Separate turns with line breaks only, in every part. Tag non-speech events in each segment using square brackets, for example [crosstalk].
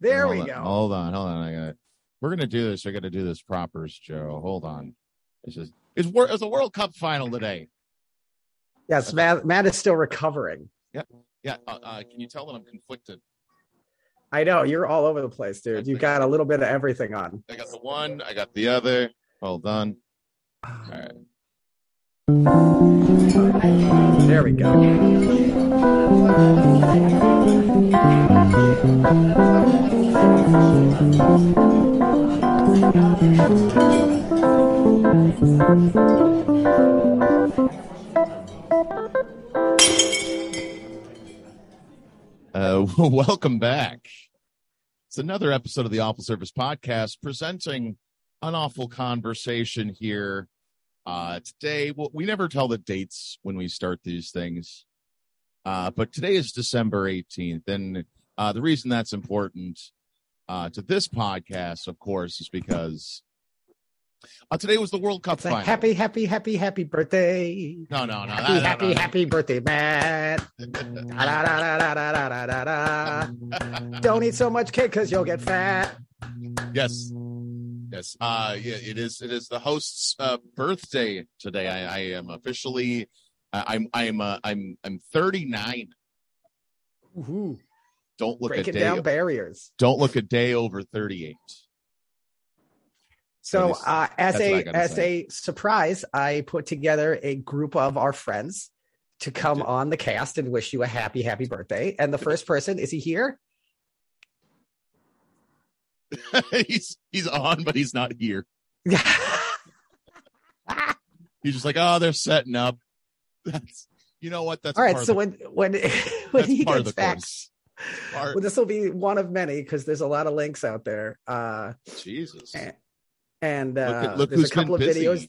There
hold
we
on,
go.
Hold on, hold on. I got. to We're gonna do this. I got to do this propers, Joe. Oh, Hold on. It's just it's wor- it's a World Cup final today.
Yes, Matt, Matt is still recovering.
Yeah. Uh, uh, can you tell that I'm conflicted?
I know you're all over the place, dude. You got a little bit of everything on.
I got the one. I got the other. Hold on. All right.
[sighs] There we go.
Uh, [laughs] welcome back. It's another episode of the Awful Service Podcast presenting an awful conversation here. Uh, today, well, we never tell the dates when we start these things, uh, but today is December 18th. And uh, the reason that's important uh, to this podcast, of course, is because uh, today was the World Cup
It's a
final.
happy, happy, happy, happy birthday.
no, no, no, no,
Happy,
no, no.
happy, happy birthday, Matt. Da-da-da-da-da-da-da-da-da. Don't eat so much cake because you'll get fat.
Yes. Yes. Uh yeah, it is it is the host's uh birthday today. I, I am officially I, I'm I'm uh, I'm I'm 39.
Ooh,
Don't look a
breaking
day
down barriers.
don't look a day over 38. At
So,
least
uh,
that's
as
what I
a
gotta
as
say.
a surprise, I put together a group of our friends to come
Did-
on the cast and wish you a happy, happy birthday. And the first person is he here?
[laughs]
[laughs]
he's he's on but he's not here.
yeah,
He's just like, "Oh, they're setting up." That's You know what? That's
All right.
part
So
of
when when [laughs]
the,
when
that's
he
part of the
gets back,
course. Part-
well, this will be one of many because there's a lot of links out there. Uh,
Jesus.
Eh, and uh,
Look at- look
there's
who's
a couple of
been busy.
videos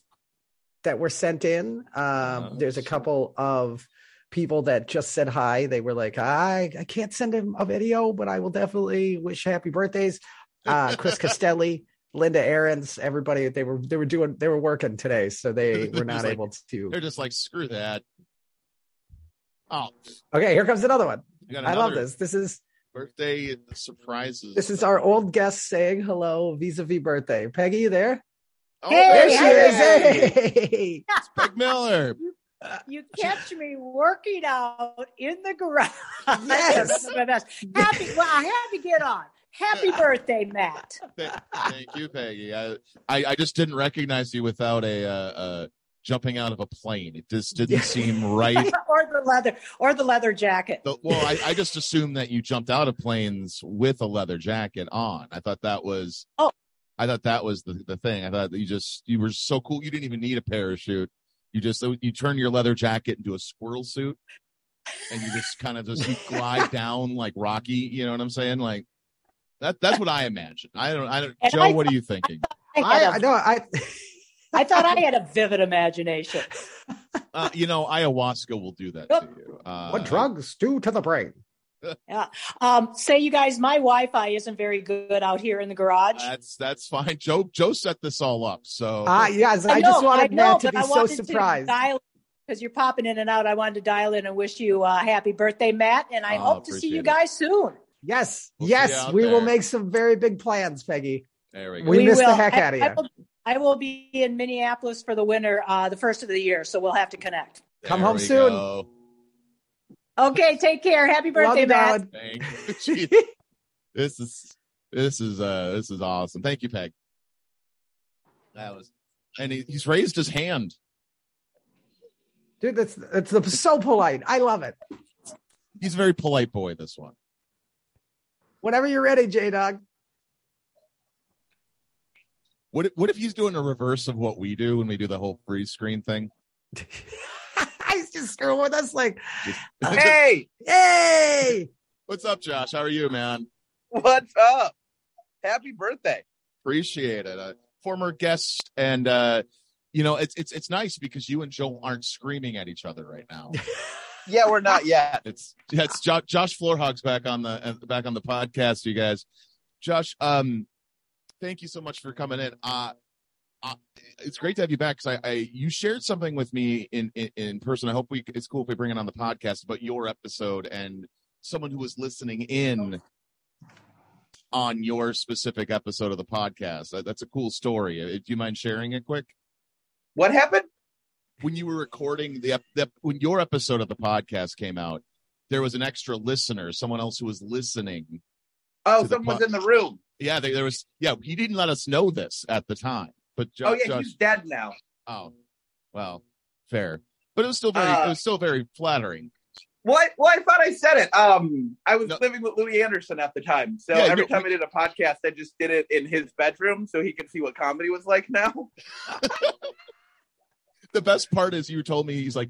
that were sent in. Um,
Uh,
there's a
sure.
couple of people that just said hi. They were like, I, I can't send him a video, but I will definitely wish happy birthdays. Uh,
[laughs]
Chris Castelli, Linda Ahrens, everybody. They were they were doing they were working today,
[laughs]
so they
They're
were not
just like-
able to.
They're just like, "Screw that." Oh,
Okay, here comes another one.
I, got
I love
another-
this. This is
birthday surprises.
this is our old guest saying hello vis-a-vis birthday. Peggy, you there?
Oh,
There
Hey,
she
hey.
is. Hey.
Peg Miller.
[laughs]
You catch me working out in the garage. [laughs]
Yes.
With us. happy. Well, I had to get on. Happy birthday, Matt.
Th- Thank you, Peggy. I, I I just didn't recognize you without a uh, uh, jumping out of a plane. It just didn't
Yeah.
[laughs]
seem right.
or the leather, or the leather jacket.
The- well, I, I just assumed that you jumped out of planes with a leather jacket on. I thought that was
Oh.
I thought that was the, the thing. I thought that you just you were so cool. You didn't even need a parachute. You just uh, you turn your leather jacket into a squirrel suit, and you just kind of just you glide down like Rocky. You know what I'm saying? Like that. That's what I imagine. I don't. I don't.
And
Joe,
I
what are you thinking?
I,
I,
had
I
a-
know. I
[laughs] I thought I had a vivid
[laughs]
imagination.
Uh, you know, ayahuasca will do that to you. Uh,
what drugs do to the brain?
Um, say, you guys, my Wi-Fi isn't very good out here in the garage.
That's that's fine. Joe Joe set this all up. So
Ah, yes. I, just wanted Matt to be so surprised.
because you're popping in and out. I wanted to dial in and wish you uh, happy birthday, Matt. And I
Oh,
hope to see
appreciate
you
it.
guys soon.
yes,
We'll see you
yes,
out
we will
there.
make some very big plans, Peggy.
there we go.
We missed the
will.
heck
I-
outta
I
you.
will- I will be in Minneapolis for the winter, uh, the first of the year, so we'll have to connect.
come
There
home
we
soon.
go.
Okay, take care. Happy
Love
birthday,
you,
Matt.
darling. [laughs]
Thank you. Gee, this is this is uh this is awesome. Thank you, Peg. That was and he, he's raised his hand.
Dude, that's that's the, so polite. I love it.
He's a very polite boy, this one.
Whenever you're ready, J Dog.
What if, what if he's doing a reverse of what we do when we do the whole freeze screen thing?
[laughs] He's just screwing with us, like,
Just-
Hey,
hey,
What's up, Josh? How are you, man?
what's up? Happy birthday.
Appreciate it. A former guest and uh you know, it's it's it's nice because you and Joe aren't screaming at each other right now.
Yeah, we're [laughs] not yet.
It's yeah, it's jo- Josh Floorhog's back on the uh, back on the podcast, you guys. Josh, um, thank you so much for coming in. Uh, uh it's great to have you back because I, I you shared something with me in, in in person. I hope we it's cool if we bring it on the podcast about your episode and someone who was listening in on your specific episode of the podcast. That, that's a cool story. Uh, Do you mind sharing it quick?
What happened?
When you were recording the, ep- the ep- when your episode of the podcast came out, there was an extra listener, someone else who was listening.
Oh,
To the
someone's
pod-
in the room.
Yeah, there, there was. Yeah, he didn't let us know this at the time, but Josh.
Oh yeah,
Josh-
he's dead now.
oh, well, fair, but it was still very,
Uh,
it was still very flattering.
What? Well, I thought I said it. Um, I was
No.
living with Louis Anderson at the time, so
Yeah,
every
no,
time I did a podcast, I just did it in his bedroom so he could see what comedy was like. Now, [laughs]
The best part is you told me he's like,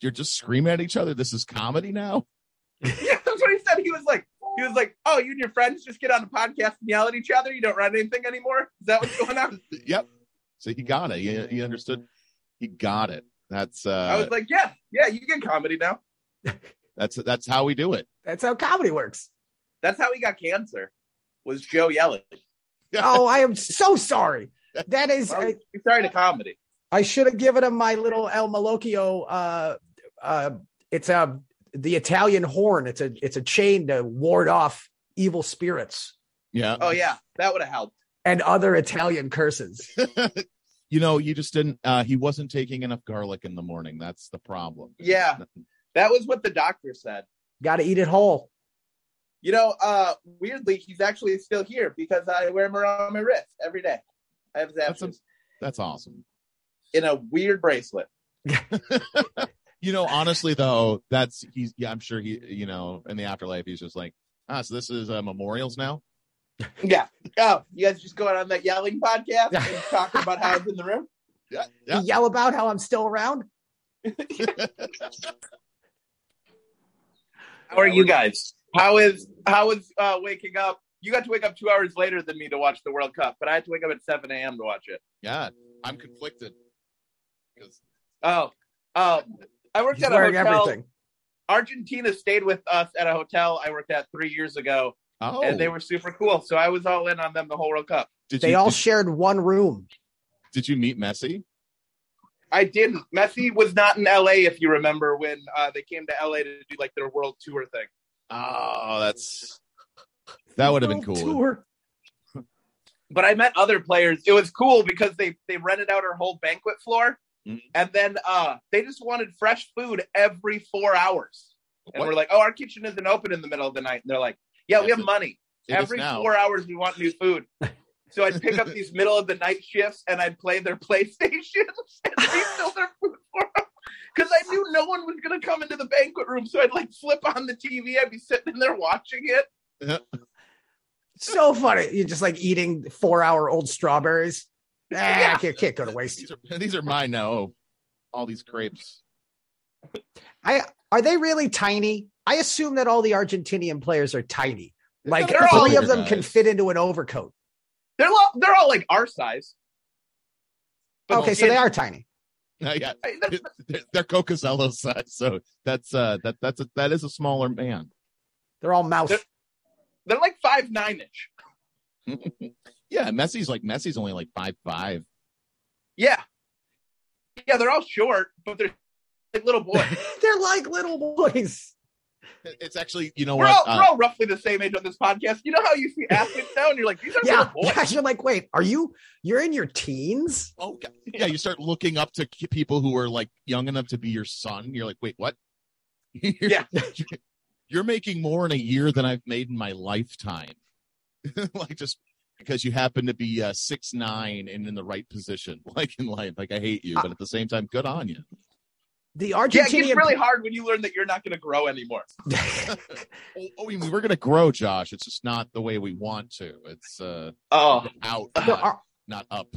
you're just screaming at each other. This is comedy now. [laughs]
yeah, that's what he said. He was like, he was like, "Oh, you and your friends just get on a podcast and yell at each other. You don't run anything anymore. Is that what's going on?"
Yep. So he got it. He, he understood. He got it. That's [laughs]
I
uh,
was like, "Yeah, yeah, you get comedy now."
that's that's how we do it.
That's how comedy works.
That's how he got cancer. Was
[laughs]
Joe yelling?
Oh, I am so sorry. That is,
Well,
I,
he started a comedy.
I should have given him my little El Malocchio. Uh, uh, it's a the Italian horn. It's a it's a chain to ward off evil spirits
Yeah. [laughs]
Oh yeah, that would have helped.
and other Italian curses.
You know, you just didn't. Uh, he wasn't taking enough garlic in the morning. That's the problem.
Yeah. That was what the doctor said.
Got to eat it whole.
You know, uh, weirdly, he's actually still here because I wear him around my wrist every day. I have
That's
zappers
That's awesome.
in a weird bracelet.
You know, honestly though, that's he's. Yeah, I'm sure he. You know, in the afterlife, he's just like, ah, so this is uh, memorials now.
Yeah. Oh, you guys just going on that
[laughs]
yelling podcast and talking about how it's in the room?
Yeah.
You yell about how I'm still around.
How are you guys? How is how is uh, waking up? You got to wake up two hours later than me to watch the World Cup, but I had to wake up at seven a.m. to watch it.
Yeah. I'm conflicted. 'Cause-
Oh, um, I worked
He's
at a
wearing
hotel.
everything.
Argentina stayed with us at a hotel I worked at three years ago,
Oh,
and they were super cool. So I was all in on them the whole World Cup.
Did
They
you,
all
Did,
shared one room.
did you meet Messi?
I didn't. Messi was not in LA, if you remember, when uh, they came to LA to do like their world tour thing.
Oh, that's that would have been
Little
cool.
tour.
But I met other players. It was cool because they they rented out our whole banquet floor,
Mhm.
and then uh, they just wanted fresh food every four hours. And
What?
we're like, "Oh, our kitchen isn't open in the middle of the night." And they're like, "Yeah, we
Yes,
have
it-
money.
It is
Every
now.
four hours, we want new food." So I'd pick up these middle of the night shifts and I'd play their [laughs] PlayStation and refill their food for them. Because I knew no one was going to come into the banquet room. So I'd like flip on the TV. I'd be sitting in there watching it.
So funny. You're just like eating four hour old strawberries. Ah,
Yeah.
can't, can't go to waste.
These are, these are mine now. Oh, all these crepes.
I are they really tiny? I assume that all the Argentinian players are tiny. Like
They're all
three of
bigger
them can
guys.
fit into an overcoat.
They're all, they're all like our size.
Okay, so
it-
they are tiny.
Uh, [laughs] yeah,
I- that's-
they're, they're Cocosello size, so that's uh that that's a, that is a smaller man.
They're all mouth.
They're- They're like five, nine inch.
[laughs] Yeah, Messi's like Messi's only like five five.
Yeah. Yeah, they're all short, but they're like little boys.
[laughs] They're like little boys.
It's actually you know
We're
what
all,
uh,
we're all roughly the same age on this podcast. You know how you see athletes now and you're like, these are
Yeah.
little
[laughs]
boys.
You're like, wait, are you you're in your teens?
oh God. yeah you start looking up to ki- people who are like young enough to be your son. You're like wait what? [laughs] You're-
Yeah.
[laughs] you're making more in a year than I've made in my lifetime. [laughs] like just because you happen to be uh, six nine and in the right position, [laughs] like in life. Like I hate
Uh,
you, but at the same time, good on you.
The
Yeah, it
Argentinian
gets really hard when you learn that you're not going to grow anymore.
Oh, oh, we were gonna grow, Josh. It's just not the way we want to. It's uh
Oh,
out,
the,
not,
Ar-
not up.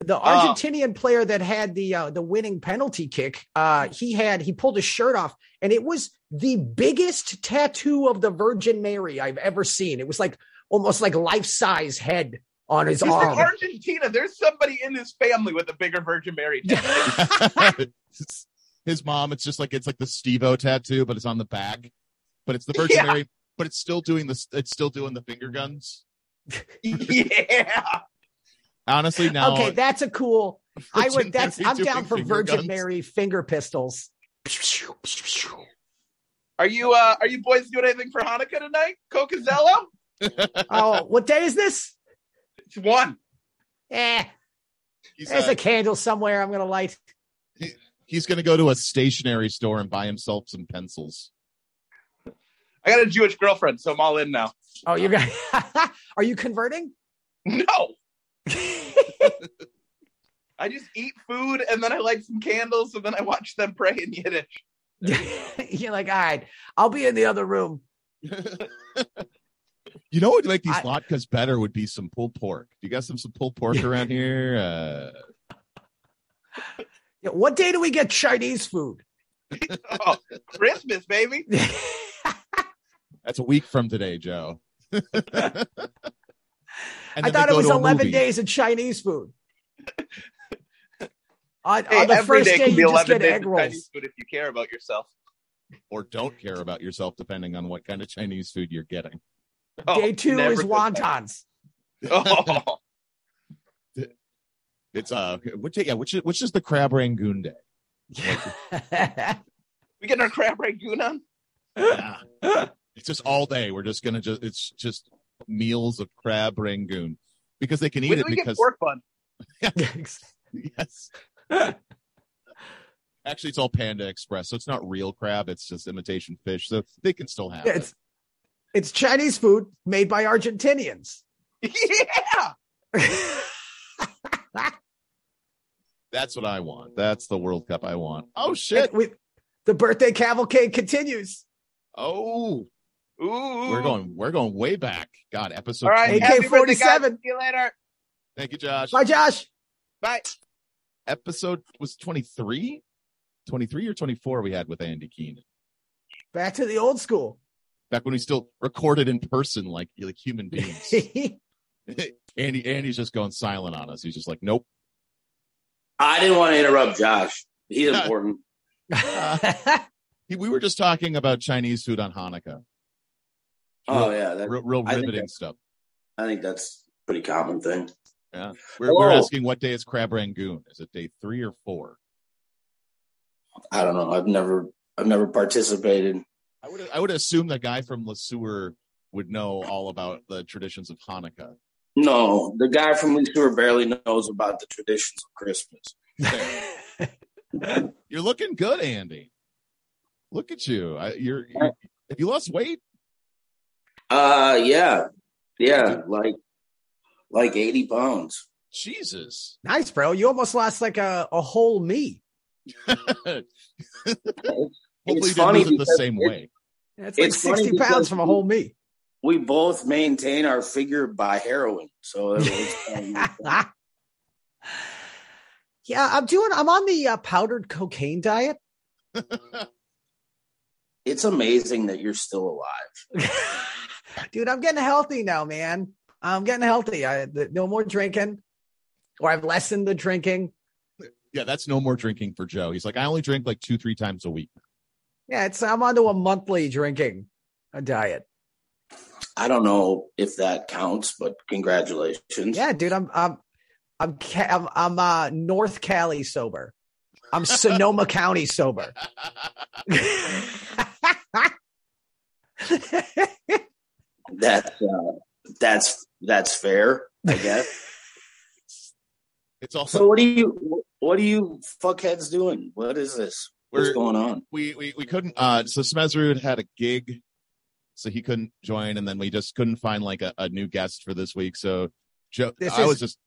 the
Oh.
Argentinian player that had the uh, the winning penalty kick, uh, he had he pulled his shirt off, and it was the biggest tattoo of the Virgin Mary I've ever seen. It was like almost like life size head on his
He's from
arm.
Argentina. There's somebody in his family with a bigger Virgin Mary. tattoo.
His mom. It's just like it's like the Stevo tattoo, but it's on the back. But it's the Virgin
Yeah.
Mary. But it's still doing this. It's still doing the finger guns.
yeah.
Honestly, now
okay, that's
[laughs]
a cool. I
Virgin
would. That's
Mary
I'm
doing
down for
finger
Virgin
guns.
Mary
[laughs]
finger pistols.
Are you uh are you boys doing anything for Hanukkah tonight? Cocozello?
oh, what day is this?
It's one.
Eh,
He's,
there's
uh,
a candle somewhere I'm going to light.
he's going to go to a stationery store and buy himself some pencils.
I got a Jewish girlfriend, so I'm all in now.
Oh, you're going to. [laughs] Are you converting?
No, I just eat food and then I light some candles and then I watch them pray in Yiddish.
[laughs] [laughs] you're like, all right, I'll be in the other room.
You know what would make these
I-
latkes better would be some pulled pork. Do you got some, some pulled pork around here? Uh,
Yeah, What day do we get Chinese food?
[laughs] Oh, Christmas,
[laughs]
baby.
that's a week from today, Joe. And
I
then they
thought it
go
was
to a
11
movie.
days of Chinese food. on,
[laughs] Hey,
on the
every
first
day
day,
can be
you just
11
get
days
egg
of Chinese
rolls.
food if you care
[laughs]
about yourself.
Or don't care about yourself, depending on what kind of Chinese food you're getting.
Oh,
day two
never
is
go
wontons.
back. [laughs] Oh,
[laughs] It's uh, which yeah, which is, which is the crab rangoon day.
we getting our crab rangoon on?
Yeah. it's just all day. We're just gonna just it's just meals of crab rangoon because they can eat
When do
it
we get
because
pork
[laughs]
bun?
yes. Actually, it's all Panda Express, so it's not real crab. It's just imitation fish, so they can still have it.
it's, it's Chinese food made by Argentinians.
[laughs] yeah.
That's what I want. That's the World Cup I want. Oh shit!
We- the birthday cavalcade continues.
Oh,
Ooh.
we're going. We're going way back. God, episode.
All right.
20.
Happy birthday, guys. See
AK-47.
you later.
Thank you, Josh.
Bye, Josh.
Bye.
Episode was twenty three. 23 or 24 we had with Andy Keenan
Back to the old school.
back when we still recorded in person like like human
[laughs]
beings. Andy Andy's just going silent on us. He's just like, nope.
I didn't want to interrupt Josh. He's important.
He- We were just talking about Chinese food on Hanukkah.
Oh yeah, that,
Real, real
I think
riveting
that-
stuff.
I think that's a pretty common thing.
We're, we're
Hello.
asking what day is Crab Rangoon? Is it day three or four?
I don't know. I've never I've never participated.
I would I would assume the guy from Le Sueur would know all about the traditions of Hanukkah.
No, the guy from Leesure barely knows about the traditions of Christmas.
You're looking good, Andy. Look at you. I, you're, you're have you lost weight?
Uh, yeah, yeah, like like eighty pounds.
Jesus.
nice, bro. You almost lost like a, a whole
[laughs]
me.
Hopefully
It's
you didn't
funny
lose it the
because
same
it-
way.
That's like
It's funny
60 pounds
because-
from a whole me.
We both maintain our figure by heroin, so it
[laughs]
was,
yeah, I'm doing, I'm on the uh, powdered cocaine diet.
it's amazing that you're still alive.
Dude, I'm getting healthy now, man. I'm getting healthy. I, the, no more drinking, or I've lessened the drinking.
Yeah, that's no more drinking for Joe. He's like, I only drink like two, three times a week.
Yeah, it's I'm onto a monthly drinking a diet.
I don't know if that counts, but congratulations.
Yeah, dude, I'm I'm I'm Ca- I'm, I'm uh, North Cali sober. I'm Sonoma
[laughs]
County sober.
That uh, that's that's fair, I guess.
It's also
So what do you what are you fuckheads doing? What is this? What's
We're-
going on?
we we we couldn't uh so Smezrud had a gig so he couldn't join and then we just couldn't find like a, a new guest for this week so joe
This
i
is-
was just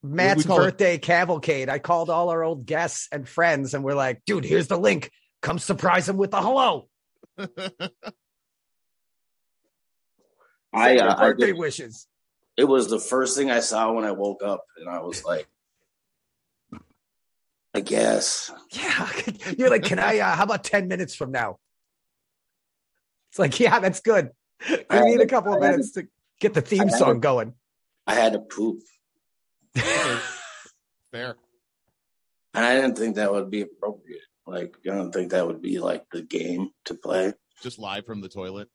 We
Matt's
call it-
birthday cavalcade. I called all our old guests and friends, and we're like, dude, here's the link. Come surprise him with a hello.
I,
Send your
uh, I
birthday
did-
wishes.
it was the first thing I saw when I woke up, and I was like, I guess
Yeah. [laughs] You're like, can I, uh, how about 10 minutes from now? It's like, yeah, that's good. We
I
need a
haven't-
couple of
I
minutes to get the theme
I
song going.
I had to poop,
[laughs] fair
and I didn't think that would be appropriate. Like I don't think that would be like the game to play.
just live from the toilet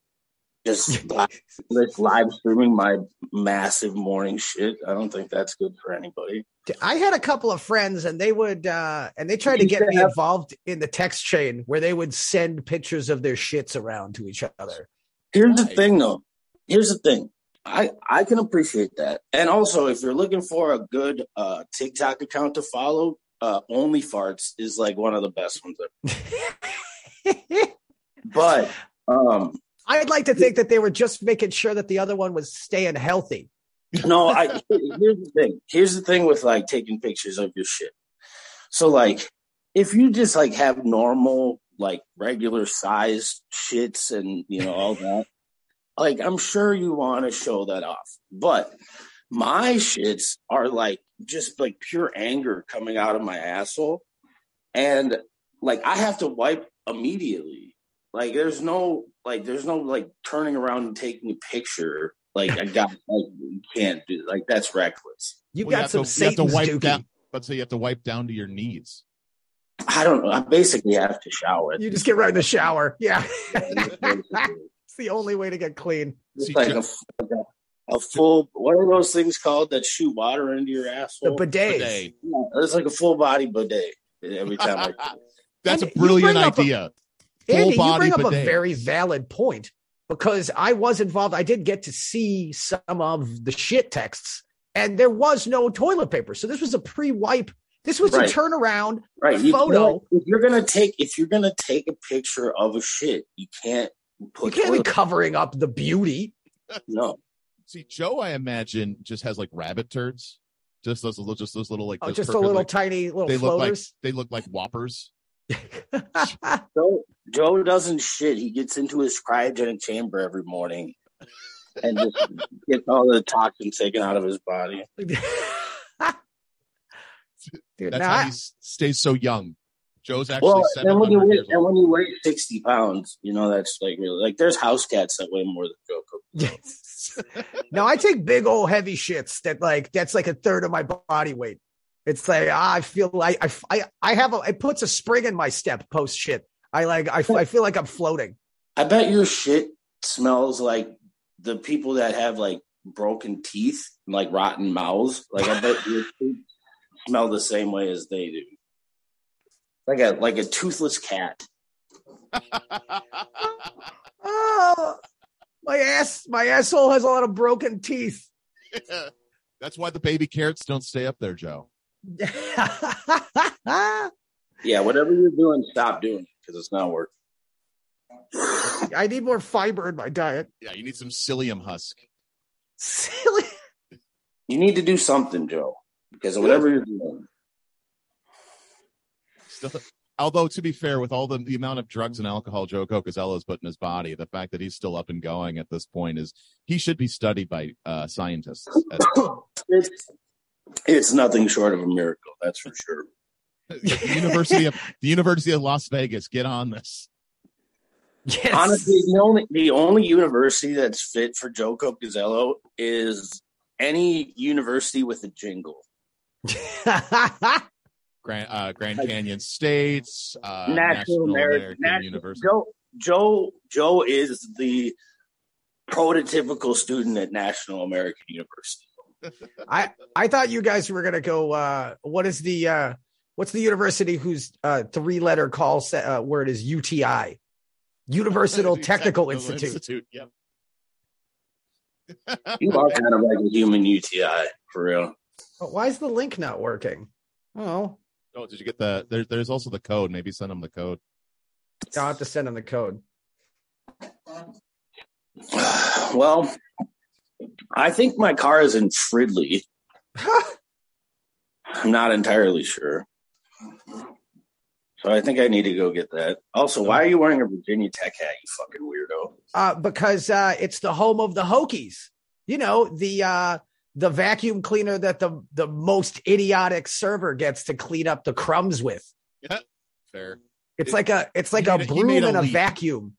Just
[laughs]
live, just live streaming my massive morning shit. I don't think that's good for anybody.
I had a couple of friends and they would, uh, and they tried to
You
get
should
me
have-
involved in the text chain where they would send pictures of their shits around to each other.
Here's the
Right.
thing, though. Here's the thing. I I can appreciate that. And also, if you're looking for a good uh, TikTok account to follow, uh, Only Farts is like one of the best ones. Ever. But um,
I'd like to think that they were just making sure that the other one was staying healthy.
no, I here's the thing. Here's the thing with like taking pictures of your shit. So like if you just like have normal, like regular size shits and you know all
[laughs]
that, like I'm sure you want to show that off. But my shits are like just like pure anger coming out of my asshole. And like I have to wipe immediately. Like there's no like there's no like turning around and taking a picture. Like I got like you can't do like that's reckless.
You've
Well,
got
have
some
to- you have to
Satan's
wipe
dookie.
down. But so you have to wipe down to your knees.
I don't know. I basically have to shower.
You just get right in the shower.
[laughs]
Yeah,
It's
it's the only way to get clean.
See,
like
Jo-
a, a full. What are those things called that shoot water into your
The
asshole?
bidets.
Bidet.
Yeah, it's like a full body bidet every
[laughs]
time. I,
That's
And
a
you bring
brilliant
up a-
idea.
Andy, you
Full-body
bring up a
bidet.
very valid point because I was involved. I did get to see some of the shit texts, and there was no toilet paper. So this was a pre-wipe. This was
Right.
a turnaround.
right, you
Photo.
can't- If you're gonna take, if you're gonna take a picture of a shit, you can't
You
put
can't be
toilet-
covering up the beauty.
no.
See, Joe, I imagine just has like rabbit turds. Just those little, just those little like
Oh,
those
just a
crooked,
little
like-
tiny little
they look like
floaters.
they look like whoppers.
Joe, Joe doesn't shit. He gets into his cryogenic chamber every morning and just
[laughs]
gets all the toxins taken out of his body.
Dude,
That's
now
how
I-
he s- stays so young. Joe's actually
Well, and when you
700
weigh
years
and
old.
when you weigh sixty pounds, you know that's like really like there's house cats that weigh more than Joe. Cook.
Yes. no, I take big old heavy shits that like that's like a third of my body weight. It's like ah, I feel like I, I I have a it puts a spring in my step post shit. I like I, I feel like I'm floating.
I bet your shit smells like the people that have like broken teeth and like rotten mouths. Like I bet your shit smell the same way as they do. Like a like a toothless cat.
Oh, my ass my asshole has a lot of broken teeth.
That's why the baby carrots don't stay up there, Joe.
I
Yeah, whatever you're doing, stop doing it because it's not working.
need more fiber in my diet.
Yeah, you need some psyllium husk.
Silly.
You need to do something, Joe, because of whatever you're doing.
Still, although to be fair, with all the, the amount of drugs and alcohol Joe Cocazello's put in his body, the fact that he's still up and going at this point is he should be studied by uh, scientists. As-
it's [coughs] it's nothing short of a miracle, that's for sure.
the University of the University of Las Vegas, get on this.
Yes.
Honestly, the only the only university that's fit for Joe Cocazello is any university with a jingle.
Grand uh, Grand Canyon States, uh,
National
National
Ameri-
American
National-
University.
Joe Joe Joe is the prototypical student at National American University.
I I thought you guys were gonna go. Uh, what is the uh, what's the university whose uh, three letter call set, uh, word is UTI, [laughs] Universal Technical Institute.
Yep.
[laughs] You are kind of like a human UTI for real.
But Why is the link not working? Oh,
oh, did you get the? There, there's also the code. Maybe send them the code.
I'll have to send them the code.
Well, I think my car is in
[laughs]
Fridley. I'm not entirely sure. So I think I need to go get that. Also, why are you wearing a Virginia Tech hat, you fucking weirdo?
uh, because uh, it's the home of the Hokies. You know the uh, the vacuum cleaner that the the most idiotic server gets to clean up the crumbs with.
Fair. [laughs]
It's
It-
like a it's like
he
a
made a- he made
broom
a
and a
leap.
vacuum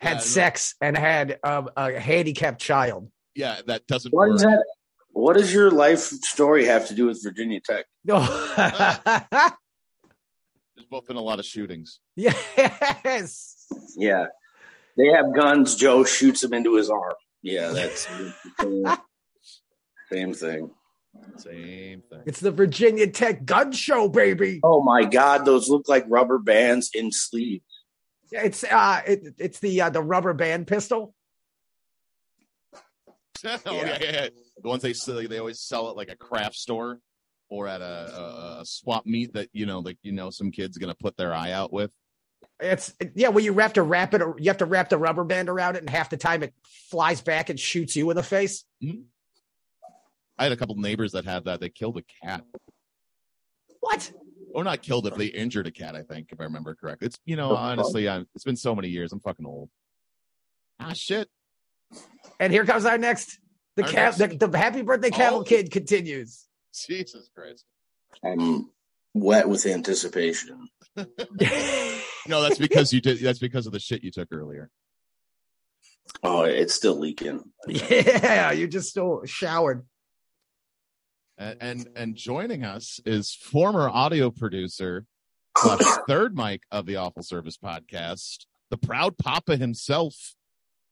had
Yeah,
sex and had um, a handicapped child.
Yeah, that doesn't
What
work.
is that? What does your life story have to do with Virginia Tech?
[laughs]
No.
There's both been a lot of shootings.
yes. [laughs]
Yeah, they have guns. Joe shoots him into his arm. Yeah,
[laughs]
that's same thing.
Same thing.
It's the Virginia Tech gun show, baby.
Oh my God, those look like rubber bands in sleeves.
It's uh it, it's the uh, the rubber band pistol.
oh yeah,
Yeah.
yeah, yeah. The ones they sell, they always sell at like a craft store or at a, a, a swap meet that you know, like you know, some kid's gonna put their eye out with.
It's yeah. Well, you have to wrap it. You have to wrap the rubber band around it, and half the time it flies back and shoots you in the face.
I had a couple neighbors that had that. They killed a cat,
What?
or not killed it. They injured a cat, I think, if I remember correctly. It's you know, honestly, i it's been so many years. I'm fucking old. [laughs] Ah, shit.
And here comes our next. The
Our
cat.
next- Oh.
The, the happy birthday cavalcade continues.
Jesus Christ.
I'm wet with anticipation.
No, that's because you did. That's because of the shit you took earlier.
Oh, it's still leaking.
yeah, you just still showered.
And [laughs] and, and joining us is former audio producer, slash third mic of the Awful Service podcast, the proud papa himself,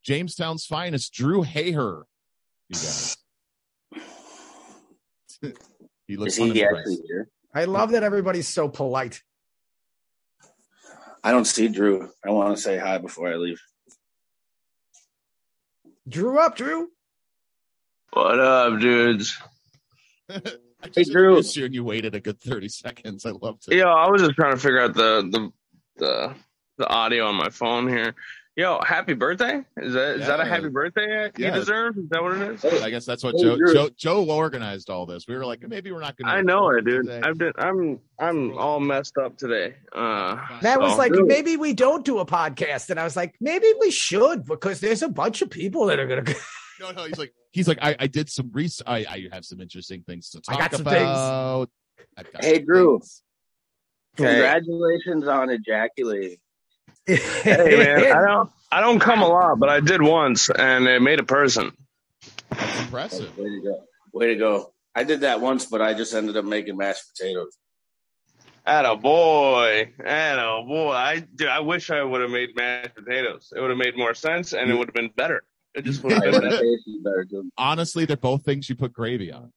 Jamestown's finest, Drew Haher. You guys. he
Is
looks
he
unimpressed.
actually here?
I love that everybody's so polite.
I don't see Drew. I want to say hi before I leave.
Drew up, Drew.
What up, dudes?
I just
Hey, Drew.
introduced you and you waited a good 30 seconds. I loved it.
Yo, I was just trying to figure out the the the, the audio on my phone here. Yo, happy birthday! Is that is that a
Yeah.
happy birthday you
Yeah.
deserve? Is that what it is?
I guess that's what
Hey,
Joe,
Drew.
Joe Joe organized all this. We were like, maybe we're not going to.
I know it, dude. I've been, I'm I'm all messed up today. Uh,
That was
so-
like,
Drew.
maybe we don't do a podcast. And I was like, maybe we should because there's a bunch of people that are going to.
No, no. He's like, [laughs] he's like, I, I did some research. I, I have some interesting things to
I
talk
got some things.
about. I've got
Hey,
some
Drew.
things.
Okay.
Congratulations on ejaculating.
Hey man, I don't I don't come a lot, but I did once, and it made a person.
That's impressive.
Way to go. Way to go. I did that once, but I just ended up making mashed potatoes.
Atta boy, atta boy. I dude, I wish I would have made mashed potatoes. It would have made more sense, and it would have been better. It just would have
[laughs]
I
been
would
better.
have tasted better, dude.
Honestly, they're both things you put gravy on.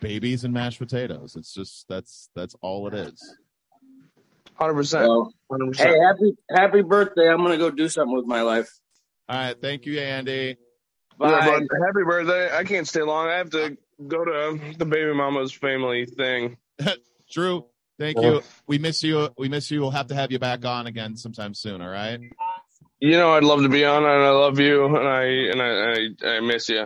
Babies and mashed potatoes. It's just that's that's all it is.
Hundred percent.
So,
Hundred percent.
hey, happy happy birthday. I'm gonna go do something with my life.
All right, thank you, Andy.
Yeah,
Bye.
but happy birthday. I can't stay long. I have to go to the baby mama's family thing.
Drew, thank you. We miss you. We miss you. We'll have to have you back on again sometime soon. All right.
You know, I'd love to be on, and I love you, and I and I I, I miss you.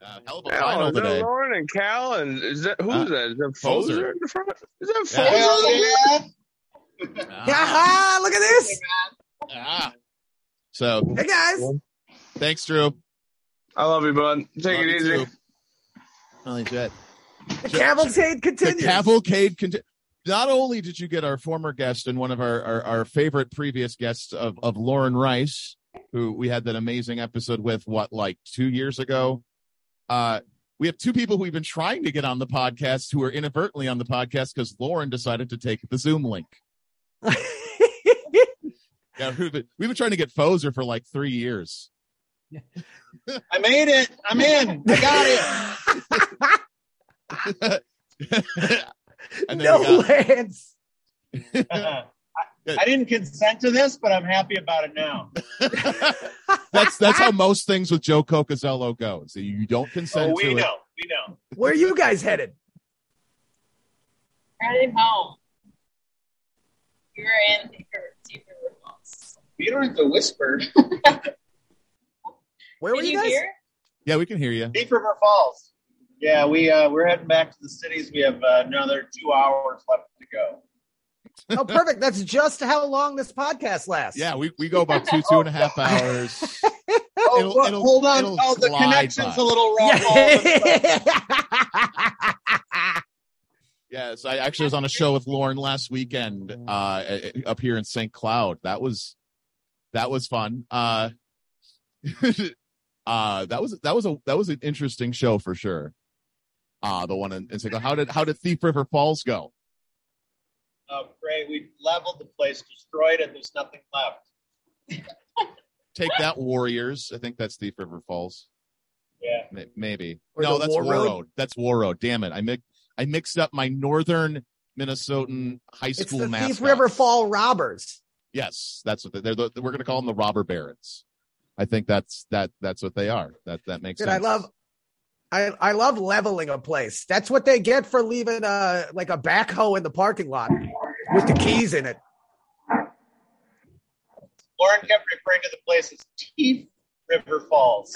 Uh, hell of a
Oh,
final
is that
today.
Lauren and Cal, and is that who's
Uh,
that? Is that
Fozer.
Fozer in the front? Is that
Yeah.
Fozer?
[laughs]
Ah,
Ah, look at this.
ah. So
Hey, guys.
thanks, Drew.
I love you, bud. Take
Love
it
you,
easy.
too. Holy shit.
The cavalcade
the
continues.
cavalcade conti- not only did you get our former guest and one of our, our, our favorite previous guests of, of Lauren Rice, who we had that amazing episode with, what, like two years ago? Uh, we have two people who we've been trying to get on the podcast who are inadvertently on the podcast because Lauren decided to take the Zoom
[laughs]
link. Yeah, who- we've been trying to get Fozer for like three years.
I made it. I'm in. I got it.
[laughs]
[laughs]
And then
no,
we got-
Lance.
Uh-huh. I, I didn't consent to this, but I'm happy about it now.
that's that's
[laughs]
how most things with Joe Cocazello go. So you don't [laughs] consent
Oh, we
to it.
know. We know.
Where are you guys headed?
Headed home. You're in your secret results.
We don't have to whisper.
[laughs] Where were
Did
you guys?
hear?
Yeah, we can hear you.
Deep River Falls. Yeah, we uh, we're heading back to the cities. We have uh, another two hours left to go.
[laughs] Oh, perfect. That's just how long this podcast lasts.
Yeah, we, we go about two, two and a
[laughs]
half hours.
Oh,
It'll-
well,
it'll-
hold on.
it'll
Oh, the
glide
connection's
by.
a
[laughs]
little rough.
Yeah.
Yes, I actually was on a show with Lauren last weekend
Oh.
uh, up here in St. Cloud. That was that was fun. Uh, [laughs] uh, that was that was a that was an interesting show for sure. Uh, the one in, in St. Cloud. How did how did Thief River Falls go?
Oh, great. We leveled the place, destroyed it. There's nothing left.
Take that, Warriors. I think that's Thief River Falls.
Yeah.
May- Maybe
Or
no,
the
that's
War
War Road.
Road?
That's War Road. Damn it! I mix I mixed up my northern Minnesotan high
It's
school
the
mascot.
Thief River Fall Robbers.
Yes, that's what they- they're. The, we're going to call them the robber barons. I think that's that. That's what they are. That that makes
Dude,
sense.
I love I, I love leveling a place. That's what they get for leaving a like a backhoe in the parking lot with the keys in it.
Lauren kept referring to the place as Teeth River
[laughs]
Falls.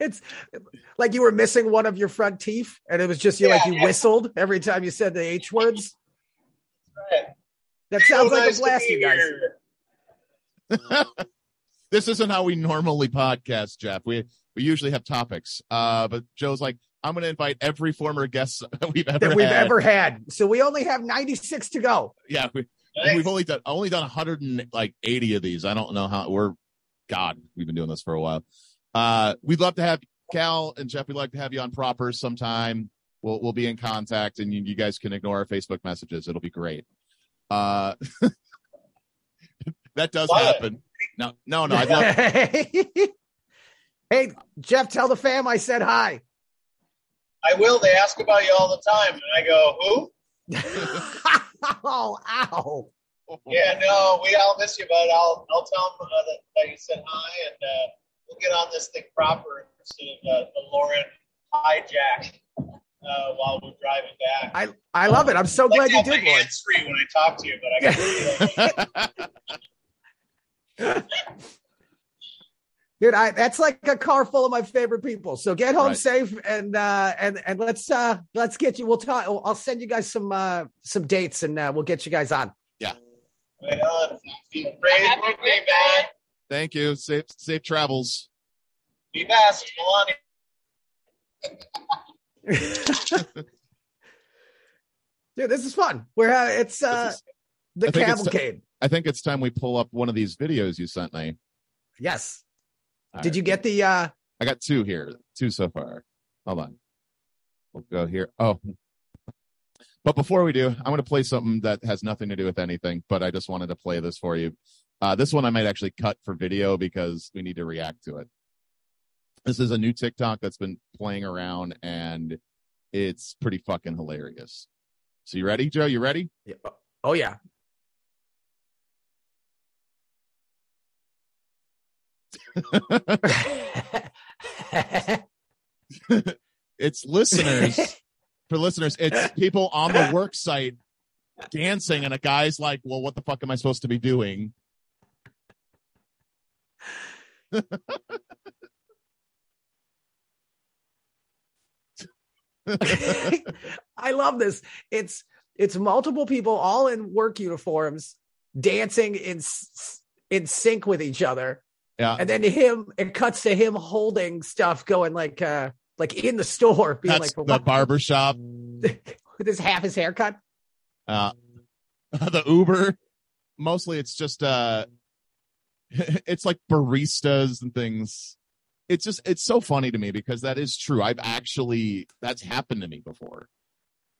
It's like you were missing one of your front teeth, and it was just you like
Yeah,
you
yeah.
whistled every time you said the H words.
Right.
That sounds
So
like
nice
a
to
blast,
be
you guys.
here.
this isn't how we normally podcast, Jeff. We we usually have topics. Uh, but Joe's like, I'm going to invite every former guest [laughs] that we've ever
That we've
had.
ever had. So we only have 96 to go.
Yeah, we,
Nice.
we've only done only done 180 of these. I don't know how we're. God, we've been doing this for a while. Uh, we'd love to have Cal and Jeff. We'd like to have you on proper sometime. We'll we'll be in contact, and you, you guys can ignore our Facebook messages. It'll be great. Uh, [laughs] that does
Love it.
happen. No, no, no. I'd love
[laughs] hey, Jeff, tell the fam I said hi.
I will. They ask about you all the time, and I go, "Who?
[laughs] oh, ow.
Yeah, no, we all miss you, but I'll I'll tell them uh, that, that you said hi, and uh, we'll get on this thing proper instead of uh, the Lauren hijack uh, while we're driving back.
I I love it. I'm so glad you
have my
did, Lloyd.
hands free when I talk to you, but I got
[laughs] [laughs] Dude, I, that's like a car full of my favorite people. So get home
Right.
safe and uh and and let's uh let's get you. We'll talk. I'll send you guys some uh some dates and uh, we'll get you guys on. [laughs]
right on. Praise
Happy
birthday,
birthday.
man.
Thank you. Safe safe travels.
Be best, Melania.
Dude, this is fun. We're uh, it's uh
This is-
the
I think it's-
cavalcade.
I think it's time we pull up one of these videos you sent me.
yes.
All
Did
right.
you get the uh
I got two here, two so far. Hold on. We'll go here. Oh. But before we do, I'm going to play something that has nothing to do with anything, but I just wanted to play this for you. Uh, this one I might actually cut for video because we need to react to it. This is a new TikTok that's been playing around and it's pretty fucking hilarious. So you ready, Joe? You ready?
oh yeah.
It's
[laughs]
listeners. for listeners, it's people on the work site dancing, and a guy's like, "Well, what the fuck am I supposed to be doing?"
I love this. It's it's multiple people all in work uniforms dancing in s- in sync with each other.
Yeah.
And then him it cuts to him holding stuff going like uh like in the store being
That's
like
the
what
barber shop,
with his half his haircut.
uh, [laughs] the Uber. Mostly, it's just uh, [laughs] it's like baristas and things. It's just it's so funny to me because that is true. I've actually that's happened to me before.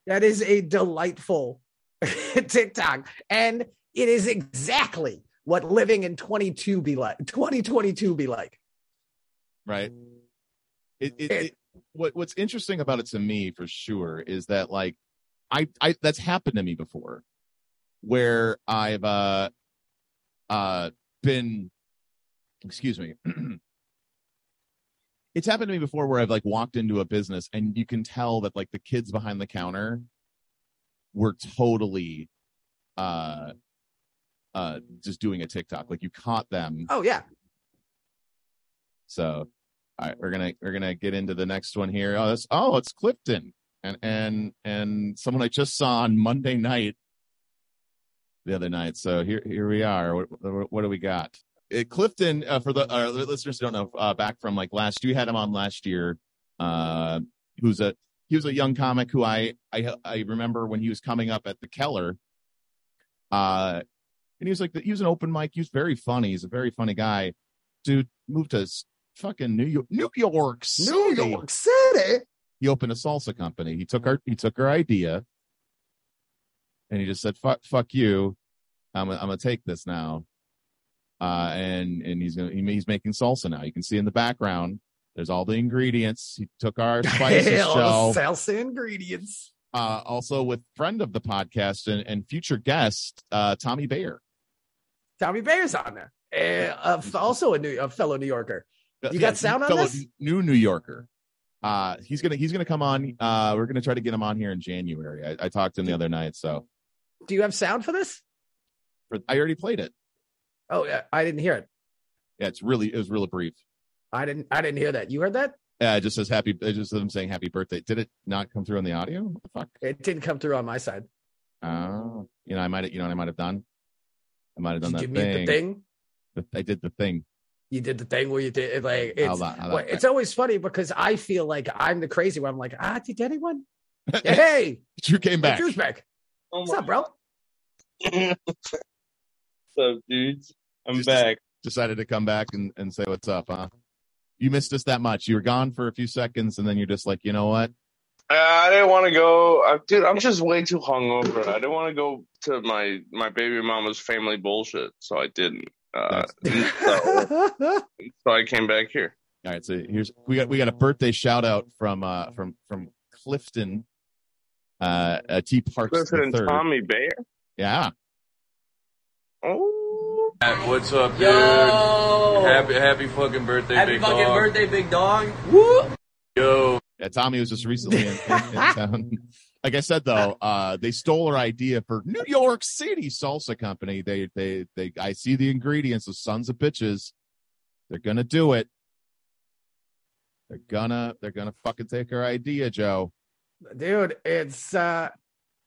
That is a delightful [laughs] TikTok. And it is exactly what living in 22 be like 2022 be like.
right it, it,
It-
it what what's interesting about it to me for sure is that like i i that's happened to me before where i've uh uh been excuse me [clears throat] it's happened to me before where i've like walked into a business and you can tell that like the kids behind the counter were totally uh uh just doing a tiktok like you caught them
Oh yeah.
so, all right, we're gonna we're gonna get into the next one here. Oh, that's oh, it's Clifton, and and and someone I just saw on Monday night, the other night. So here here we are. What what, what do we got? Uh, Clifton, uh, for the our listeners who don't know, uh, back from like last, we had him on last year. Uh, who's a he was a young comic who I I I remember when he was coming up at the Keller. Uh, and he was like he was an open mic. He was very funny. He's a very funny guy. Dude moved to s- fucking New York, New York
New
City.
York City.
He opened a salsa company. He took our he took our idea, and he just said fuck fuck you. I'm gonna- I'm gonna take this now. Uh, and and he's gonna, he- he's making salsa now. You can see in the background. There's all the ingredients. He took
[laughs]
our spices
All the
shelf
salsa ingredients.
uh, also with friend of the podcast and, and future guest uh, Tommy Bayer.
uh, Tommy Bayer's on there. Eh, a f- also a, new, a fellow New Yorker. You got sound on
Mm-hmm. Uh, fellow
this?
New New Yorker. Uh, he's gonna he's gonna come on. Uh, we're gonna try to get him on here in January. I, I talked to him the other night, so
Do you have sound for this?
for, I already played it.
Oh, yeah, I didn't hear it.
Yeah, it's really it was really brief.
I didn't. I didn't hear that. You heard that?
Uh, it just says happy. It just says him saying happy birthday. Did it not come through on the audio? What the fuck?
It didn't come through on my side.
Oh, you know I might you know what I might have done. I might have
Did
done
you
that
give
thing.
me the thing?
The- I did the thing.
You did the thing where you did it, like
How
it's.
about- how about
well,
that? [laughs]
it's always funny because I feel like I'm the crazy one. I'm like, ah,
[laughs]
did anyone? hey,
Drew came back.
Drew's back.
Oh
What's up, bro?
my-
[laughs]
What's up, dudes? I'm
Just-
back.
decided to come back and, and say what's up, huh? You missed us that much. You were gone for a few seconds, and then you're just like, you know what?
Uh, I didn't want to go, uh, dude. I'm just way too hungover. I didn't want to go to my my baby mama's family bullshit, so I didn't. Uh, so,
[laughs]
so I came back here.
All right, so here's we got we got a birthday shout out from uh from from Clifton, uh, uh T Parks
Clifford
the
and
third.
Tommy Bear.
Yeah,
Oh,
What's up, dude?
Yo!
Happy happy fucking birthday,
Happy
big
fucking
dog.
birthday, big dog.
Yo,
yeah. Tommy was just recently in, in, in town. Like I said though, uh, they stole our idea for New York City salsa company. They they they. I see the ingredients of sons of bitches. They're gonna do it. They're gonna they're gonna fucking take our idea, Joe.
Dude, it's. uh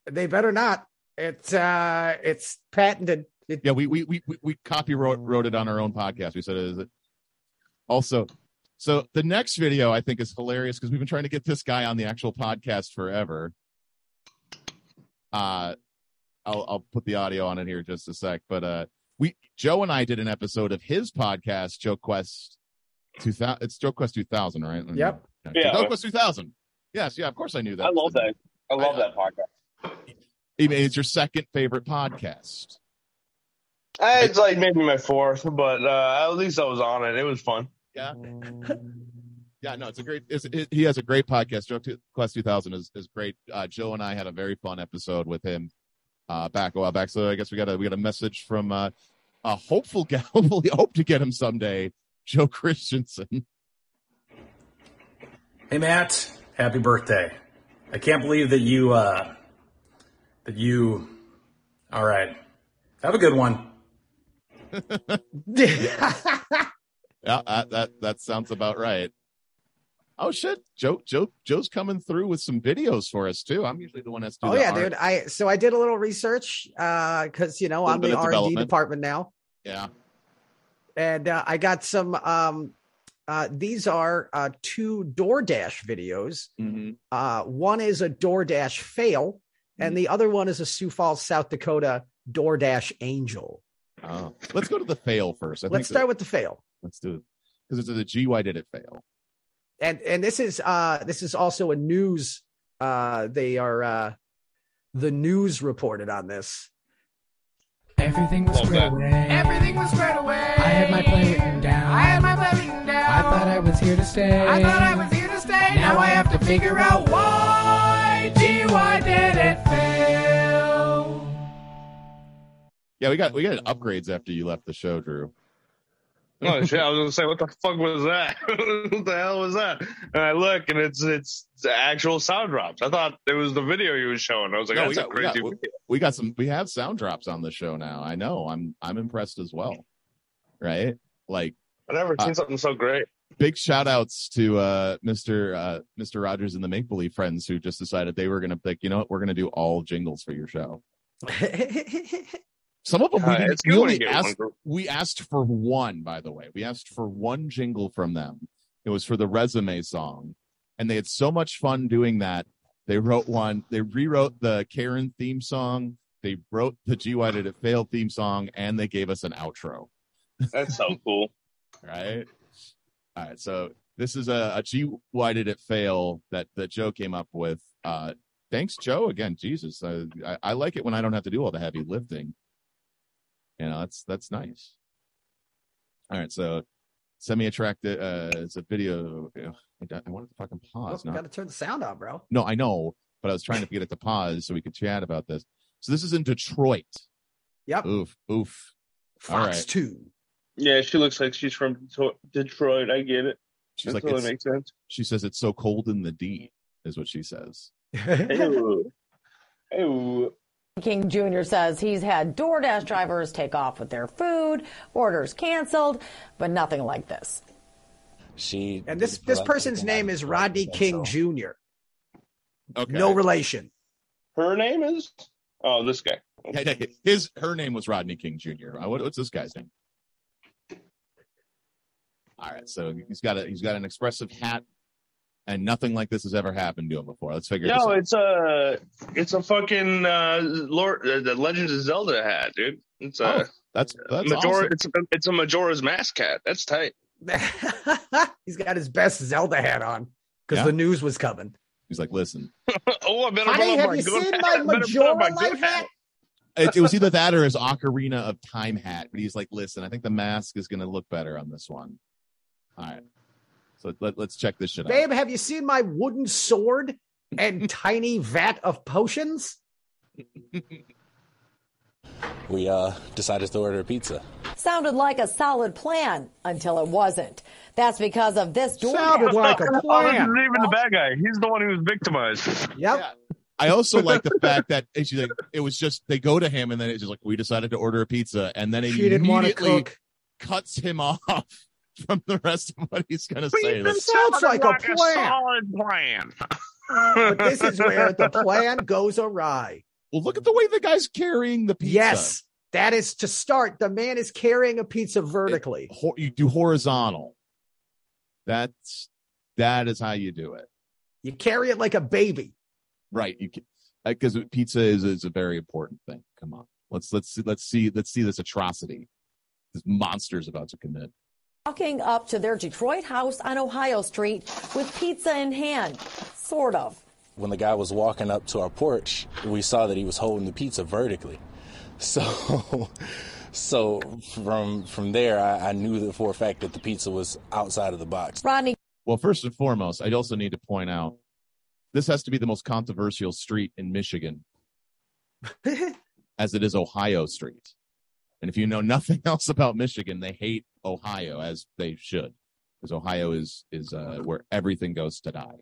They better not. It's. uh It's patented. It,
Yeah, we we we we- we copyright wrote it on our own podcast. We said it is it. Also, so the next video I think is hilarious because we've been trying to get this guy on the actual podcast forever. Uh I'll I'll put the audio on it here in just a sec. But uh we Joe and I did an episode of his podcast, Joe Quest two thousand it's Joe Quest two thousand, right?
Yep.
Yeah.
Joe Quest two thousand. Yes, yeah, of course I knew that. uh,
I love that. I love that podcast.
I mean, It's your second favorite podcast.
Uh, It's like maybe my fourth, but uh, at least I was on it. It was fun.
Yeah. Yeah, no, it's a great. It's, it, he has a great podcast. Joe Two- Quest Two Thousand is is great. Uh, Joe and I had a very fun episode with him uh, back a while back. So I guess we got a we got a message from uh, a hopeful [laughs] guy. Hopefully, hope to get him someday. Joe Christensen.
Hey Matt, happy birthday! I can't believe that you uh, that you. All right, have a good one.
[laughs]
[laughs]
Yeah, that, that that sounds about right. Oh shit, Joe Joe Joe's coming through with some videos for us too. I'm usually the one that's doing.
oh yeah, dude. I so I did a little research uh because you know
Little
I'm
bit
the
of
R and D
development.
department now.
Yeah,
and uh, I got some. Um, uh, these are uh, two DoorDash videos.
Mm-hmm.
Mhm.
Uh, one is a DoorDash fail,
Mm-hmm.
and the other one is a Sioux Falls, South Dakota DoorDash angel.
Oh. Let's go to the fail first. I think
Let's
that-
start with the fail.
let's do it because it's a GY did it fail.
And and this is uh, this is also a news. Uh, they are uh, the news reported on this.
Everything was
Love
squared
that.
away. Everything was squared away. I had my plan written down. I had my plan written down. I thought I was here to stay. I thought I was here to stay. Now, I have to figure out why. Gee, why did it fail?
Yeah, we got we got upgrades after you left the show, Drew.
[laughs] Oh shit! I was gonna say, what the fuck was that? [laughs] what the hell was that? And I look, and it's it's the actual sound drops. I thought it was the video you were showing. I was like,
No, we
that's a
got- we got-
crazy. video.
We got some we have sound drops on the show now. I know. I'm I'm impressed as well. Right? Like
I never
Uh,
seen something so great.
big shout outs to uh Mr. uh Mr. Rogers and the Make Believe friends who just decided they were gonna like, you know what, we're gonna do all jingles for your show. Some of them we,
Uh,
didn't-
it's
we
good when
only
you get one
asked
group.
we asked for one, by the way. We asked for one jingle from them. It was for the resume song. And they had so much fun doing that. They wrote one, they rewrote the Karen theme song, they wrote the G Why Did It Fail theme song, and they gave us an outro.
That's
[laughs]
so cool.
Right? All right. So this is a, a G Why Did It Fail that, that Joe came up with. Uh thanks, Joe. Again, Jesus. I, I, I like it when I don't have to do all the heavy lifting. You know, that's that's nice. All right, so semi-attractive. Uh, it's a video. I, I wanted to fucking pause. not
Got to Oh, turn the sound on, bro.
no, I know, but I was trying to get it to pause so we could chat about this. So this is in Detroit.
Yep.
Oof, oof. All
Fox
right.
Two.
Yeah, she looks like she's from Deto- Detroit. I get it.
She's
That
like,
totally
"It's-
makes sense.
She says it's so cold in the D, is what she says.
Ew. Ew.
King Jr. says he's had DoorDash drivers take off with their food, orders canceled, but nothing like this.
She
and this this person's name is Rodney King Jr.
Okay.
No relation.
Her name is. Oh, this guy.
His her name was Rodney King Jr. Uh, what- what's this guy's name? All right, so he's got a he's got an expressive hat, and nothing like this has ever happened to him before. Let's figure this
No,
out.
it's a it's a fucking uh, Lord, uh, the Legends of Zelda hat, dude. It's a
That's Oh, that's
Majora.
awesome.
It's a, it's a Majora's Mask hat. That's tight. [laughs]
He's got his best Zelda hat on because the news was coming.
He's like, listen,
oh, I better
Honey,
pull up
have
my
you
good
seen
hat.
my
I better pull up
Majora
my good
life hat?
it, it was either that or his Ocarina of Time hat. But he's like, listen, I think the mask is going to look better on this one. All right, so let, let's check this shit out.
Babe, have you seen my wooden sword
[laughs]
and tiny vat of potions?
We uh, decided to order pizza.
Sounded like a solid plan until it wasn't. That's because of this DoorDash.
Oh, this isn't even the bad guy. He's the one who was victimized. Yep.
I also
[laughs]
like the fact that and she's like, it was just they go to him and then it's just like we decided to order a pizza and then
She
immediately
didn't wanna cook.
cuts him [laughs] off from the rest of what he's gonna
But
say.
you've
Like,
been
Sounds like a
like a
plan. Uh,
solid plan.
but this is where the
[laughs]
plan goes awry.
Well, look at the way the guy's carrying the pizza.
Yes, that is to start. The man is carrying a pizza vertically.
ho- you do horizontal. That's that is how you do it,
you carry it like a baby.
right? You because pizza is is a very important thing. Come on, let's let's see, let's see let's see this atrocity, this monster's about to commit.
walking up to their Detroit house on Ohio Street with pizza in hand, sort of.
When the guy was walking up to our porch, we saw that he was holding the pizza vertically. [laughs] So, so from from there, I, I knew that for a fact that the pizza was outside of the box.
Rodney
Well, first and foremost, I also need to point out this has to be the most controversial street in
[laughs]
Michigan, as it is Ohio Street. And if you know nothing [laughs] else about Michigan, they hate Ohio as they should, because Ohio is is uh, where everything goes to die.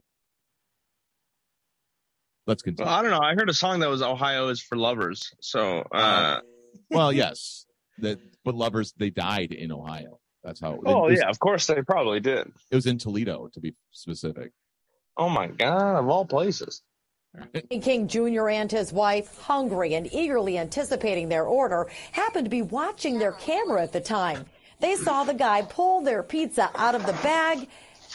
Let's
[laughs]
continue.
Well, I don't know. I heard a song that was "Ohio is for lovers." So, uh,
Well, yes, that but lovers they died in Ohio. That's how.
oh
it was,
yeah, of course they probably did.
it was in Toledo to be specific.
Oh my god, of all places.
King Jr. and his wife, hungry and eagerly anticipating their order, happened to be watching their camera at the time. They saw the guy pull their pizza out of the bag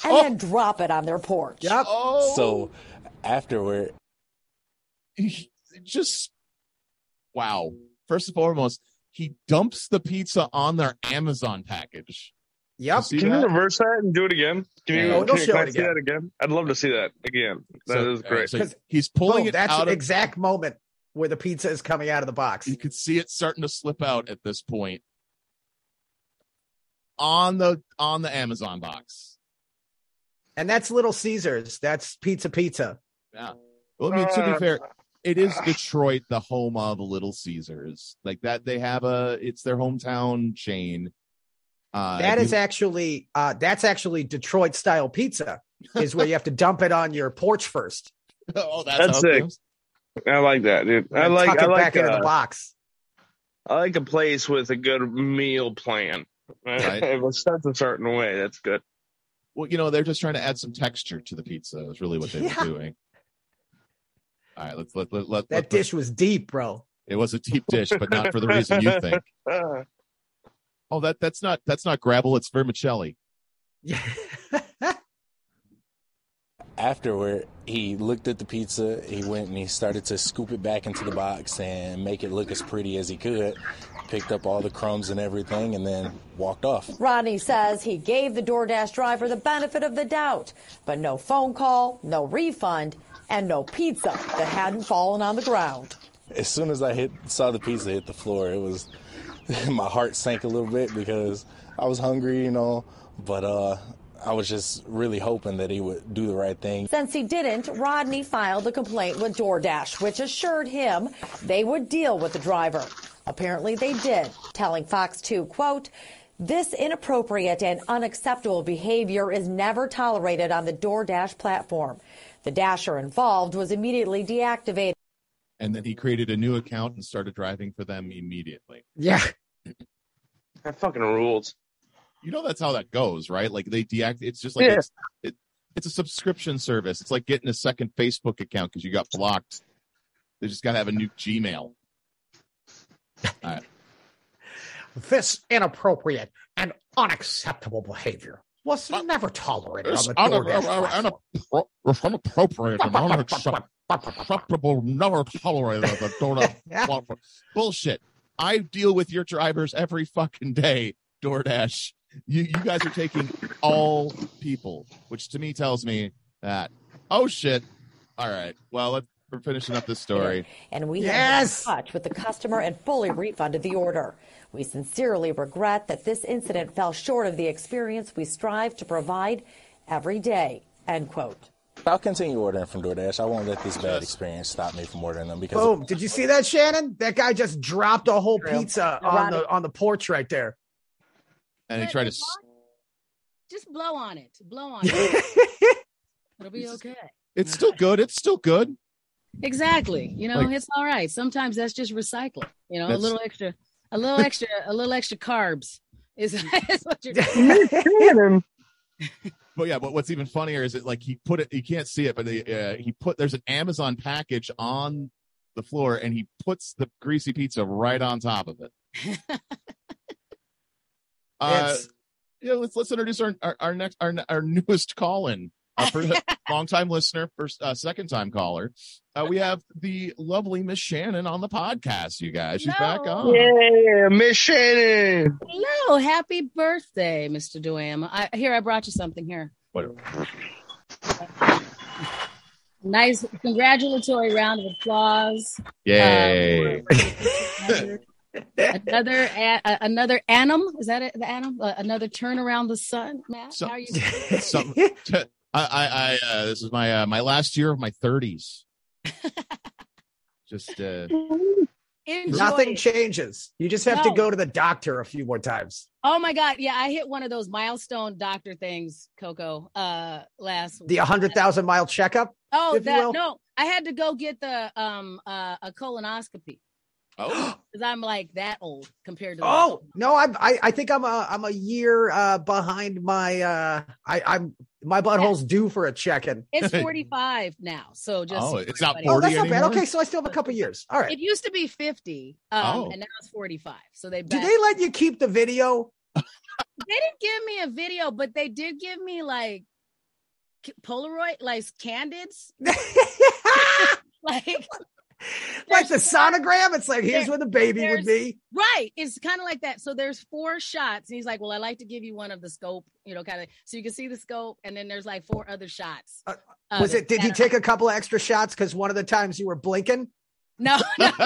and then drop it on their porch.
So afterward,
just wow. First and foremost, he dumps the pizza on their Amazon package.
Yep.
You see
Can
that?
you reverse that and do it again? Can you,
Yeah. Oh,
can
don't
you-
show
can I
it
see that again? I'd love to see that again. That is
So,
great.
uh, so he's pulling
Boom,
it
that's
out
the
of-
exact moment where the pizza is coming out of the box.
You could see it starting to slip out at this point on the on the Amazon box.
And that's Little Caesars. That's Pizza Pizza.
Yeah. Well, I mean, to
Uh,
be fair, it is Detroit, the home of Little Caesars. Like that, they have a it's their hometown chain. Uh,
That
if
is
you-
actually uh, that's actually Detroit style pizza. Is where you have to dump it on your porch first.
[laughs] oh,
That's sick. I like that, dude. [laughs] I
and
like
tuck
I
it
like
back into
uh,
the box.
I like a place with a good meal plan. [laughs]
Right.
if it starts a certain way, that's good.
Well, you know, they're just trying to add some texture to the pizza. Is really what they
Yeah.
were doing. All right, let's let let, let
That
let-
dish was deep, bro.
It was a deep dish, but not for the reason you
[laughs]
think.
[laughs]
Oh, that that's not that's not gravel. It's vermicelli.
afterward, he looked at the pizza. He went and he started to scoop it back into the box and make it look as pretty as he could. Picked up all the crumbs and everything, and then walked off.
Rodney says he gave the DoorDash driver the benefit of the doubt, but no phone call, no refund, and no pizza that hadn't fallen on the ground.
As soon as I hit, saw the pizza hit the floor, it was [laughs] my heart sank a little bit because I was hungry, you know. But uh, I was just really hoping that he would do the right thing.
Since he didn't, Rodney filed a complaint with DoorDash, which assured him they would deal with the driver. Apparently they did, telling Fox 2, quote, This inappropriate and unacceptable behavior is never tolerated on the DoorDash platform. The dasher involved was immediately deactivated.
And then he created a new account and started driving for them immediately.
Yeah.
That fucking rules.
You know that's how that goes, right? Like they deact. It's just like
Yeah.
it's, it, it's a subscription service. It's like getting a second Facebook account because you got blocked. They just got to have a new Gmail. All right.
This inappropriate and unacceptable behavior was
Uh,
never tolerated
It's
on the
un- un-
DoorDash
un-
platform.
unappro- it's inappropriate and unacceptable, never tolerated at the DoorDash platform. Bullshit. I deal with your drivers every fucking day, DoorDash. You, you guys are taking all people, which to me tells me that, oh shit. All right. Well, let's, we're finishing up this story.
and we have been in touch with the customer and fully refunded the order. We sincerely regret that this incident fell short of the experience we strive to provide every day. End quote.
I'll continue ordering from DoorDash. I won't let this bad experience stop me from ordering them because
Boom! Did you see that, Shannon? That guy just dropped a whole pizza on the on the porch right there.
And he tried to. s-
Just blow on it. Blow on it.
[laughs]
It'll be okay.
It's still good. It's still good.
Exactly. You know,
Like-
it's all right. Sometimes that's just recycling. You know, a
That's-
little extra, a little extra, a little extra carbs is, [laughs] is what
[laughs]
you're
But yeah, but what's even funnier is it like he put it. You can't see it, but he, uh, he put there's an Amazon package on the floor, and he puts the greasy pizza right on top of it. uh,
It's-
yeah, let's let's introduce our our, our next our our newest call in. Uh, for long time listener, first uh, second time caller. Uh, we have the lovely Miss Shannon on the podcast. You guys, she's back on.
Yeah, Miss Shannon.
Hello, happy birthday, Mr. Duam. I here I brought you something here.
Whatever.
Nice congratulatory round of applause.
Yay!
another a- a- another annum is that it? The annum? Uh, another turn around the sun, Matt.
So-
How are
[laughs]
you? [laughs]
Some, I, I, I uh, this is my uh, my last year of my thirties. Just uh,
Enjoy
Nothing
it.
changes. You just have
No.
to go to the doctor a few more times.
Oh my god! Yeah, I hit one of those milestone doctor things, Coco. Uh, last
The hundred thousand mile checkup.
Oh,
if you
that
will.
no! I had to go get the um uh, a colonoscopy. [gasps]
Oh,
because I'm like that old compared to.
Oh no, I'm, I I think I'm a I'm a year uh, behind my uh I I'm my butthole's due for a check in.
it's 45 now, so just
Oh,
so
it's not
everybody-
Oh, that's
40
not bad.
anymore?
Okay, so I still have a couple years. All right.
It used to be 50, um,
Oh.
and now it's 45. So they
Do
back.
they let you keep the video?
they didn't give me a video, but they did give me like c- Polaroid, like candids. [laughs]
[laughs]
like
Like the sonogram? It's like here's where the baby would be.
Right. It's kind of like that. So there's four shots. And he's like, Well, I like to give you one of the scope, you know, kind of so you can see the scope. And then there's like four other shots. of
Uh, Was it? Did
that
you
are-
take a couple of extra shots because one of the times you were blinking? [laughs]
No, no. I,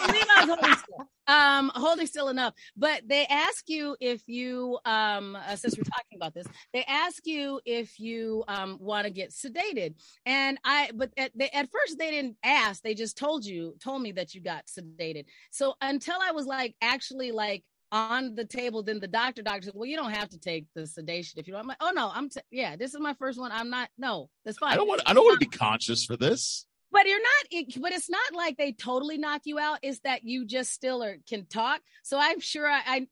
I believe I was holding still. Um, holding still enough. But they ask you if you, um, uh, since we're talking about this, they ask you if you um, want to get sedated. And I, but at, they, at first they didn't ask. They just told you, told me that you got sedated. So until I was like actually like on the table, then the doctor, doctor said, well, you don't have to take the sedation if you don't. I'm like, oh no, I'm, t- yeah, this is my first one. I'm not, no, that's fine.
I don't want I don't want to be conscious for this.
But you're not. It, but it's not like they totally knock you out. It's that you just still are, can talk. So I'm sure I, [laughs] I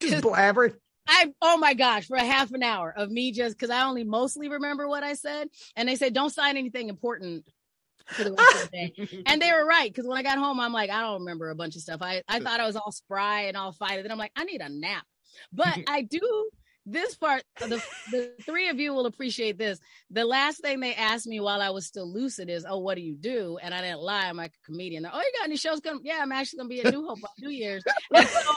Just blabber.
I oh my gosh, for a half an hour of me just because I only mostly remember what I said, and they said don't sign anything important for the rest of the
[laughs]
day, and they were right because when I got home, I'm like I don't remember a bunch of stuff. I I thought I was all spry and all fighter, then I'm like I need a nap,
[laughs]
but I do. This part, the, the three of you will appreciate this. The last thing they asked me while I was still lucid is, "Oh, what do you do?" And I didn't lie. I'm like a comedian. They're, oh, you got any shows coming? Yeah, I'm actually gonna be at New Hope on New Year's. And
[laughs]
so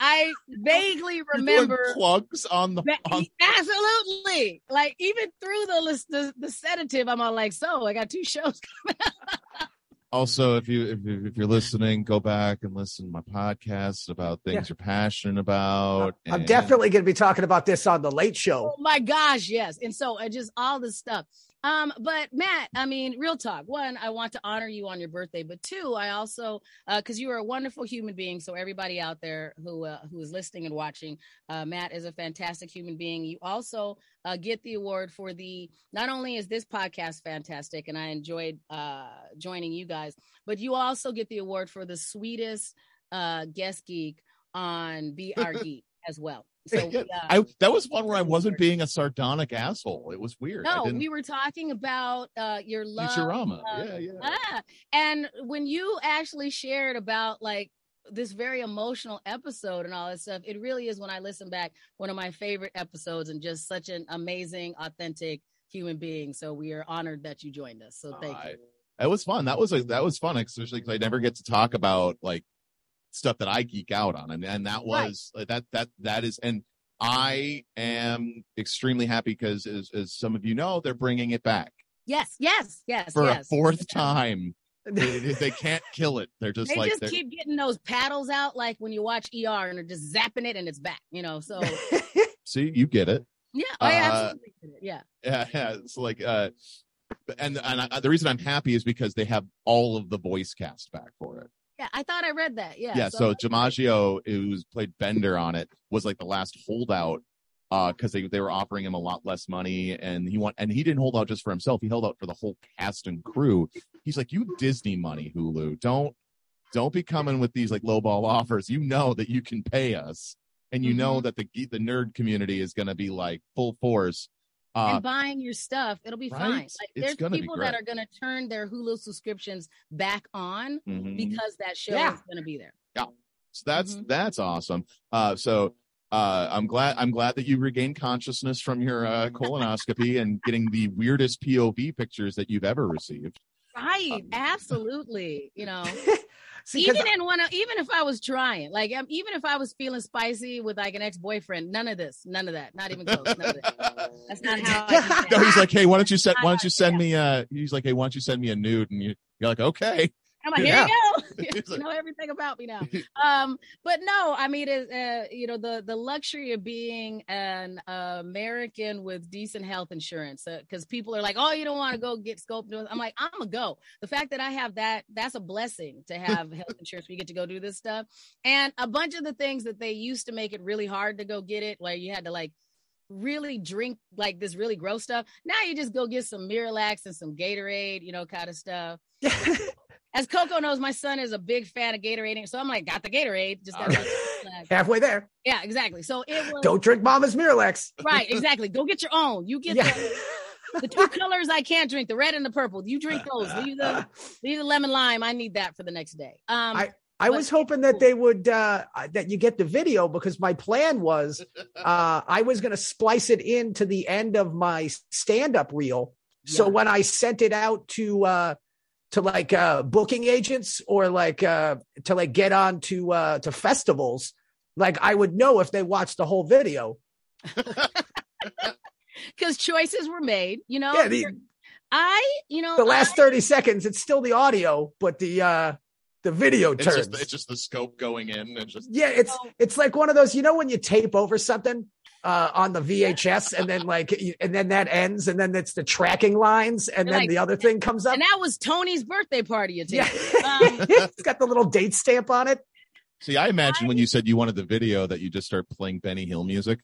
I vaguely
You're doing
remember
plugs on the on,
Absolutely. Like even through the, the the sedative, I'm all like, so I got two shows coming
Also, if you if, you- if you're listening, go back and listen to my podcast about things
Yeah.
you're passionate about.
I'm
and-
definitely going to be talking about this on the Late Show.
Oh my gosh, yes. And so I just all this stuff. Um, but Matt, I mean, real talk. One, I want to honor you on your birthday, but two, I also because you are a wonderful human being. So everybody out there who uh, who is listening and watching, uh, Matt is a fantastic human being. You also uh, get the award for the. Not only is this podcast fantastic, and I enjoyed uh, joining you guys, but you also get the award for the sweetest uh, guest geek on BR Geek as well. So we, uh,
I, that was one where I wasn't being a sardonic asshole. It was weird. I
no,
didn't,
we were talking about uh, your love.
Futurama.
of-
Yeah, yeah.
Ah, and when you actually shared about like this very emotional episode and all that stuff, it really is when I listen back one of my favorite episodes and just such an amazing, authentic human being. So we are honored that you joined us. So thank you.
That was fun. That was a, that was fun, especially because I never get to talk about like stuff that I geek out on, and and that
Right.
was uh, that that that is, and I am extremely happy because as, as some of you know, they're bringing it back
Yes, yes, yes,
for a
yes.
fourth
[laughs]
time. they, they can't kill it. They're just
they
like
just
they're-
keep getting those paddles out, like when you watch ER and they're just zapping it and it's back, you know.
[laughs]
So
see, you get it.
Oh, yeah, I
Uh,
absolutely get it. yeah.
yeah, [laughs] yeah it's like uh and and I, the reason i'm happy is because they have all of the voice cast back for it
Yeah, I thought I read that. Yeah.
yeah, so, Dimaggio, who's played bender on it was like the last holdout uh because they, they were offering him a lot less money and he want and he didn't hold out just for himself he held out for the whole cast and crew he's like you disney money hulu don't don't be coming with these like lowball offers you know that you can pay us and you know
Mm-hmm.
that the ge- the nerd community is going to be like full force uh,
and buying your stuff, it'll be
Right?
fine. Like
It's
there's
gonna be
people that
great.
are gonna turn their Hulu subscriptions back on
Mhm.
because that show
Yeah.
is gonna be there.
Yeah. So that's that's awesome. Uh, so uh, I'm glad I'm glad that you regained consciousness from your uh, colonoscopy and getting the weirdest POV pictures that you've ever received. [laughs]
Right. Um, Absolutely. You know.
See, 'cause
even in one of, even if I was trying, like um, even if I was feeling spicy with like an ex-boyfriend, none of this, none of that, not even close. None of that. That's not how I do that.
No, he's like, hey, why don't you send why don't you send me uh he's like, hey, why don't you send me a nude? And you, you're like, okay.
I'm like,
You
here
know?
you go. [laughs] you know everything about me now. Um, but no, I mean, it, uh, you know, the the luxury of being an American with decent health insurance, because people are like, oh, you don't want to go get scoped. I'm like, I'm gonna go. The fact that I have that, that's a blessing to have health insurance. We get to go do this stuff, and a bunch of the things that they used to make it really hard to go get it, where you had to like really drink like this really gross stuff. Now you just go get some Miralax and some Gatorade, you know, kind of stuff. As Coco knows, my son is a big fan of Gatorade, so I'm like, got the Gatorade. Just got the Miralax.
Halfway there.
yeah, exactly. So it was
Don't drink Mama's Miralax.
right, exactly. Go get your own. You get the,
[laughs]
the two colors I can't drink, the red and the purple. You drink those. Leave the leave the lemon lime. I need that for the next day. Um,
I, I was hoping that they would uh, that you get the video because my plan was uh, I was going to splice it into the end of my stand up reel. So when I sent it out to uh, to like uh, booking agents or like uh, to like get on to uh, to festivals, like I would know if they watched the whole video.
because choices were made. You know,
Yeah, the-
I, you know,
The last
I-
thirty seconds, it's still the audio, but the uh, the video
it's
turns.
just it's just the scope going in and just
Yeah, it's it's like one of those. You know when you tape over something uh, on the VHS, and then like, you- and then that ends, and then it's the tracking lines, and
You're
then
like-
the other thing comes up.
and that was Tony's birthday party. You
Yeah,
take.
[laughs]
it's got the little date stamp on it.
see, I imagine when you said you wanted the video that you just start playing Benny Hill
[laughs]
music.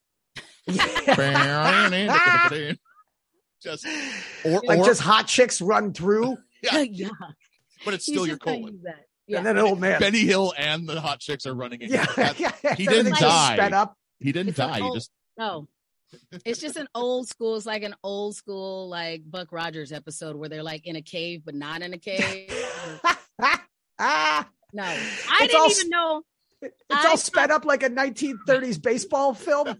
just [laughs] or,
like
or-
just hot chicks run through,
Yeah.
yeah.
but it's still your colon.
and then an old Oh, man.
Benny Hill and the hot chicks are running.
[laughs] Yeah,
against that.
yeah,
[laughs] he
everything's
didn't
just
die.
sped up.
He didn't
an
die. He
old-
just
Oh, no. It's just an old school. It's like an old school like Buck Rogers episode where they're like in a cave but not in a
[laughs]
cave.
ah,
no, I
It's
didn't
all
even
sp-
know.
it's
I-
all sped up like a 1930s baseball film.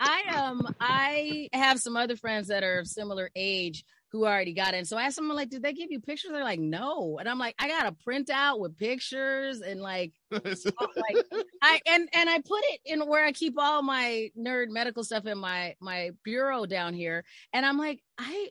I um I have some other friends that are of similar age who already got in. So I asked them like, did they give you pictures? They're like, no. And I'm like, I got a printout with pictures and like, all- like I and and I put it in where I keep all my nerd medical stuff in my my bureau down here. And I'm like, I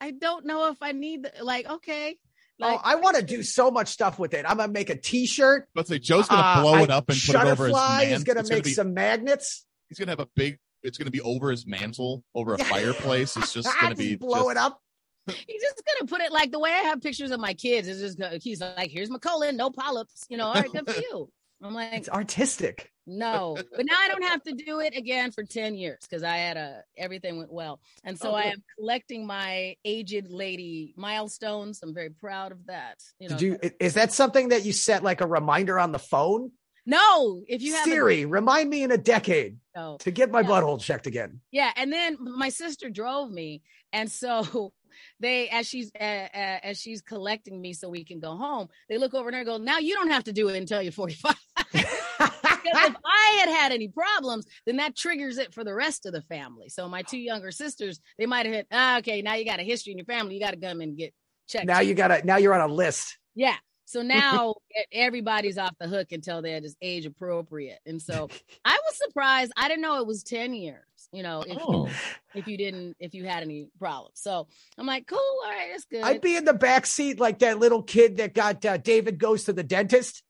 I don't know if I need the, like okay.
oh, I want to do so much stuff with it. I'm gonna make a T-shirt. Uh,
But say Joe's gonna blow it up and put it over his
Shutterfly is
man-
gonna
it's
make
gonna be-
some magnets.
He's gonna have a big. It's gonna be over his mantle, over a
Yeah.
fireplace.
[laughs]
It's
[laughs]
just gonna be just- [laughs]
up.
He's just gonna put it like the way I have pictures of my kids. Is just gonna, he's like, here's my colon, no polyps. You know, all right,
[laughs]
good for you. I'm like,
It's artistic.
no, but now I don't have to do it again for ten years because I had a everything went well, and so
Oh,
I
good.
am collecting my aged lady milestones. I'm very proud of that. You know,
Did you? Is that something that you set like a reminder on the phone?
no, if you have a- Oh,
Siri, remind me in a decade
No.
to get my butthole checked again.
Yeah, and then my sister drove me, and so [laughs] they, as she's uh, uh, as she's collecting me, so we can go home. They look over and they go, "Now you don't have to do it until you're 45." [laughs] because
[laughs]
if I had had any problems, then that triggers it for the rest of the family. So my two younger sisters, they might have hit, ah, "Okay, now you got a history in your family. You got to come and get checked."
Now you gotta. Now you're on a list.
Yeah. So
[laughs]
now e, everybody's off the hook until they're just age appropriate. And so I was surprised. I didn't know it was 10 years, you know, if,
Oh.
if you didn't, if you had any problems. So I'm like, cool. All right. That's good.
I'd be in the back seat like that little kid that got uh, David goes to the dentist.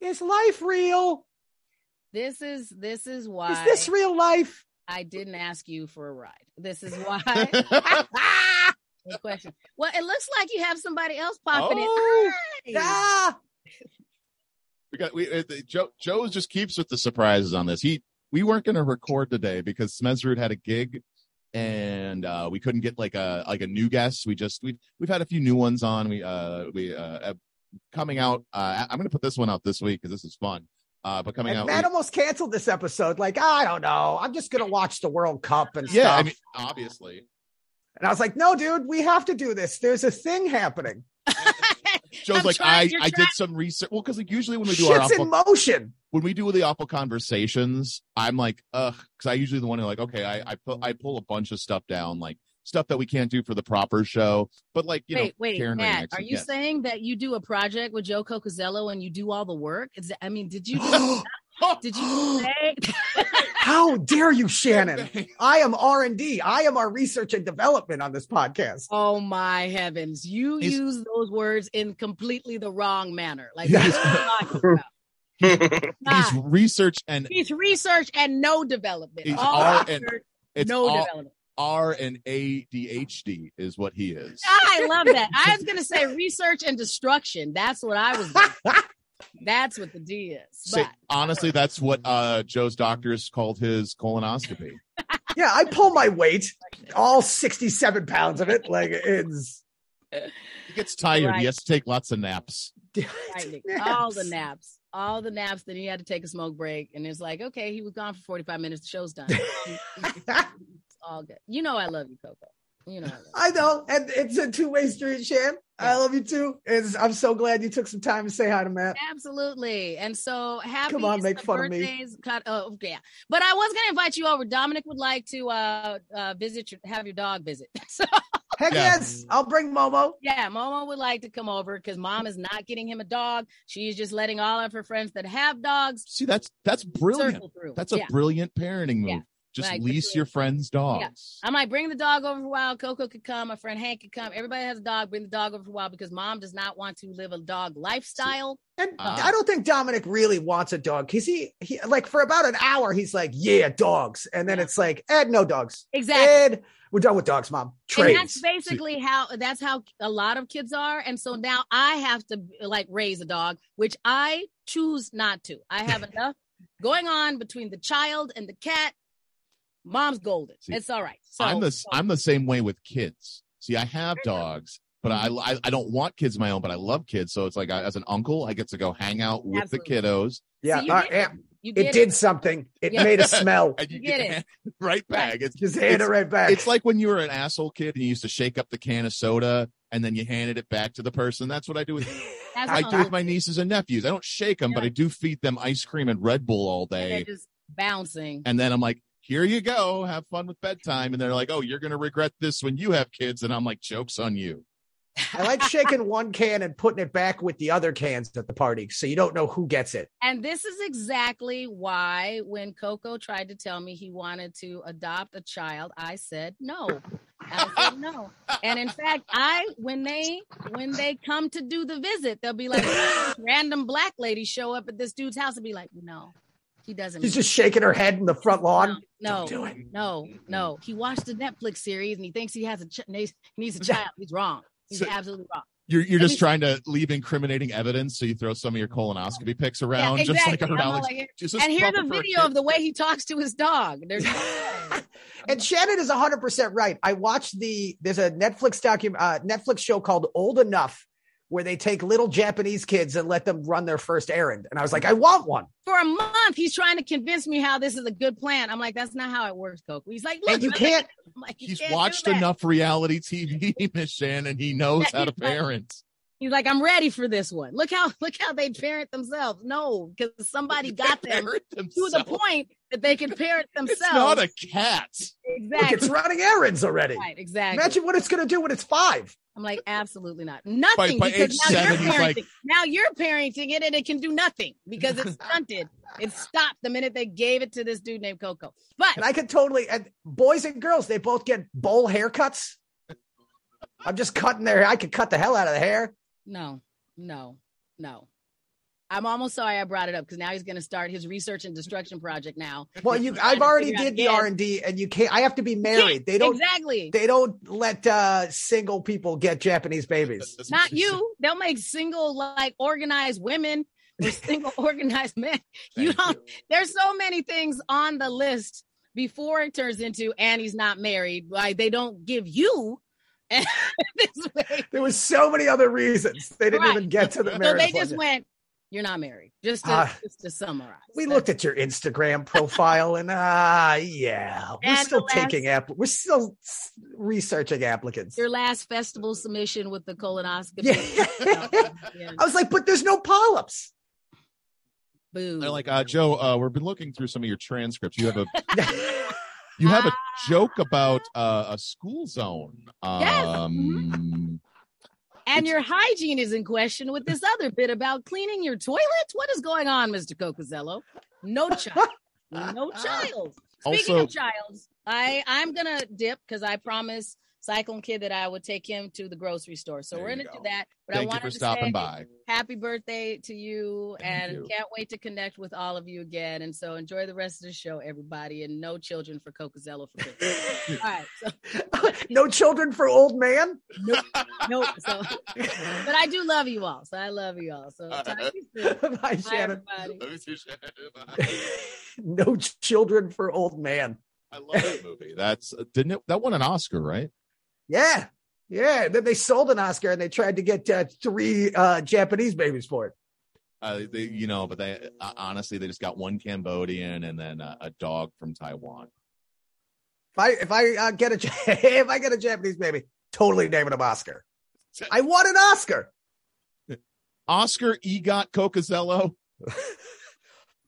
Is life real?
this is, this is why.
Is this real life?
I didn't ask you for a ride. This is why.
[laughs]
[laughs] Good question. Well, it looks like you have somebody else popping
Oh.
in.
Ah!
We got we uh, the- Joe. Joe just keeps with the surprises on this. He we weren't going to record today because Smezrud had a gig, and uh, we couldn't get like a like a new guest. We just we we've had a few new ones on. We uh we uh uh, coming out. Uh, I'm going to put this one out this week because this is fun. Uh, but coming
And
out.
Matt
we-
almost canceled this episode. Like, I don't know. I'm just gonna watch the World Cup and
yeah,
stuff.
I mean, obviously,
and I was like, no, dude, we have to do this. There's a thing happening.
Joe's
I'm
like
trying-
I
you're
I did
trying-
some research. Well, because like usually when we do our
Shit's in motion.
when we do the awful conversations, I'm like, ugh, because I usually the one who like, okay, I I pull I pull a bunch of stuff down, like stuff that we can't do for the proper show, but like you
wait,
know,
wait,
Karen
Matt,
reacts
are you
again.
saying that you do a project with Joe Cocozello and you do all the work? Is that, I mean, did
[gasps]
you? do that? did you say?
How dare you, Shannon? I am R and D. I am our research and development on this podcast.
Oh my heavens! You
He's-
use those words in completely the wrong manner. Like [laughs]
Yeah.
what are you talking about?
[laughs] He's research and
it's research and no development.
he's
All
R and
research,
it's
no
R-
development.
R and ADHD is what he is.
I love that. I was gonna say research and destruction. That's what I was.
[laughs]
gonna- That's what the D is.
Say- honestly, that's what uh, Joe's doctors called his colonoscopy.
Yeah, I pull my weight, all 67 pounds of it. Like it's
He gets tired.
Right.
He has to take lots of naps.
Frightening.
[laughs]
all the naps, all the naps. Then he had to take a smoke break, and it's like, okay, he was gone for forty five minutes. The show's done.
[laughs]
it's all good. You know, I love you, Coco. You know, I love
I know, and it's a two-way street, Shan. I love you too. It's, I'm so glad you took some time to say hi to Matt.
you. absolutely. And so happy
Come on, make
some
fun of me.
birthdays. Cut- Oh, yeah. But I was gonna invite you over. Dominic would like to uh, uh visit your have your dog visit. [laughs] so
Heck
Yeah.
yes, I'll bring Momo.
yeah, Momo would like to come over because mom is not getting him a dog. She's just letting all of her friends that have dogs
See, that's that's brilliant.
Circle through.
That's a
Yeah.
brilliant parenting move.
Yeah.
Just
Like,
lease your friend's
Yeah.
dogs.
I might bring the dog over for a while. Coco could come. My friend Hank could come. Everybody has a dog. Bring the dog over for a while because mom does not want to live a dog lifestyle.
And
Uh,
I don't think Dominic really wants a dog because he, he, like, for about an hour, he's like, yeah, dogs. And then it's like, Ed, no dogs.
Exactly.
Ed, we're done with dogs, mom. Trades.
And that's basically how that's how a lot of kids are. And so now I have to like raise a dog, which I choose not to. I
[laughs]
have enough going on between the child and the cat. Mom's golden. it's all right. So
I'm the s- I'm the same way with kids. See, I have dogs, but
Mm-hmm.
I, I I don't want kids of my own, but I love kids. So it's like I, as an uncle, I get to go hang out with
Absolutely.
the kiddos.
Yeah,
See, you
uh,
did
yeah.
You
it
get
did something. It
Yeah.
made
[laughs]
a smell.
And
You get it.
right back. It's,
Just hand it right back.
It's like when you were an asshole kid and you used to shake up the can of soda and then you handed it back to the person. That's what I do with.
That's
I
what
do with my nieces and nephews. I don't shake them, but I do feed them ice cream and Red Bull all
They're
day.
just bouncing.
And then I'm like, here you go. Have fun with bedtime. And they're like, oh, you're going to regret this when you have kids. And I'm like, joke's on you.
I like shaking one can and putting it back with the other cans at the party so you don't know who gets it.
And this is exactly why when Coco tried to tell me he wanted to adopt a child, I said no. I said no. And in fact, I when they when they come to do the visit, they'll be like [laughs] "This random black lady show up at this dude's house and be like, no, he doesn't.
She's just shaking her head in the front lawn.
No,
do it.
no, no. He watched the Netflix series and he thinks he has a ch- needs needs a child. He's wrong. He's
So-
absolutely wrong.
You're, you're
Let
just
me-
trying to leave incriminating evidence, so you throw some of your colonoscopy pics around,
Yeah,
just like
exactly.
around
I'm all
Alex.
like,
Is this
and here's a
proper for a
video of the way he talks to his dog.
[laughs]
There's
And Shannon is 100% right. I watched the there's a Netflix docu uh, Netflix show called Old Enough where they take little Japanese kids and let them run their first errand. And I was like, I want one.
for a month he's trying to convince me how this is a good plan. I'm like, that's not how it works, Coco. He's like, look,
And you
brother."
can't
[laughs] I'm like, you
He's
can't do
watched
that.
enough reality TV, [laughs] Miss Shannon. He knows how
[laughs]
to parent.
He's like, I'm ready for this one. Look how look how they parent themselves. No, because somebody got them to the point that they can
[laughs]
parent themselves.
not a cat.
Exactly.
Look, it's running errands already.
Right, exactly.
Imagine what it's going to do when it's five.
I'm
[laughs]
like, absolutely not. Nothing.
by
because
age
now
seven,
you're
he's
parenting.
like-
now you're parenting it and it can do nothing because
[laughs]
it's stunted. it stopped the minute they gave it to this dude named Coco. But
And I could totally, and boys and girls, they both get bowl haircuts. I'm just cutting their I could cut the hell out of the hair.
No, no, no. I'm almost sorry I brought it up because now he's going to start his research and destruction project now.
Well, you,
Trying
I've
to
already
figure out
did the
kids.
R and D, and you can't. I have to be married. They don't
exactly.
They don't let uh, single people get Japanese babies.
[laughs] Not you. They'll make single like organized women or single [laughs] organized men. You don't. There's so many things on the list before it turns into and he's not married. Like they don't give you.
[laughs] There was so many other reasons they didn't
Right.
even get to the
[laughs] So they
marriage.
just
one.
went. You're not married. Just to,
Ah.
just to summarize.
We looked at your Instagram profile, and ah, yeah, we're
And the
still
last-
taking app. We're still s- researching applicants.
Your last festival submission with the colonoscopy.
I was like, but [laughs] there's no
[laughs]
polyps.
Boo.
They're like, uh, Joe, uh, we've been looking through some of your transcripts. You
[laughs]
have a you have a joke about uh, a school zone.
Ah. Yes. Mm-hmm.
Um,
And your hygiene is in question with this other bit about cleaning your toilet. What is going on, Mr. Cocozello?
[laughs]
No child. No child. Speaking
Also-
of childs, I, I'm going to dip because I promised Cyclone Kid that I would take him to the grocery store. So we're going to do that. But I
Thank you
wanted
for
to
stopping
say
by.
happy birthday to you and
you.
can't wait to connect with all of you again. And so enjoy the rest of the show, everybody. And no children for Cocozello for Christmas.
[laughs]
all right. So
No children for old man.
[laughs] nope. So, but I do love you all. So I love you all.
[laughs]
So talk to you soon.
[laughs] Bye, Shannon.
everybody.
Love you too, Shannon.
[laughs] No ch- children for old man.
I love that movie. That's uh, didn't it? That won an Oscar, right?
Yeah, yeah. Then they sold an Oscar, and they tried to get uh, three uh, Japanese babies for it.
Uh, they, you know, but they uh, honestly, they just got one Cambodian and then uh, a dog from Taiwan.
If I if I uh, get a Ja- [laughs] if I get a Japanese baby, totally naming him Oscar. I want an Oscar.
Oscar Egot Cocozello.
[laughs]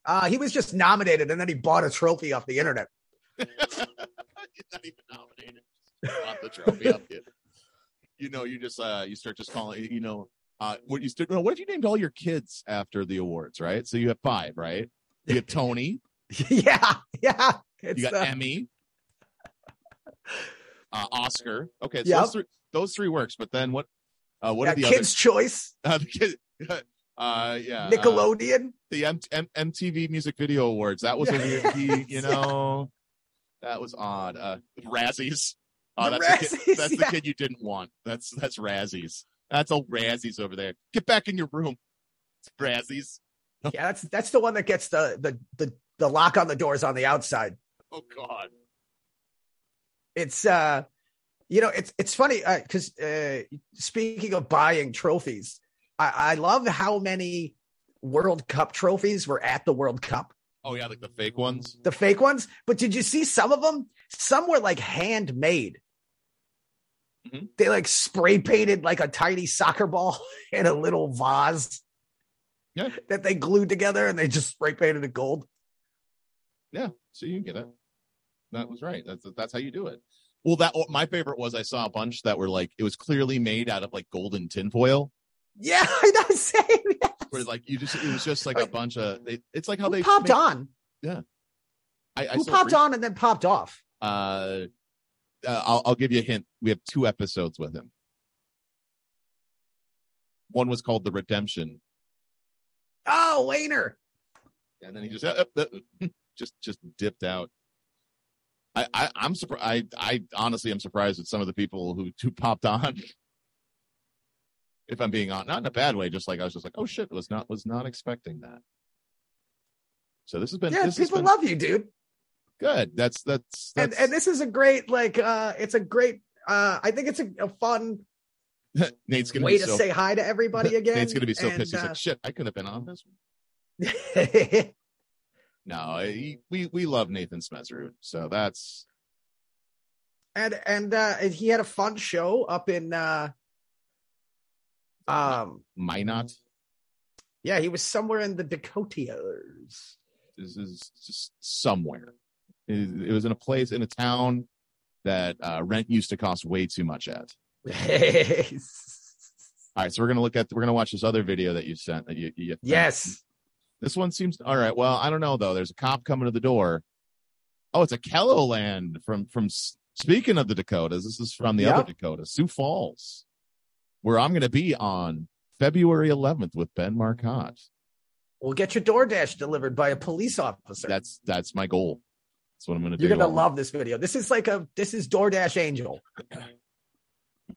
Uh, he was just nominated, and then he bought a trophy off the internet.
He's not even nominated. Just brought the trophy up. Kid. You know, you just uh, you start just calling. You know, uh, what you st- no, what if you named all your kids after the awards, right? So you have five, right? You have Tony.
[laughs] yeah, yeah. It's,
you got
uh,
Emmy, uh, Oscar. Okay, so
Yep.
those three those three works. But then what? Uh, what
yeah,
are the
Kids' Choice,
other? [laughs] Uh, the kid, uh, yeah, uh,
Nickelodeon.
the M- M- MTV Music Video Awards. That was a weird,
[laughs]
he- you know, that was odd. Uh, Razzies. Oh,
The
that's the
Razzies,
kid, that's
yeah.
the kid you didn't want. That's that's Razzies. That's old Razzies over there. Get back in your room, Razzies.
Yeah, that's that's the one that gets the the the the lock on the doors on the outside.
Oh God.
It's uh, you know, it's it's funny because uh, speaking of buying trophies, I, I love how many World Cup trophies were at the World Cup.
Oh yeah, like the fake ones.
the fake ones. But did you see some of them? Some were like handmade.
Mhm.
They like spray painted like a tiny soccer ball [laughs] in a little vase
Yeah.
that they glued together and they just spray painted it gold.
Yeah, so you get it. That was right. That's that's how you do it. Well, that my favorite was I saw a bunch that were like it was clearly made out of like golden tinfoil.
Yeah, [laughs] I know. I'm saying
Where like you just it was just like a bunch of they, it's like how they
Who popped
make-
on?
Yeah, I, I
Who
saw
popped
re-
on and then popped off?
Uh, uh, I'll, I'll give you a hint. We have two episodes with him. One was called The Redemption,
Oh,
[laughs]
Wayner.
and then he just uh, uh, uh, [laughs] just just dipped out. I, I I'm surprised. I, I honestly am surprised at some of the people who who popped on. If I'm being on, not in a bad way, just like I was just like, oh shit, was not was not expecting that. So this has been
yeah,
this has
people
been
love you, dude.
good. That's that's
And,
that's
and this is a great, like, uh, it's a great, uh, I think it's a, a fun
[laughs] Nate's gonna
way
be
to
so,
say hi to everybody again.
[laughs] Nate's gonna be so
and,
pissed. He's
uh,
like, shit, I could have been on this. one.
[laughs]
No, he, we we love Nathan Smezru, so that's
and and uh, and he had a fun show up in uh, um
Minot.
yeah, he was somewhere in the Dakotas.
This is just somewhere. It, it was in a place in a town that uh, rent used to cost way too much at.
[laughs]
All right, so we're gonna look at we're gonna watch this other video that you sent that you, you
yes.
This one seems all right. Well, I don't know though. There's a cop coming to the door. Oh, it's a Kelloland from from. s- Speaking of the Dakotas, this is from the
Yep.
other Dakota, Sioux Falls, where I'm going to be on February 11th with Ben Marcotte.
We'll get your DoorDash delivered by a police officer.
That's that's my goal. That's what I'm going to do.
You're gonna
I'll-
love this video. This is like a this is DoorDash Angel.
I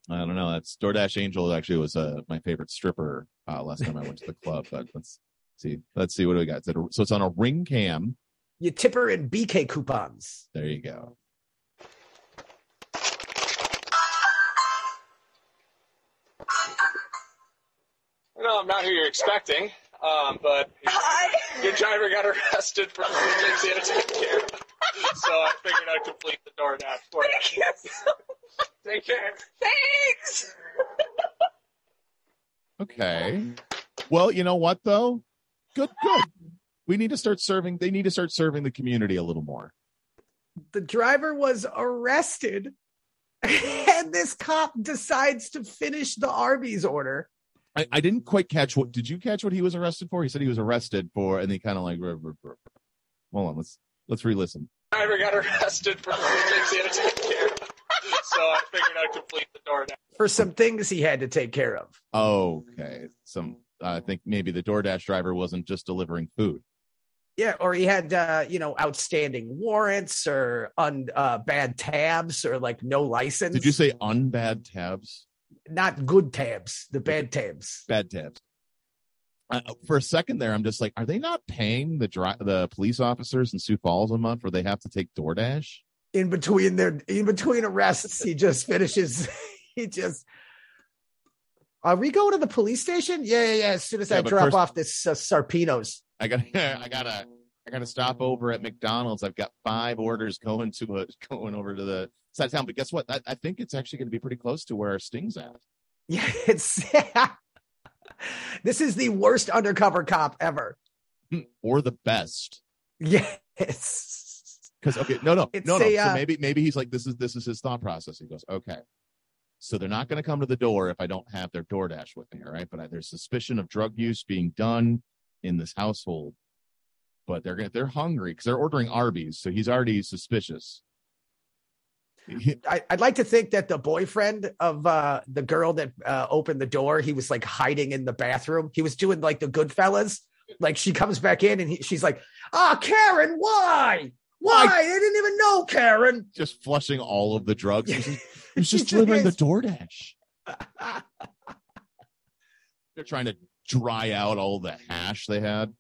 don't know. That's DoorDash Angel actually was uh, my favorite stripper uh, last time I went to the club. But let's see. Let's see what do we got. Is it a- So it's on a ring cam.
You tip her in BK coupons.
There you go.
No, I'm not who you're expecting, um, but your driver got arrested for emergency attack care. So I figured I'd complete the DoorDash for you. Take care.
Thanks.
Okay. Well, you know what though? Good, good. We need to start serving. They need to start serving the community a little more.
The driver was arrested, [laughs] and this cop decides to finish the Arby's order.
I, I didn't quite catch what. Did you catch what he was arrested for? He said he was arrested for, and he kind of like. "Ruh, ruh, ruh, ruh." Hold on. Let's let's re-listen.
Driver got arrested for emergency attack care. [laughs] So I figured I'd complete the DoorDash.
for some things he had to take care of.
Okay. Some. I think maybe the DoorDash driver wasn't just delivering food.
Yeah, or he had uh, you know outstanding warrants or un, uh, bad tabs or like no license.
Did you say unbad tabs?
not good tabs? The bad tabs.
Bad tabs. Uh, for a second there, I'm just like, are they not paying the dri- the police officers in Sioux Falls a month where they have to take DoorDash?
In between their in between arrests, he just [laughs] finishes. he just. Are we going to the police station? Yeah, yeah, yeah. As soon as
Yeah,
I
but
drop
first-
off this uh, Sarpinos.
I got to I gotta [laughs] I gotta stop over at McDonald's. I've got five orders going to a [laughs] going over to the side of town. But guess what? I, I think it's actually gonna be pretty close to where our sting's at.
[laughs] Yeah, it's. this is the worst undercover cop ever. [laughs]
Or the best.
Yes.
Because okay, no, no,
It's
no, no.
a,
so
uh,
maybe maybe he's like, this is this is his thought process. He goes, okay. So they're not going to come to the door if I don't have their DoorDash with me, all right? But I, there's suspicion of drug use being done in this household. But they're gonna, they're hungry because they're ordering Arby's, so he's already suspicious.
[laughs] I, I'd like to think that the boyfriend of uh, the girl that uh, opened the door, he was like hiding in the bathroom. He was doing like the Goodfellas. Like she comes back in and he, she's like, "Ah, Karen, why? Why? I didn't even know Karen."
Just
[laughs]
flushing all of the drugs. He's just, he's just delivering the DoorDash. [laughs] They're trying to dry out all the hash they had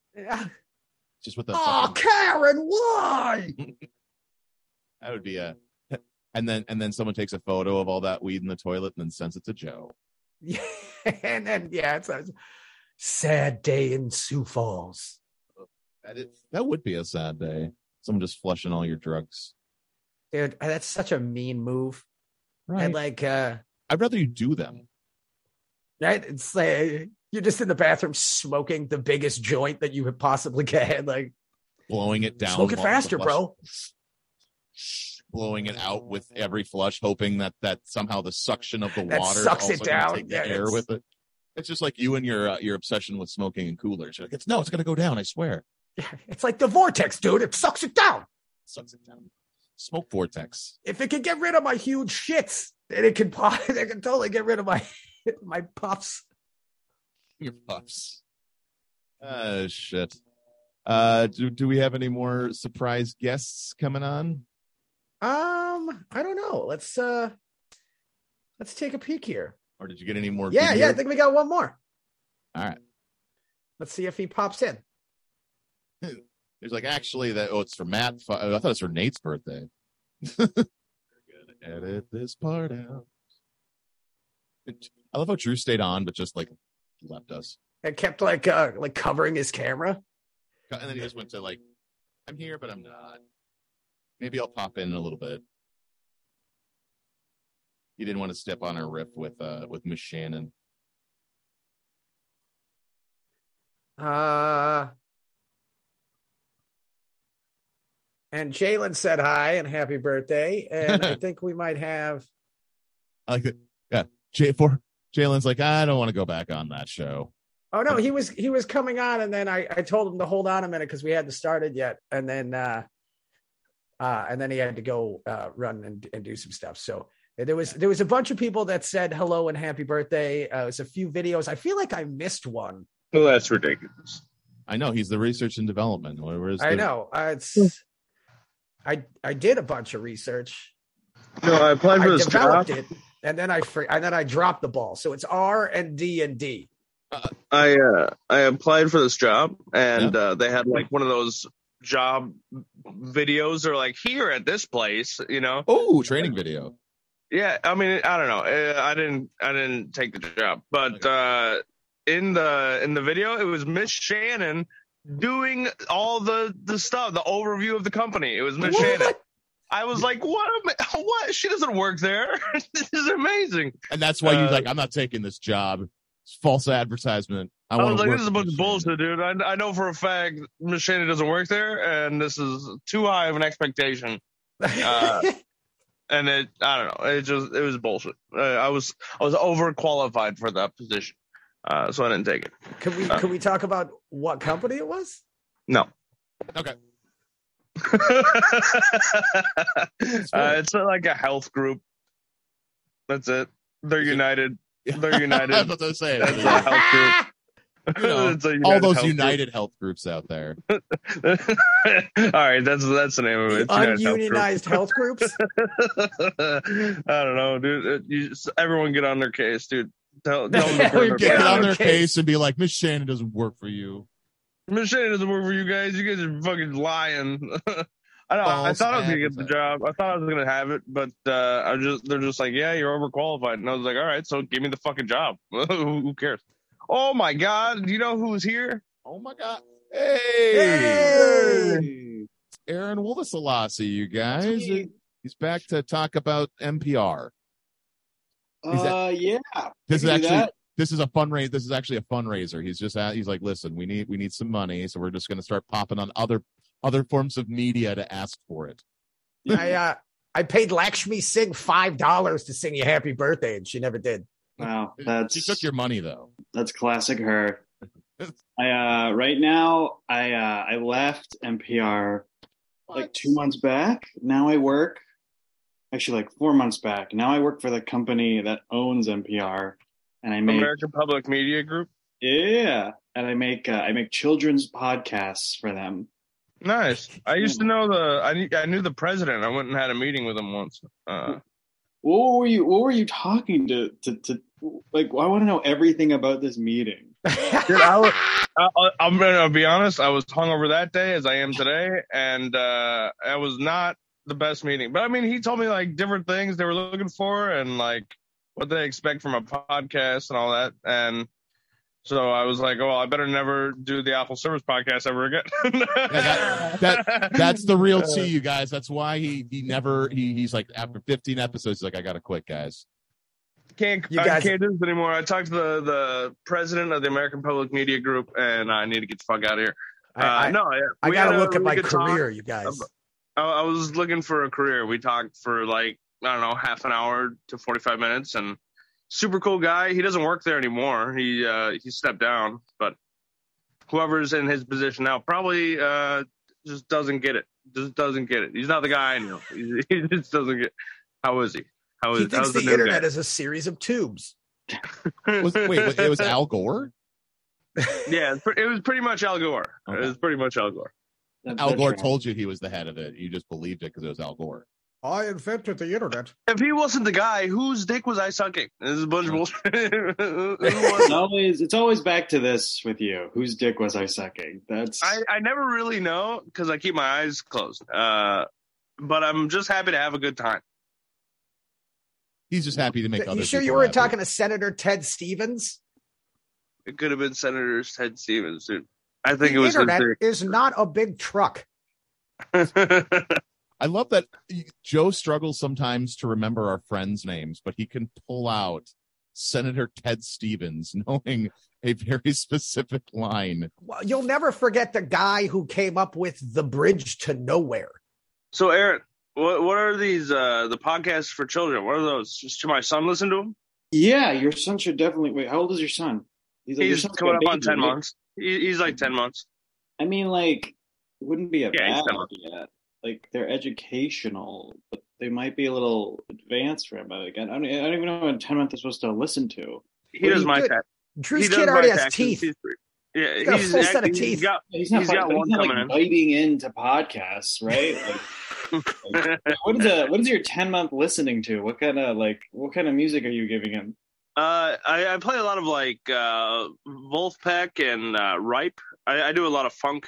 just with the
Oh,
fucking-
Karen, [laughs] why?
that would be a and then and then someone takes a photo of all that weed in the toilet and then sends it to Joe.
[laughs] and then yeah, it's a sad day in Sioux Falls.
That is that would be a sad day. Someone just flushing all your drugs.
Dude, uh, that's such a mean move.
Right.
And like, uh,
I'd rather you do them.
Right? It's like you're just in the bathroom smoking the biggest joint that you possibly [laughs] can. Like,
Blowing it down.
smoke it
while the
faster,
flush-
bro.
Blowing it out with every flush, hoping that that somehow the suction of the
That
water
sucks
is also
it
gonna
down.
Take the
Yeah,
air
it's-
with it. It's just like you and your uh, your obsession with smoking and coolers. You're like, it's no,
[laughs]
it's gonna go down. I swear.
It's like the vortex, dude. It sucks it down.
Sucks it down. Smoke vortex.
If it can get rid of my huge shits, then it can [laughs] pop. It can totally get rid of my [laughs] my puffs.
Your puffs. Uh, shit. Uh, do, do we have any more surprise guests coming on?
Um, I don't know. Let's uh, let's take a peek here.
Or did you get any more?
Yeah, yeah. I
video?
think we got one more.
All right.
Let's see if he pops in.
There's like actually that. Oh, it's for Matt. Fu- I thought it was for Nate's birthday. Edit this part out. I love how Drew stayed on, but just like left us.
I kept like uh like covering his camera.
And then he just went to like, I'm here, but I'm not. Maybe I'll pop in in a little bit. He didn't want to step on our riff with uh with Miss Shannon.
Uh and Jalen said hi and happy birthday. And I think we might have
I like that. Yeah, J four. Jalen's like, I don't want to go back on that show.
Oh no, he was he was coming on, and then I I told him to hold on a minute because we hadn't started yet, and then uh, uh, and then he had to go uh, run and and do some stuff. So there was there was a bunch of people that said hello and happy birthday. Uh, it was a few videos. I feel like I missed one.
Well, that's ridiculous. I know he's the research and development. Where- where's
I
the-
know uh, it's I I did a bunch of research.
No, I applied for
I
this
developed
job.
it, and then I fr- and then I dropped the ball. So it's R and D and D.
I uh, I applied for this job, and uh, they had like one of those job videos. They're like here at this place, you know.
Oh, training video.
Yeah, I mean, I don't know. Uh, I didn't I didn't take the job, but uh, in the in the video, it was Miss Shannon doing all the the stuff, the overview of the company. It was Miss Shannon. I was like, what? Am I, [laughs] what? She doesn't work there. [laughs] this is amazing.
And that's why you
Uh,
like, I'm not taking this job. It's false advertisement. I,
I,
want
was
to
like,
work.
this is a bunch of bullshit, dude. I, I know for a fact Miss Shannon doesn't work there, and this is too high of an expectation. Uh,
[laughs]
and it, I don't know. It just, it was bullshit. Uh, I was, I was overqualified for that position, uh, so I didn't take it.
Can we
Uh.
can we talk about what company it was?
No.
Okay.
Uh, it's like a health group. That's it. They're
[laughs]
united. They're united.
That's what I'm saying.
That's a health group.
[laughs] You know,
It's a
all
health
those
group.
United Health groups out there.
[laughs] All right, that's that's the name of it. It's [laughs]
Ununionized health groups.
Health Group. [laughs] I don't know, dude. It- you just- everyone get on their case, dude.
[laughs]
Tell, tell them to burn their
Get
bra.
on their case and be like, Miss Shannon doesn't work for you.
Miss Shannon doesn't work for you guys. You guys are fucking lying. [laughs] I, know, I
False
thought I was gonna get the job. I thought I was gonna have it, but uh, I was just they're just like, yeah, you're overqualified, and I was like, all right, so give me the fucking job. [laughs] Who who cares? Oh my god, do you know who's here?
Oh my god. Hey, It's Aaron Wolasolasi, you guys. He's back to talk about NPR. Is that-
Uh, yeah. I
This is
can do
actually
that.
this is a fundraiser. This is actually a fundraiser. He's just at, he's like, listen, we need we need some money, so we're just going to start popping on other other forms of media to ask for it.
[laughs] I uh, I paid Lakshmi Singh five dollars to sing you happy birthday, and she never did.
Wow, that's
she took your money though.
That's
[laughs]
classic her. I uh, right now I uh, I left NPR like two months back. Now I work actually like four months back. Now I work for the company that owns NPR, and I make
American Public Media Group.
yeah, and I make uh, I make children's podcasts for them.
Nice. I used to know the I knew, I knew the president. I went and had a meeting with him once. Uh,
What were you What were you talking to to, to like? I want to know everything about this meeting.
dude, I was, [laughs] I, I- I'm gonna be honest. I was hungover that day as I am today, and uh, I was not the best meeting. But I mean, he told me like different things they were looking for and like what they expect from a podcast and all that. And so I was like, oh, I better never do the Apple Service podcast ever again. [laughs]
That that's the
[laughs]
real tea, you guys. That's why he he never he he's like after 15 episodes, he's like, I gotta quit, guys.
can't
You
I
guys-
can't do this anymore. I talked to the, the president of the American Public Media Group, and I need to get the fuck out of here. Uh,
I- I-
no, yeah,
I
we
gotta
had a
look at
really
my
good talk.
career, you guys.
I, I was looking for a career. We talked for like I don't know, half an hour to forty five minutes, and super cool guy. He doesn't work there anymore. He uh, he stepped down, but whoever's in his position now probably uh, just doesn't get it. just doesn't get it. He's not the guy I know. [laughs] He, he just doesn't get. How is he? How is?
He thinks
how's
the,
new
internet
guy?
is a series of
[laughs]
tubes.
Was- wait, was- it was Al Gore?
Yeah, it's pre- it was pretty much Al Gore. It was pretty much Al Gore.
Al Gore told you he was the head of it. You just believed it because it was Al Gore.
I invented the internet.
If he wasn't the guy, whose dick was I sucking? This is a bunch of [laughs] bullshit.
it's always it's always back to this with you. Whose dick was I sucking? That's
I, I never really know because I keep my eyes closed. Uh, but I'm just happy to have a good time.
He's just happy to make
You sure you weren't talking to Senator Ted Stevens?
It could have been Senator Ted Stevens, dude. I think it
the
was his
internet
dick.
is not a big truck.
[laughs]
I love that Joe struggles sometimes to remember our friends' names, but he can pull out Senator Ted Stevens, [laughs] knowing a very specific line.
Well, you'll never forget the guy who came up with the bridge to nowhere.
So, Aaron, what what are these uh, the podcasts for children? What are those? Should my son listen to them?
yeah. Your son should definitely wait. How old is your son? He's, your
He's
son's
coming
got
up
a
on
baby,
ten
right?
months. He, he's like ten months.
I mean, like, it wouldn't be a
Yeah, he's
bad
done.
idea. Like, they're educational, but they might be a little advanced for him. But again, I don't, I don't even know what a 10 month is supposed to listen to.
He does my tax.
Drew's
he does
kid
my
already has
taxes.
teeth.
He's free. yeah, he's,
He's got a full set of
acting-
teeth.
He's got,
Yeah, He's not,
he's
like-
got
he's
one
not, like,
coming in.
biting into podcasts, right? Like, like, what is a, what is your 10 month listening to? What kind of like what kind of music are you giving him?
Uh, I, I play a lot of like uh, Wolfpack and uh, Ripe. I, I do a lot of funk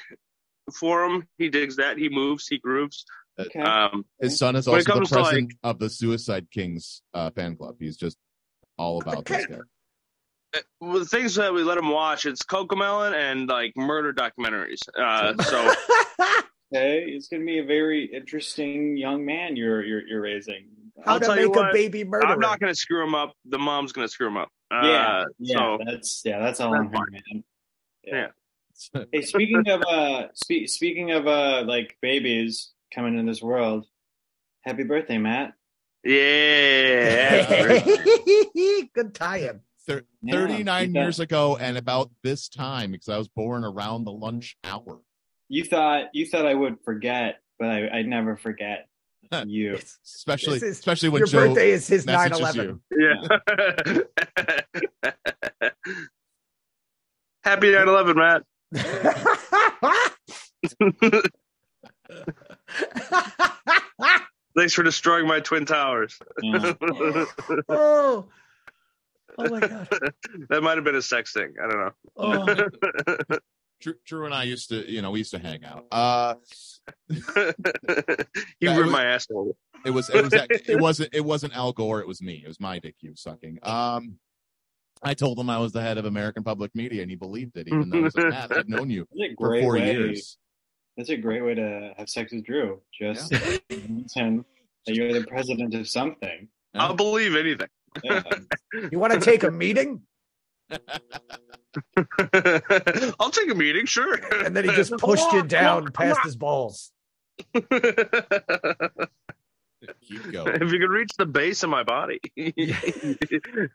for him. He digs that. He moves. He grooves.
Okay.
Um,
His son is
when it
also the
comes to, like-
president of the Suicide Kings uh, fan club. He's just all about this guy.
uh, well, the things that we let him watch it's Cocomelon and like murder documentaries. Uh,
[laughs]
so
Okay, it's going to be a very interesting young man you're you're, you're raising.
How I'll to tell you make a what,
baby
I'm not going to screw him up. The mom's going to screw him up. Uh,
yeah, yeah,
so-
that's yeah, that's
[laughs]
all I'm hearing, man.
Yeah.
[laughs] hey, speaking of uh, spe- speaking of uh, like babies coming in this world, happy birthday, Matt.
[laughs]
Oh,
Yeah.
[laughs] Good tie-in.
Thir-
Yeah,
39
yeah.
years ago and about this time because I was born around the lunch hour.
You thought you thought I would forget, but I, I never forget you.
Especially
This is-
especially when
your
Joe
birthday is his
messages
9/11.
you.
Yeah. [laughs] Happy 9/11, Matt. Thanks for destroying my twin towers. [laughs]
Yeah.
oh. [laughs] oh my god.
That might have been a sex thing. I don't know.
[laughs] Drew, Drew and I used to, you know, we used to hang out. Uh, [laughs]
he
that
ruined
was-
my asshole.
It was it
[laughs]
was that- it wasn't it wasn't Al Gore. It was me. It was my dick he was sucking. Um, I told him I was the head of American Public Media, and he believed it, even though he was
[laughs]
like, Matt, I've known you
[laughs] That's a
for
great
four
way.
years.
That's a great way to have sex with Drew. Just [laughs] convince him that you're the president of something.
I'll believe anything.
Yeah.
You want to take a meeting?
[laughs] I'll take a meeting, sure.
And then he
[laughs]
just pushed you down past his balls.
Keep
If you could reach the base of my body, [laughs]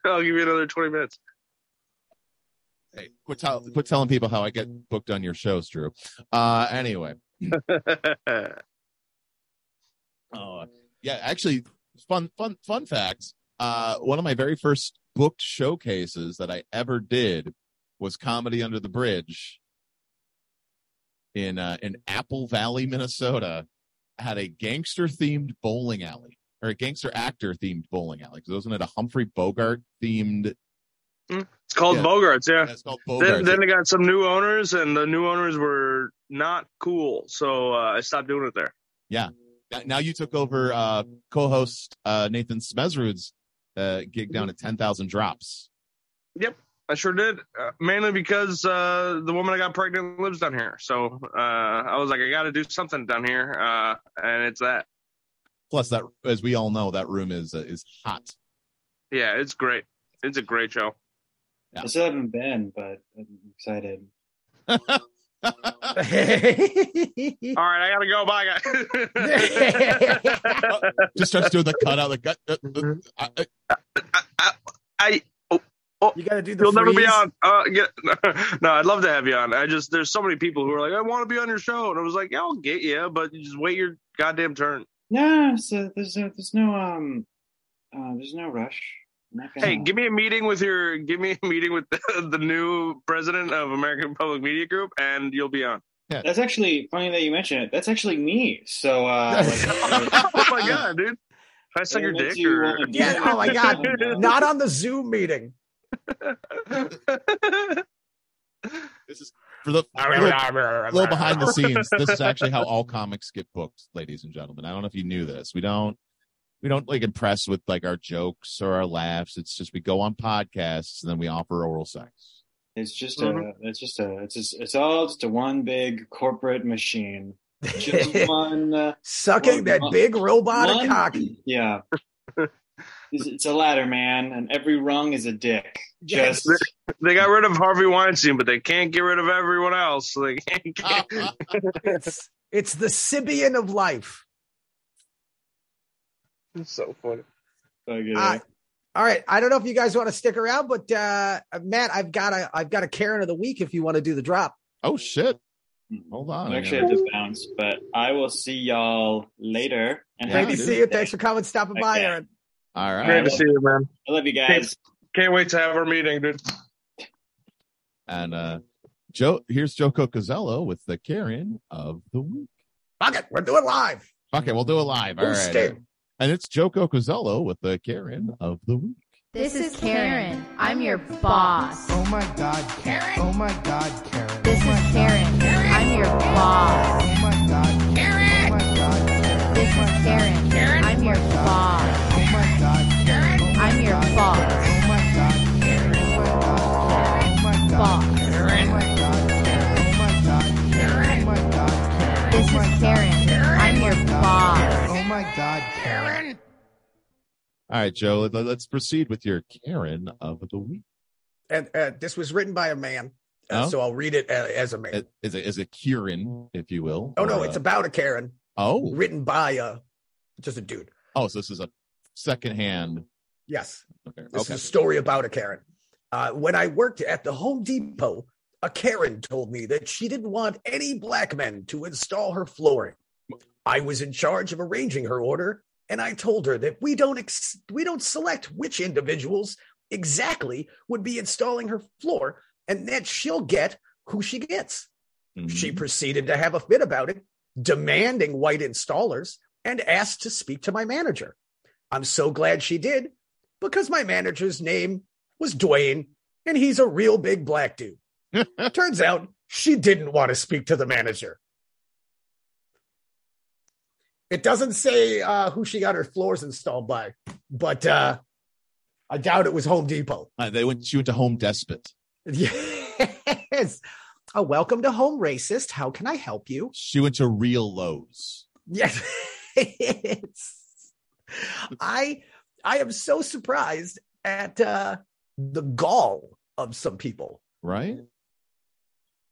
I'll give you another 20 minutes.
Hey, quit, tell, quit telling people how I get booked on your shows, Drew. Uh, anyway, uh, yeah, actually, fun fun fun fact. Uh, one of my very first booked showcases that I ever did was Comedy Under the Bridge in uh, in Apple Valley, Minnesota. Had a gangster themed bowling alley or a gangster actor themed bowling alley because wasn't it a Humphrey Bogart themed?
It's called
Yeah.
Bogarts, yeah.
That's called
Then,
Bogarts.
then they got some new owners, and the new owners were not cool, so uh, I stopped doing it there.
Yeah. Now- Now you took over uh, co-host uh, Nathan Smezrud's uh, gig down at Ten Thousand Drops.
Yep, I sure did. Uh, mainly because uh, the woman I got pregnant lives down here, so uh, I was like, I got to do something down here, uh, and it's that.
Plus, that as we all know, that room is uh, is hot.
Yeah, it's great. It's a great show.
I still haven't been, but I'm excited.
All right, I gotta go. Bye, guys.
Mm-hmm.
Just starts doing the cutout, the gut. Uh, uh, uh,
I. Oh, oh,
You gotta do
[laughs]
the
You'll never be
freeze.
on. Uh, get, [laughs] no, I'd love to have you on. I just there's so many people who are like, I want to be on your show, and I was like, yeah, I'll get you, but you just wait your goddamn turn.
No, so there's no, there's no, um, uh, there's no rush. I'm not gonna-
Hey, give me a meeting with your, give me a [laughs] meeting with the, the new president of American Public Media Group, and you'll be on.
That's actually funny that you mention it. That's actually me. So, uh,
[laughs] oh
[laughs]
my god, dude! If I suck your dick, or... [laughs]
Yeah, oh my
[laughs]
god, not on the Zoom meeting.
For the for the- a little behind the scenes, this is actually how all comics get booked, ladies and gentlemen. I don't know if you knew this. We don't we don't like impress with like our jokes or our laughs. It's just we go on podcasts and then we offer oral sex.
It's just a, it's just a, it's just, it's all just a one big corporate machine. Just
[laughs]
one uh,
Sucking
one-
that
one-
big robotic
one-
cock.
Yeah, it's, it's a ladder, man, and every rung is a dick. Just
They, they got rid of Harvey Weinstein, but they can't get rid of everyone else. So they can't
Oh,
get...
it's it's the Sibian of life.
It's so funny.
Uh, all right, I don't know if you guys want to stick around, but uh, Matt, I've got a I've got a Karen of the week if you want to do the drop.
Oh shit! Hold
Oh,
on.
I actually have to bounce, but I will see y'all later. And
Great
happy
to see you. Thanks for coming, stopping by,
Okay.
Aaron.
All
Great to see you, man.
I love you
Can't,
guys.
can't wait to have our meeting, dude.
And uh Joe here's Joe Cocozello with the Karen of the week.
Fuck it, we're doing live.
Okay, we'll do it live. All
Who's
right.
Sting?
And it's Joe Cocozello with the Karen of the week.
This is
Karen. I'm your boss.
Oh my god, Karen. Oh my god, Karen.
This is Karen. I'm your boss.
Oh my god, Karen. Oh my god, Karen. This is Karen. Karen. I'm your boss. Oh my god, Karen. I'm your boss. Oh my god, Karen. Oh my god, Karen. Oh my god, Karen. Oh my god, Karen. Oh my god, Karen. This is Karen. I'm your boss. Oh my god, Karen.
All right, Joe, let- let's proceed with your Karen of the week.
And uh, this was written by a man, uh,
Oh.
so I'll read it uh, as a man.
It- Is a, is a Kieran, if you will.
oh
or uh,
no, it's about a Karen
Oh.
written by a just a dude.
Oh, so this is a secondhand.
Yes.
Okay.
This
okay.
is a story about a Karen. Uh, when I worked at the Home Depot, a Karen told me that she didn't want any black men to install her flooring. I was in charge of arranging her order, and I told her that we don't ex- we don't select which individuals exactly would be installing her floor, and that she'll get who she gets. She proceeded to have a fit about it, demanding white installers, and asked to speak to my manager. I'm so glad she did because my manager's name was Dwayne and he's a real big black dude. Turns out she didn't want to speak to the manager. It doesn't say uh, who she got her floors installed by, but uh, I doubt it was Home Depot. [laughs]
Uh, they went. She went to Home Despot.
Yes. A welcome to Home Racist. How can I help you?
She went to Real Lowe's.
Yes. It's- [laughs] I I am so surprised at uh the gall of some people.
right?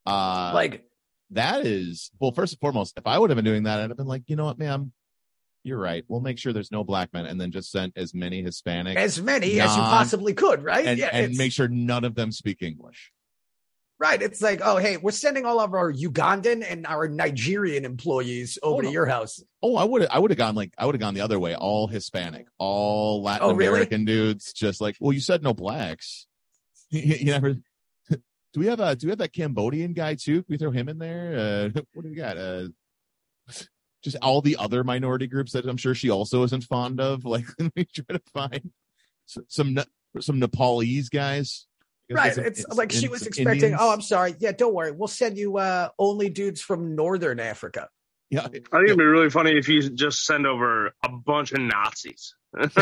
Uh,
Like-
that is well. First and foremost, if I would have been doing that, I'd have been like, you know what, ma'am, you're right. We'll make sure there's no black men, and then just sent as many Hispanic,
As many as
non-
you possibly could, right?
and, and
it's-
make sure none of them speak English.
right. It's like, oh hey, we're sending all of our Ugandan and our Nigerian employees over to your house.
Oh, I would I would have gone like I would have gone the other way, all Hispanic, all Latin
Oh, really?
American dudes, just like, well, you said no blacks. [laughs] you never. [laughs] Do we have a Do we have that Cambodian guy too? Can we throw him in there? Uh, [laughs] what do we got? Uh, just all the other minority groups that I'm sure she also isn't fond of. [laughs] Like, let me try to find s- some Ne- some Nepalese guys. I guess
Right.
some-
It's, like she
in-
was
some
expecting,
Indians.
oh, I'm sorry. Yeah, don't worry. We'll send you uh only dudes from northern Africa.
Yeah.
I think it'd be really funny if you just send over a bunch of Nazis. [laughs]
[laughs]
like,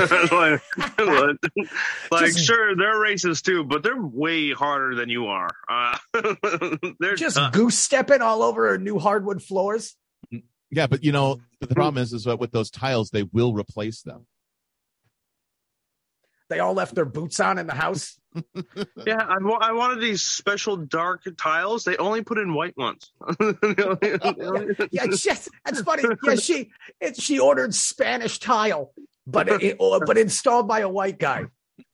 like, sure, they're racist too, but they're way harder than you are. [laughs] Uh, they're
Just
tough.
goose stepping all over new hardwood floors.
Mm-hmm.
Hmm.
Yeah, but you know, but the problem is, is that with those tiles, they will replace them.
They all left their boots on in the [laughs] house.
yeah, I, wa- I wanted these special dark tiles. They only put in white
[laughs]
ones. [laughs]
yeah, it's just that's funny. Yeah, she oh, it, she ordered Spanish tile, but it, it- but installed by a white guy.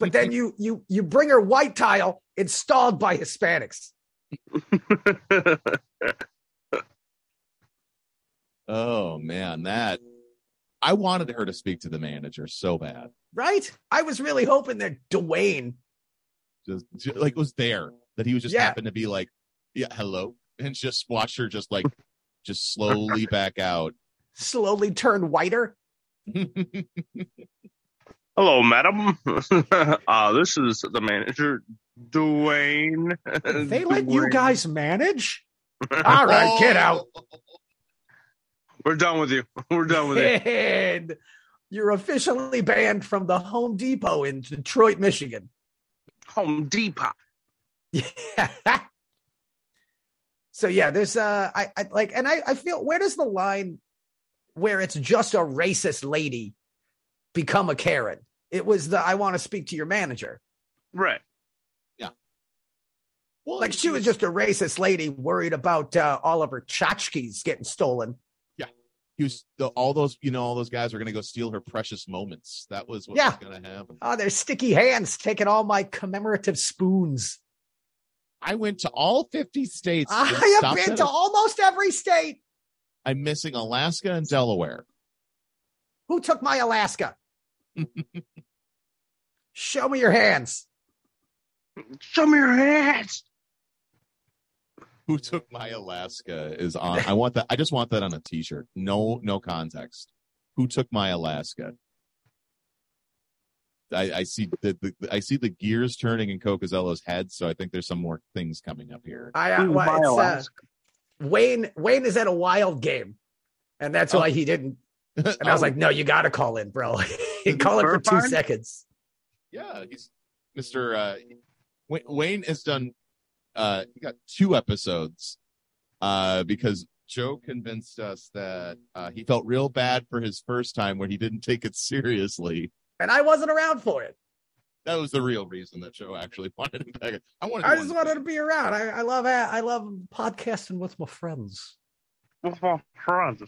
but then you you you bring her white tile installed by Hispanics.
[laughs] Oh man, that I wanted her to speak to the manager so bad.
Right? I was really hoping that Dwayne.
Just, just- like was there that he was just
Yeah.
happened to be like, yeah, hello, and just watch her just like just
[laughs]
slowly back out.
slowly turned [laughs] whiter.
Hello, madam. [laughs] uh, this is the manager, Dwayne. [laughs]
They let you
Dwayne.
guys manage? All right, get out.
We're done with you. [laughs] We're done with you.
[laughs] And you're officially banned from the Home Depot in Detroit, Michigan.
Home Depot.
[laughs] So yeah, there's uh I, I like and I, I feel where does the line where it's just a racist lady become a Karen? It was the I want to speak to your manager.
Right.
Yeah.
like she was just a racist lady worried about uh, all of her tchotchkes getting stolen.
He was the, all those you know all those guys were gonna go steal her precious moments. That was what
Yeah.
was gonna happen.
Oh, their sticky hands taking all my commemorative spoons. Ah,
I went to all fifty states.
I
and
have
stopped
been
at
to
a-
almost every state.
I'm missing Alaska and Delaware.
Who took
[laughs]
my Alaska? Show me your hands.
Show me your hands.
Who took my Alaska is on. I want that. I just want that on a T-shirt. No, no context. Who took my Alaska? I, I see the, the I see the gears turning in Cocozello's head, so I think there's some more things coming up here.
I uh,
Who
well,
my
it's, uh,
Alaska?
Wayne Wayne is at a wild game, and that's why he didn't. And I was
Oh.
like, no, you [laughs] got to call in, bro. call in for two
Verifying?
seconds.
Yeah, he's Mr. Uh, Wa- Wayne has done. Uh, he got two episodes. Uh, because Joe convinced us that uh, he felt real bad for his first time when he didn't take it seriously.
And I wasn't around for it.
That was the real reason that Joe actually [laughs] wanted him back. I wanted.
I
him
just
on-
wanted to be around. I, I love I love podcasting with my friends.
What's my friends?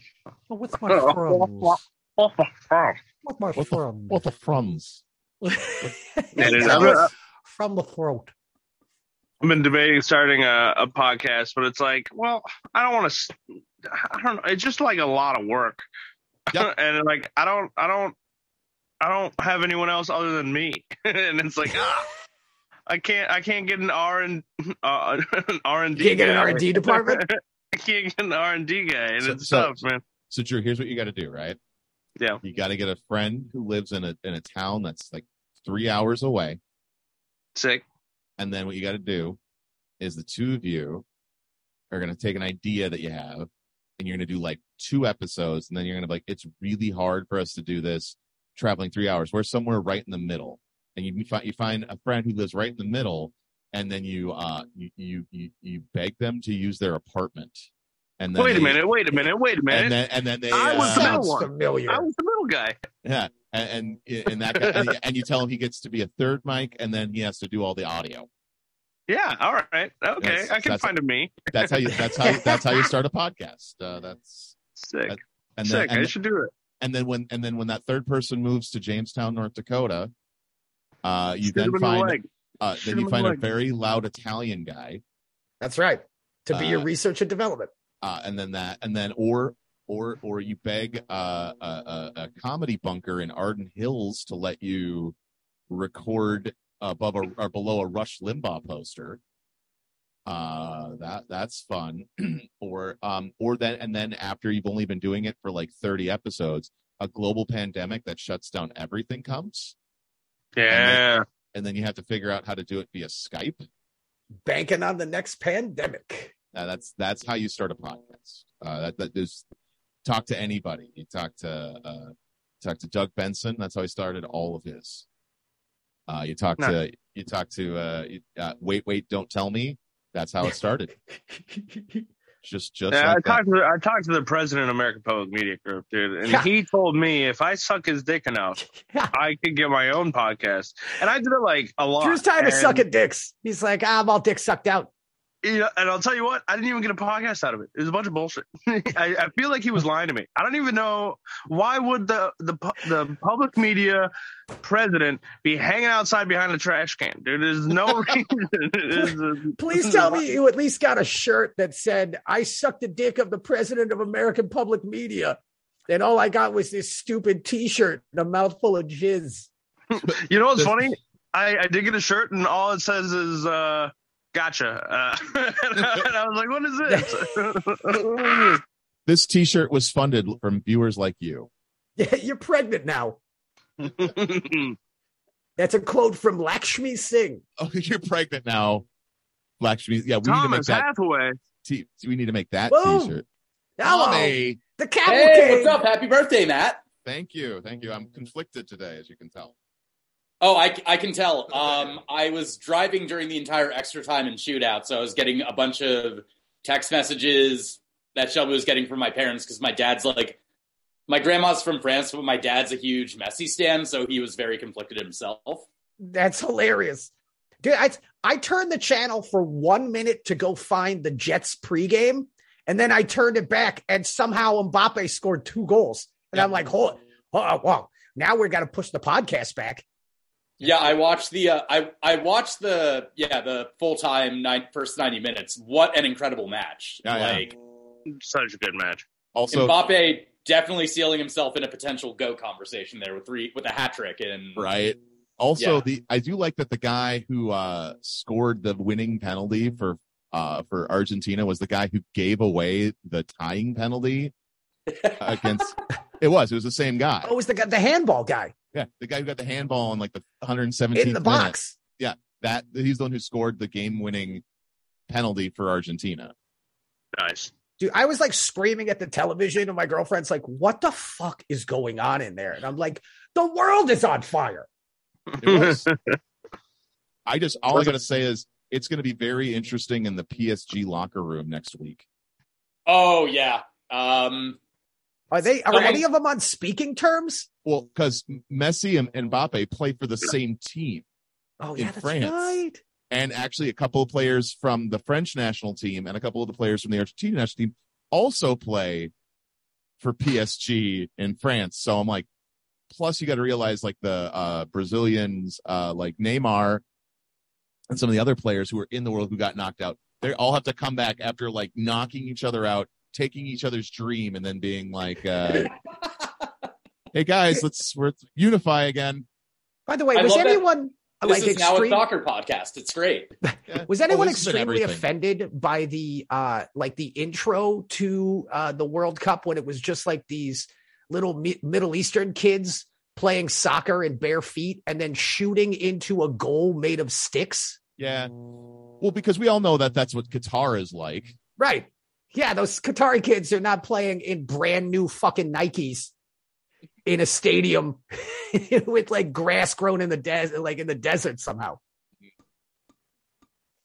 What's my friends?
What's my friends?
What's my friends?
What the
[laughs]
frums?
It is-
Yeah,
I've, been,
From the throat.
I've been debating starting a, a podcast, but it's like, well, I don't want to. I don't know. It's just like a lot of work, [laughs] and like I don't, I don't, I don't have anyone else other than me, [laughs] and it's like ah. I can't. I can't get an R and uh, an R and D.
You can't get an R&D department?
[laughs] I can't get an R and D guy, and
So-
it's
so-
tough, man.
So Drew, here's what you got to do, right?
Yeah.
You got to get a friend who lives in a in a town that's like three hours away,
Sick.
and then what you got to do is the two of you are going to take an idea that you have, and you're going to do like two episodes, and then you're going to be like, it's really hard for us to do this traveling three hours. We're somewhere right in the middle, and you find you find a friend who lives right in the middle, and then you uh you you you, you beg them to use their apartment. And then
Wait a
they-
minute. Wait a minute. Wait a minute.
and then and then they
I was the
uh,
middle one.
familiar.
I was the middle guy.
yeah and and, and that guy, and, and you tell him he gets to be a third mic and then he has to do all the audio
Yeah. All right. Okay.
That's-
I can
that's-
find a me.
that's how you that's how that's how you start a podcast uh, that's
Sick.
that- Uh, and then,
Sick.
and,
I should do it.
and then when and then when that third person moves to jamestown north dakota uh you
Shoot him
then
in the
find
leg.
uh
Shoot
then
him in
you
the
find a
leg.
very loud italian guy
That's right. To be your
Uh,
research and development.
uh, and then that, and then or or or you beg uh, a, a, a comedy bunker in Arden Hills to let you record above a, or below a Rush Limbaugh poster. Uh, that that's fun. [clears throat] or um, or then and then after you've only been doing it for like thirty episodes, a global pandemic that shuts down everything comes,
Yeah.
and then you have to figure out how to do it via Skype.
Banking on the next pandemic.
Uh, that's that's how you start a podcast. Uh, that that is talk to anybody. You talk to uh, talk to Doug Benson. That's how he started all of his. Uh, you talk to you talk to uh, you- uh, wait wait don't tell me. That's how it started. just just
Yeah, I
like that.
talked to the, I talked to the president of American Public Media Group, dude, and he told me if I suck his dick enough, I could get my own podcast. And I did it like a lot.
Drew's tired of
and-
sucking dicks. He's like, I'm all "Ah, dick sucked out.
you know, and I'll tell you what, I didn't even get a podcast out of it. It was a bunch of bullshit. [laughs] I, I feel like he was lying to me. I don't even know why would the the pu- the public media president be hanging outside behind a trash can, dude. There's no [laughs] reason. There's-
Please tell me you at least got a shirt that said, I sucked the dick of the president of American public media. And all I got was this stupid t shirt and a mouthful of jizz.
You know what's funny? I, I did get a shirt, and all it says is uh, "Gotcha," uh, and, I, and I was like, "What is
[laughs]
this?"
This T-shirt was funded from viewers like you.
[laughs] Yeah, you're pregnant now. That's a quote from Lakshmi Singh.
Oh, [laughs] you're pregnant now, Lakshmi. Yeah, we
Thomas
need to make that.
Hathaway.
T- we need to make that
Boom.
T-shirt.
Hello.
Tommy.
The
Hey, what's up? Happy birthday, Matt.
Thank you, thank you. I'm conflicted today, as you can tell.
Oh, I, I can tell. Um, I was driving during the entire extra time and shootout, so I was getting a bunch of text messages that Shelby was getting from my parents because my dad's like, my grandma's from France, but my dad's a huge Messi stan, so he was very conflicted himself.
That's hilarious. Dude, I, I turned the channel for one minute to go find the Jets pregame, and then I turned it back, and somehow Mbappe scored two goals. And I'm like, hold, oh, wow, now we've got to push the podcast back.
Yeah, I watched the uh, I I watched the yeah the full time nine, first ninety minutes. What an incredible match!
Yeah, yeah.
like
such a good match.
Also-
Mbappe definitely sealing himself in a potential go conversation there with three with a hat trick and
Right. Also,
Yeah.
the I do like that the guy who uh, scored the winning penalty for uh, for Argentina was the guy who gave away the tying penalty against. It was. It was the same guy.
Oh, it was the guy, the handball guy.
Yeah, the guy who got the handball in like the 117th
In the
minute.
box.
Yeah, that he's the one who scored the game-winning penalty for Argentina.
Nice.
Dude, I was like screaming at the television, and my girlfriend's like, what the fuck is going on in there? And I'm like, the world is on fire.
It [laughs] was. I just all I gotta say is it's gonna be very interesting in the PSG locker room next week.
oh yeah um
Are they, are
Okay.
any of them on speaking terms?
Well, because Messi and, and Mbappe play for the same team
Oh,
in
yeah, that's
France,
right.
and actually a couple of players from the French national team and a couple of the players from the Argentina national team also play for PSG in France. So I'm like, plus you got to realize like the uh, Brazilians, uh, like Neymar, and some of the other players who are in the world who got knocked out, they all have to come back after like knocking each other out, taking each other's dream, and then being like, uh, "Hey guys, let's we're unify again."
By the way,
I
was
love that
anyone
this
like
is now a
extreme,
soccer podcast it's
[laughs]
great
was anyone
Oh, this has been
extremely
everything.
offended by the uh like the intro to uh the World Cup when it was just like these little mi- Middle Eastern kids playing soccer in bare feet and then shooting into a goal made of sticks?
Yeah. Well, because we all know that that's what Qatar is like.
Right. Yeah, those Qatari kids are not playing in brand new fucking Nikes in a stadium [laughs] with like grass grown in the desert like in the desert somehow.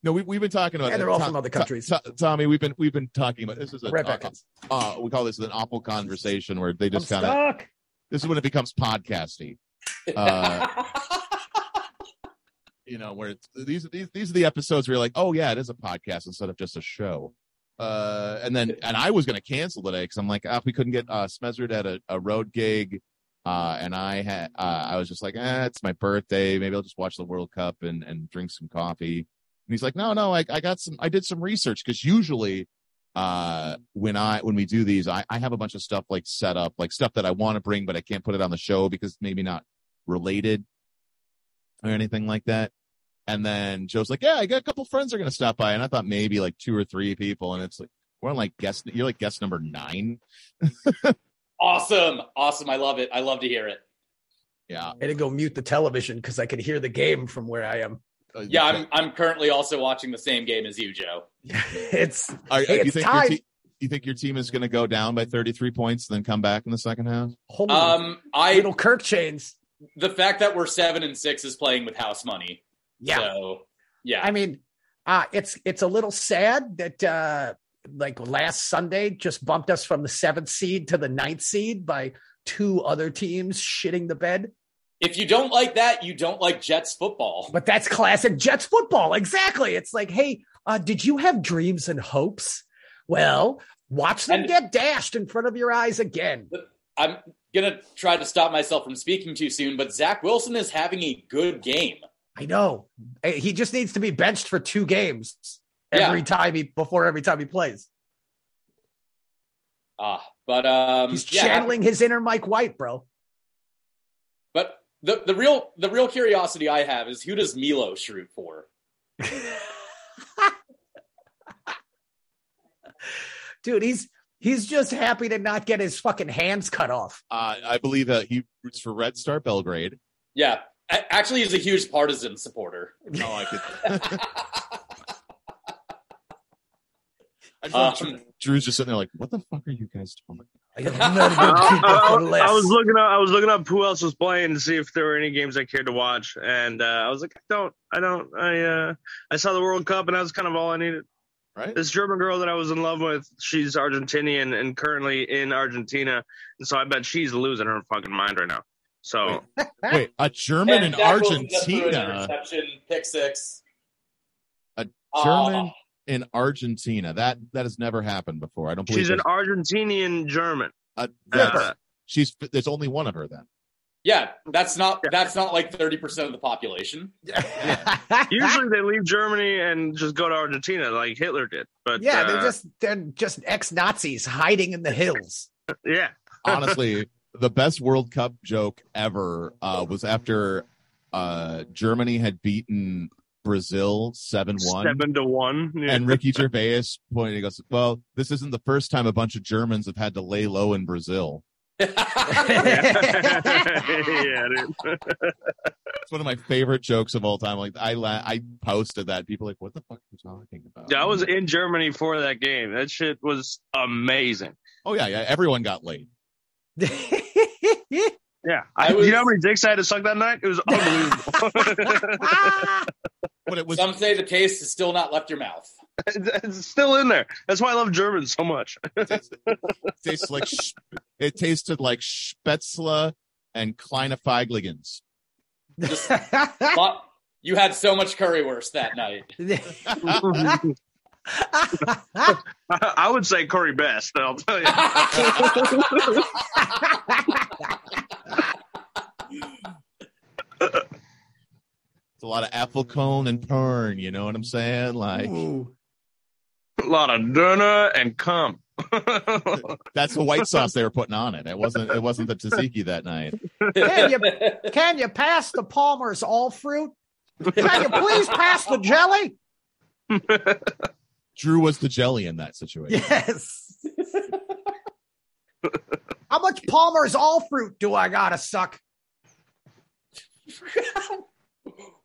No, we, we've been talking about
And they're
it.
all
To-
from other
To-
countries.
To- Tommy, we've been we've been talking about this is a
Right
uh,
back at
uh, we call this an awful conversation where they just kind of
Fuck.
this is when it becomes podcasty. Uh, you know, where it's, these these these are the episodes where you're like, oh yeah, it is a podcast instead of just a show. Uh, and then and I was gonna cancel today because I'm like, ah, we couldn't get uh, Smezard at a, a road gig. Uh, and I had uh, I was just like, eh, it's my birthday. Maybe I'll just watch the World Cup and and drink some coffee. And he's like, no, no, I I got some I did some research because usually uh when i when we do these I, I have a bunch of stuff like set up like stuff that i want to bring but i can't put it on the show because maybe not related or anything like that and then joe's like yeah i got a couple friends are gonna stop by and i thought maybe like two or three people and it's like we're on like guest you're like guest number nine
awesome awesome i love it i love to hear it
yeah
I had to go mute the television because I could hear the game from where I am.
Uh,
yeah i'm i'm currently also watching the same game as you joe
It's
are,
hey,
you
it's
think your
time.
te- you think your team is gonna go down by 33 points and then come back in the second half Uh,
Holy
um i
little Kirk chains.
the fact that we're seven and six is playing with house money
Yeah.
so yeah
I mean, uh, it's it's a little sad that uh, like last Sunday just bumped us from the seventh seed to the ninth seed by two other teams shitting the bed.
if you don't like that you don't like jets football
But that's classic Jets football. Exactly. It's like, hey, uh, did you have dreams and hopes? Well, watch them get dashed in front of your eyes again.
I'm gonna try to stop myself from speaking too soon, but Zach Wilson is having a good game.
I know. Eh, He just needs to be benched for two games
Yeah.
every time he before every time he plays.
Ah, but um,
He's
yeah,
channeling his inner Mike White, bro.
But the the real the real curiosity I have is who does Milos root for?
Dude, he's he's just happy to not get his fucking hands cut off.
Uh, I believe uh, he roots for Red Star Belgrade.
Yeah, a- actually, he's a huge partisan supporter.
No, I could.
[laughs] Um,
Uh-huh.
Drew's just sitting there like, what the fuck are you guys talking
I, [laughs]
[laughs]
I-
about?
I was looking up. I was looking up who else was playing to see if there were any games I cared to watch, and uh, I was like, I don't, I don't, I, uh, I saw the World Cup, and that was kind of all I needed.
Right.
This German girl that I was in love with, she's Argentinian and currently in Argentina, and so I bet she's losing her fucking mind right now. So
Wait, a German
And
and
Zach Wilson just threw an
Argentina.
interception, pick six.
A
Uh-huh.
Ah.
German in Argentina. That that has never happened before. I don't believe
she's an
there's-
Argentinian German.
Uh,
yeah.
she's there's only one of her then.
Yeah, that's not that's not like thirty percent of the population.
Usually they leave Germany and just go to Argentina, like Hitler did. But
Yeah,
uh,
they're just they're just ex Nazis hiding in
[laughs]
the hills.
yeah.
honestly, the best World Cup joke ever uh, was after uh, Germany had beaten Brazil 7 1.
seven to one. Yeah.
And Ricky Gervais pointed, he goes, Well, this isn't the first time a bunch of Germans have had to lay low in Brazil.
[laughs]
[laughs]
yeah, dude.
It's one of my favorite jokes of all time. Like, I la- I posted that. People are like, What the fuck are you talking about?
Dude, I was in Germany for that game. That shit was amazing.
Oh, yeah, yeah. Everyone got laid.
Yeah. I, you know how many dicks I had to suck that night? It was unbelievable. [laughs]
But it was
some say the taste has still not left your mouth.
it's still in there. That's why I love Germans so much.
tastes like sh- it tasted like Spätzle and Kleinefeigligans.
[laughs]
But you had so much currywurst that night.
I would say Corey Best, I'll tell you.
It's a lot of apple cone and porn. You know what I'm saying? Like
a lot of dinner and cum.
[laughs] That's the white sauce they were putting on it. It wasn't. It wasn't the tzatziki that night.
Can you can you pass the Palmer's all fruit? Can you please pass
[laughs]
the jelly?
Drew was the jelly in that situation.
Yes. How much Palmer's all fruit do I
[laughs]
gotta suck?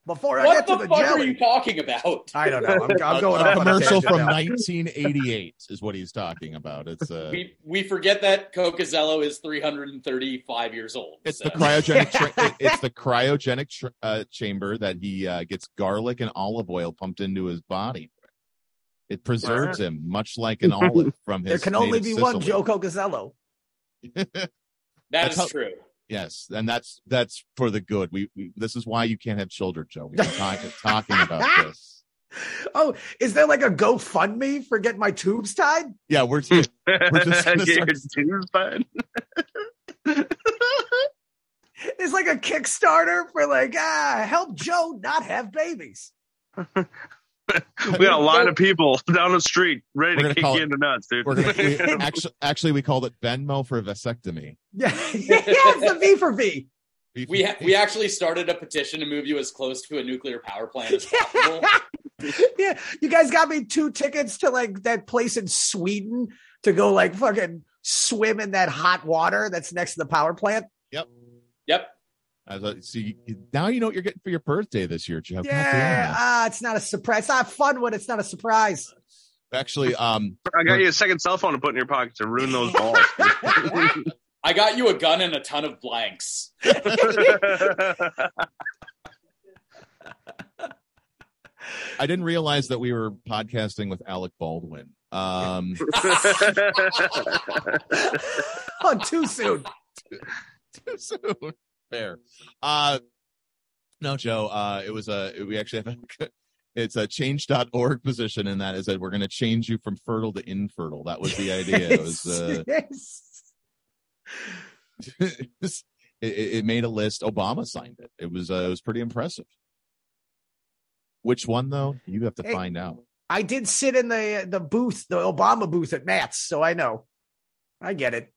Before I
What
get
the,
to the
fuck
jelly.
are you talking about?
I don't know. I'm, I'm
A-
going
a
off on a
commercial
tangent
from
now.
1988 is what he's talking about. It's uh,
We we forget that Cocazello is 335 years old.
it's
so. [laughs]
the cryogenic. Tra- it- it's the cryogenic tr- uh, chamber that he uh, gets garlic and olive oil pumped into his body. It preserves him much like an
[laughs]
olive from his.
There can only
native
be one
Sicily. [laughs]
Joko Gazello.
That
That's
is
how-
true.
Yes, and that's that's for the good. We, we this is why you can't have children, Joe. We've been talking, [laughs] talking about this.
Oh, is there like a GoFundMe for getting my
[laughs]
tubes tied?
[laughs] Yeah, we're we're
[laughs]
just gonna
Get
start,
your tubes done.
It's like a Kickstarter for like ah, help Joe not have babies.
We got a line of people down the street ready
We're gonna
to kick
call
you
it-
in the nuts, dude.
we're gonna
[laughs]
we, actually actually we called it Venmo for vasectomy.
Yeah, yeah,
[laughs]
it's the V for V. [laughs]
We ha- we actually started a petition to move you as close to a nuclear power plant
[laughs]
as possible.
yeah, you guys got me two tickets to like that place in Sweden to go like fucking swim in that hot water that's next to the power plant.
Yep.
Yep.
I was like, see now you know what you're getting for your birthday this year, Joe. God
Yeah,
damn it.
ah, it's not a surprise. It's not fun when it's not a surprise.
Actually, um,
I got you a second cell phone to put in your pocket to ruin
[laughs]
those balls.
I got you a gun and a ton of
[laughs]
blanks.
I didn't realize that we were podcasting with Alec Baldwin. Um,
[laughs] Oh, too soon.
too soon. Fair. Uh, no, Joe. Uh, it was a. We actually have a. it's a change.org position and that is that we're going to change you from fertile to infertile that was the idea
[laughs]
it was
[laughs]
uh,
Yes.
[laughs] it, it made a list obama signed it it was uh, it was pretty impressive which one though you have to
Hey.
find out
I did sit in the the booth, the Obama booth at Matt's, so I know. I get it.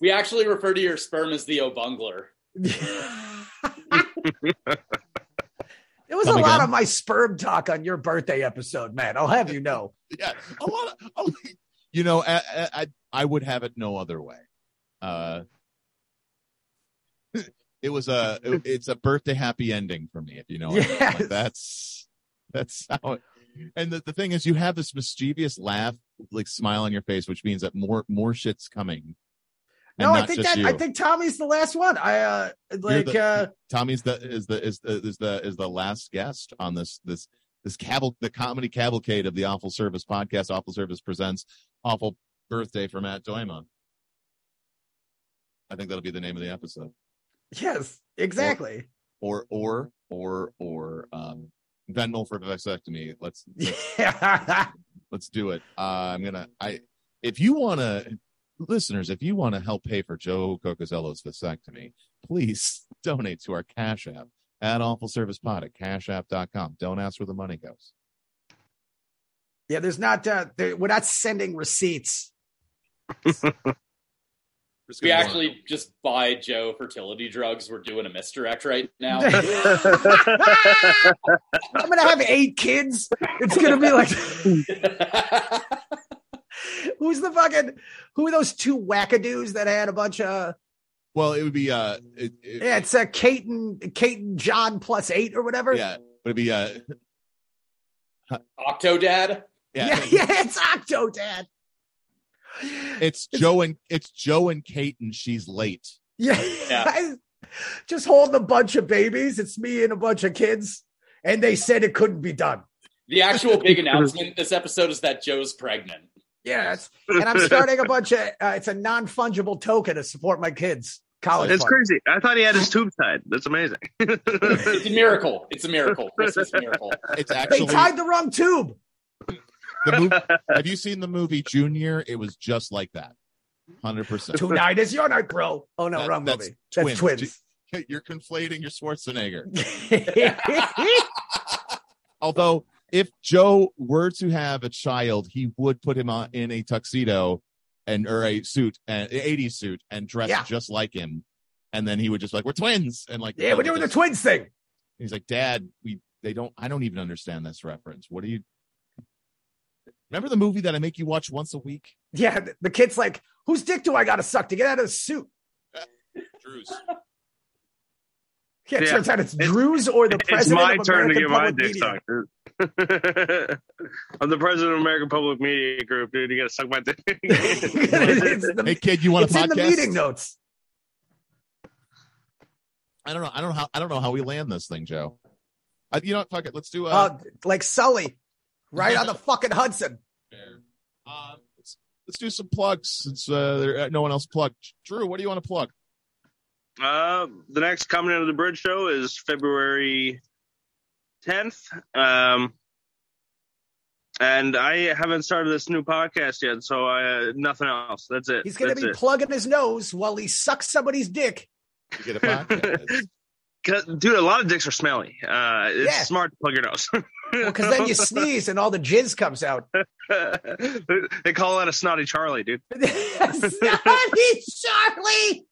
We actually refer to your sperm as the Obungler.
There was
Come
a lot
again?
of my sperm talk on your birthday episode, Matt. I'll have you know.
yeah, a lot of [laughs] you know I, I- I i would have it no other way uh it was a it- it's a birthday happy ending for me if you know what I mean. Like,
Yes.
that's that's how it and the, the thing is you have this mischievous laugh like smile on your face which means that more more shit's coming And
No, I
not
think
just
that I
you.
think Tommy's the last one. I uh
You're
like
the-
uh
Tommy's the is the is the is the is the last guest on this this this caval the comedy cavalcade of the awful service podcast. Awful service presents awful birthday for Matt Doima. I think that'll be the name of the episode.
yes, exactly.
Or or or or um Venmo for vasectomy.
[laughs]
Let's
let's,
let's do it. Uh, I'm gonna I if you wanna listeners, if you wanna help pay for Joe Cocosello's vasectomy, please [laughs] donate to our Cash App at awful service pod at cashapp.com. Don't ask where the money goes.
Yeah, there's not uh there, we're not sending receipts.
We actually just buy Joe fertility drugs. We're doing a misdirect right
[laughs]
now.
I'm gonna have eight kids. It's gonna
[laughs]
be like Who's the fucking who are those two wackadoos that had a bunch of
Well, it would be uh it, it-
yeah, it's a Kate and Kate and John plus eight or whatever.
yeah, would it be uh
Octodad.
Yeah, [laughs] yeah, it's Octodad.
it's Joe and it's Joe and Kate and she's late.
Yeah. [laughs] Just holding a bunch of babies. It's me and a bunch of kids. And they said it couldn't be done.
The actual big announcement this episode is that Joe's pregnant.
Yeah. It's, and
[laughs]
[laughs]
I'm starting a bunch of, uh, it's a non fungible token to support my kids' college.
It's
fund.
crazy. I thought he had his tube tied. That's amazing. [laughs]
It's a miracle. It's a miracle. Christmas miracle.
It's
They tied the wrong tube.
The movie, have you seen the movie Junior? It was just like that. 100%.
Tonight is your night, bro. Oh, no, wrong
that's
movie. That's twins.
Ju- [laughs] You're conflating your
[laughs]
Schwarzenegger. [laughs] Although, if Joe were to have a child, he would put him on, in a tuxedo and or a suit, an 80s suit, and dress
Yeah.
just like him. And then he would just like, we're twins. And like,
Yeah, we're doing the twins thing.
He's like, Dad, we they don't. I don't even understand this reference. What do you? Remember the movie that I make you watch once a week?
Yeah. th- The kid's like, whose dick do I got to suck to get out of the suit?
Drew's.
Yeah, it
Yeah.
turns out it's Drew's or the
It's
president
my
of
turn to
American
get my dick
Public Media.
sucked. [laughs] I'm the president of American Public Media Group, dude. You gotta suck my dick. [laughs]
hey kid, you want
it's
a podcast?
in the meeting notes.
I don't know. I don't know how. I don't know how we land this thing, Joe. I, you know what? Fuck it. Let's do. Uh,
Uh, like Sully,
[laughs]
right on the fucking Hudson.
um, let's, let's do some plugs since uh, there, uh, no one else plugged. Drew, what do you want to plug?
Uh, the next Coming Under the Bridge show is February 10th. Um, and I haven't started this new podcast yet, so I, uh, nothing else. That's it.
He's going to
That's
be
it.
plugging his nose while he sucks somebody's dick.
You get a podcast.
[laughs]
'Cause- Dude, a lot of dicks are smelly. Uh, it's
Yeah.
smart to plug your
[laughs]
nose.
Because
[laughs]
then you sneeze and all the jizz comes out.
they call that a snotty Charlie,
[laughs]
dude.
Sonny Charlie!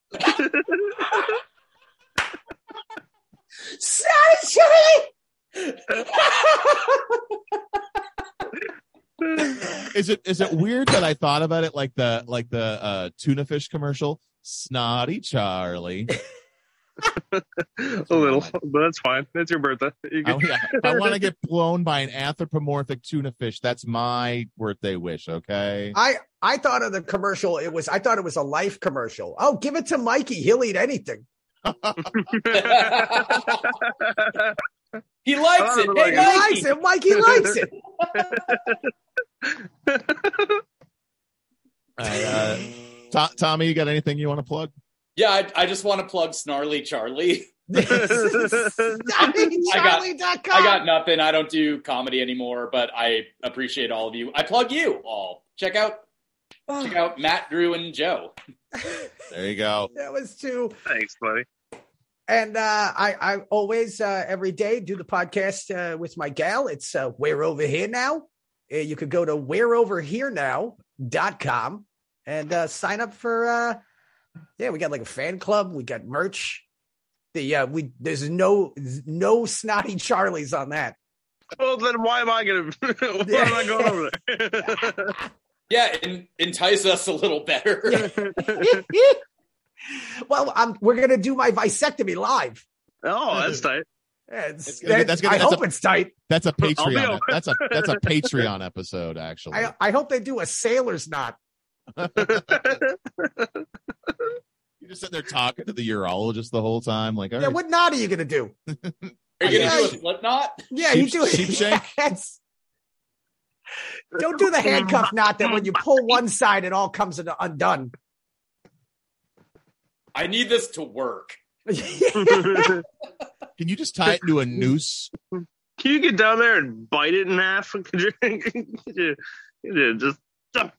Sonny Charlie!
Is it is it weird that I thought about it like the like the uh, tuna fish commercial? Snotty Charlie.
a little, but that's fine. That's your birthday. You
I,
can-
Oh, I want to
[laughs]
get blown by an anthropomorphic tuna fish. That's my birthday wish. Okay.
I, I thought of the commercial, it was, I thought it was a life commercial. Oh, give it to Mikey. He'll eat anything. [laughs]
He likes it. Hey,
He likes
Mikey.
it. Mikey likes it.
uh, To- Tommy, you got anything you want to plug?
[laughs]
Yeah, I, I just want to plug Snarly Charlie. [laughs] [laughs] I got, I got nothing. I don't do comedy anymore, but I appreciate all of you. I plug you all. Check out, check out Matt, Drew, and Joe.
There you go.
That was too.
Thanks, buddy.
And uh, I, I always, uh, every day, do the podcast uh, with my gal. It's uh, We're Over Here Now. Uh, you could go to we'reoverherenow.com and uh, sign up for, uh, yeah, we got like a fan club. We got merch. The uh, we There's no no snotty Charlies on that. [laughs]
Well, then why am I going to? [laughs] Why am I going over there?
[laughs] Yeah, en- entice us a little better.
well, I'm, we're going to do my vasectomy live.
Oh, that's tight.
It's,
gonna be- that's gonna-
I
that's
hope
a-
it's tight.
That's a
I'll be
Patreon.
over.
That's a that's [laughs]
[laughs]
a Patreon episode, actually.
I, I hope they do a sailor's
[laughs]
knot.
you just sit there talking to the urologist the whole time, like, all
Yeah,
right,
what knot are you going
[laughs]
to do?
Are you
Yeah,
gonna do a Slipknot?
Yeah,
Sheep-
you do it.
sheep shank?
Yes. Don't do the handcuff knot that when you pull one side, it all comes in- undone.
I need this to work.
can you just tie it into a noose?
Can you get down there and bite it in half? [laughs] Could you, could you- could you just
I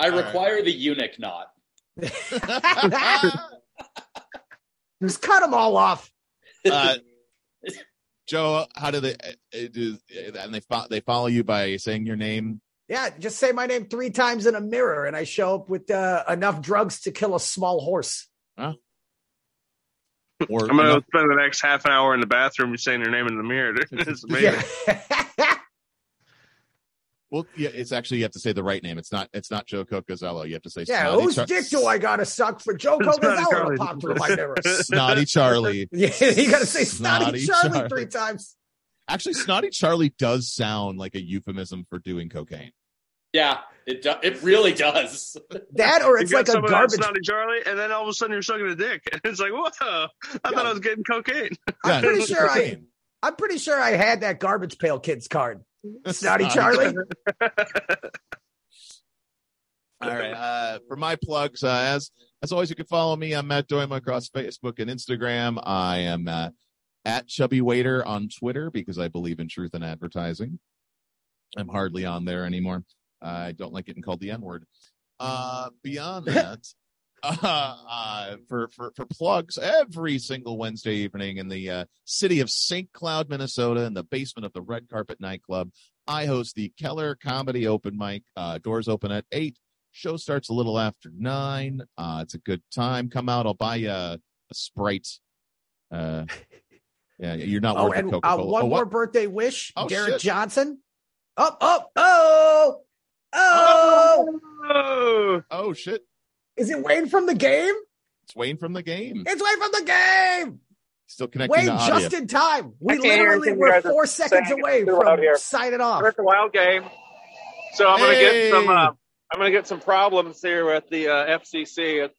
All right.
require the eunuch knot.
Just cut them all off.
Uh, Joe, how do they? uh, uh, do- uh, And they fo- they follow you by saying your name.
Yeah, just say my name three times in a mirror, and I show up with uh, enough drugs to kill a small horse.
Or
I'm gonna spend the next half an hour in the bathroom saying your name in the mirror. [laughs] It's amazing.
Well, yeah, it's actually you have to say the right name. It's not it's not Joe Cocozzello. You have to say
Yeah,
Snotty
whose
Char-
dick do I gotta suck for Joe Cocozello to pop through
[laughs]
my mirror?
Snotty Charlie.
[laughs] Yeah, you gotta say snotty, Charlie, three times.
Actually, Snotty Charlie does sound like a euphemism for doing cocaine.
Yeah, it do- it really does.
That or
You
it's
got
like a
some of that
garbage-
Snotty Charlie, and then all of a sudden you're sucking a dick. [laughs] It's like, whoa! I thought I was getting cocaine.
I'm pretty sure I, I'm pretty sure I had that garbage pail
[laughs]
kids card. Snotty Charlie.
All right. Uh, for my plugs, uh, as as always, you can follow me. I'm Matt Doima across Facebook and Instagram. I am uh, at Chubby Waiter on Twitter because I believe in truth in advertising. I'm hardly on there anymore. I don't like getting called the N word. Uh, beyond that, uh, uh, for, for for plugs, every single Wednesday evening in the uh, city of St. Cloud, Minnesota, in the basement of the Red Carpet Nightclub, I host the Keller Comedy Open Mic. Uh, doors open at eight. Show starts a little after nine. Uh, it's a good time. Come out. I'll buy you a, a sprite.
[laughs]
Uh, yeah, you're not
Oh,
worth a
and
Coca
uh,
Cola.
one more birthday wish,
Oh,
Derek
shit.
Johnson. Oh, oh, oh, oh!
Oh,
oh shit!
Is it Wayne from the game?
It's Wayne from the game.
It's Wayne from the game.
Still connecting
Wayne,
to audio.
just in time. We
I can't hear
literally
anything
were
you guys are
four seconds
saying.
away
It's too loud
from
here.
signing off.
It's a wild game. So I'm gonna
Hey.
get some. Uh, I'm gonna get some problems here at the uh, FCC. It-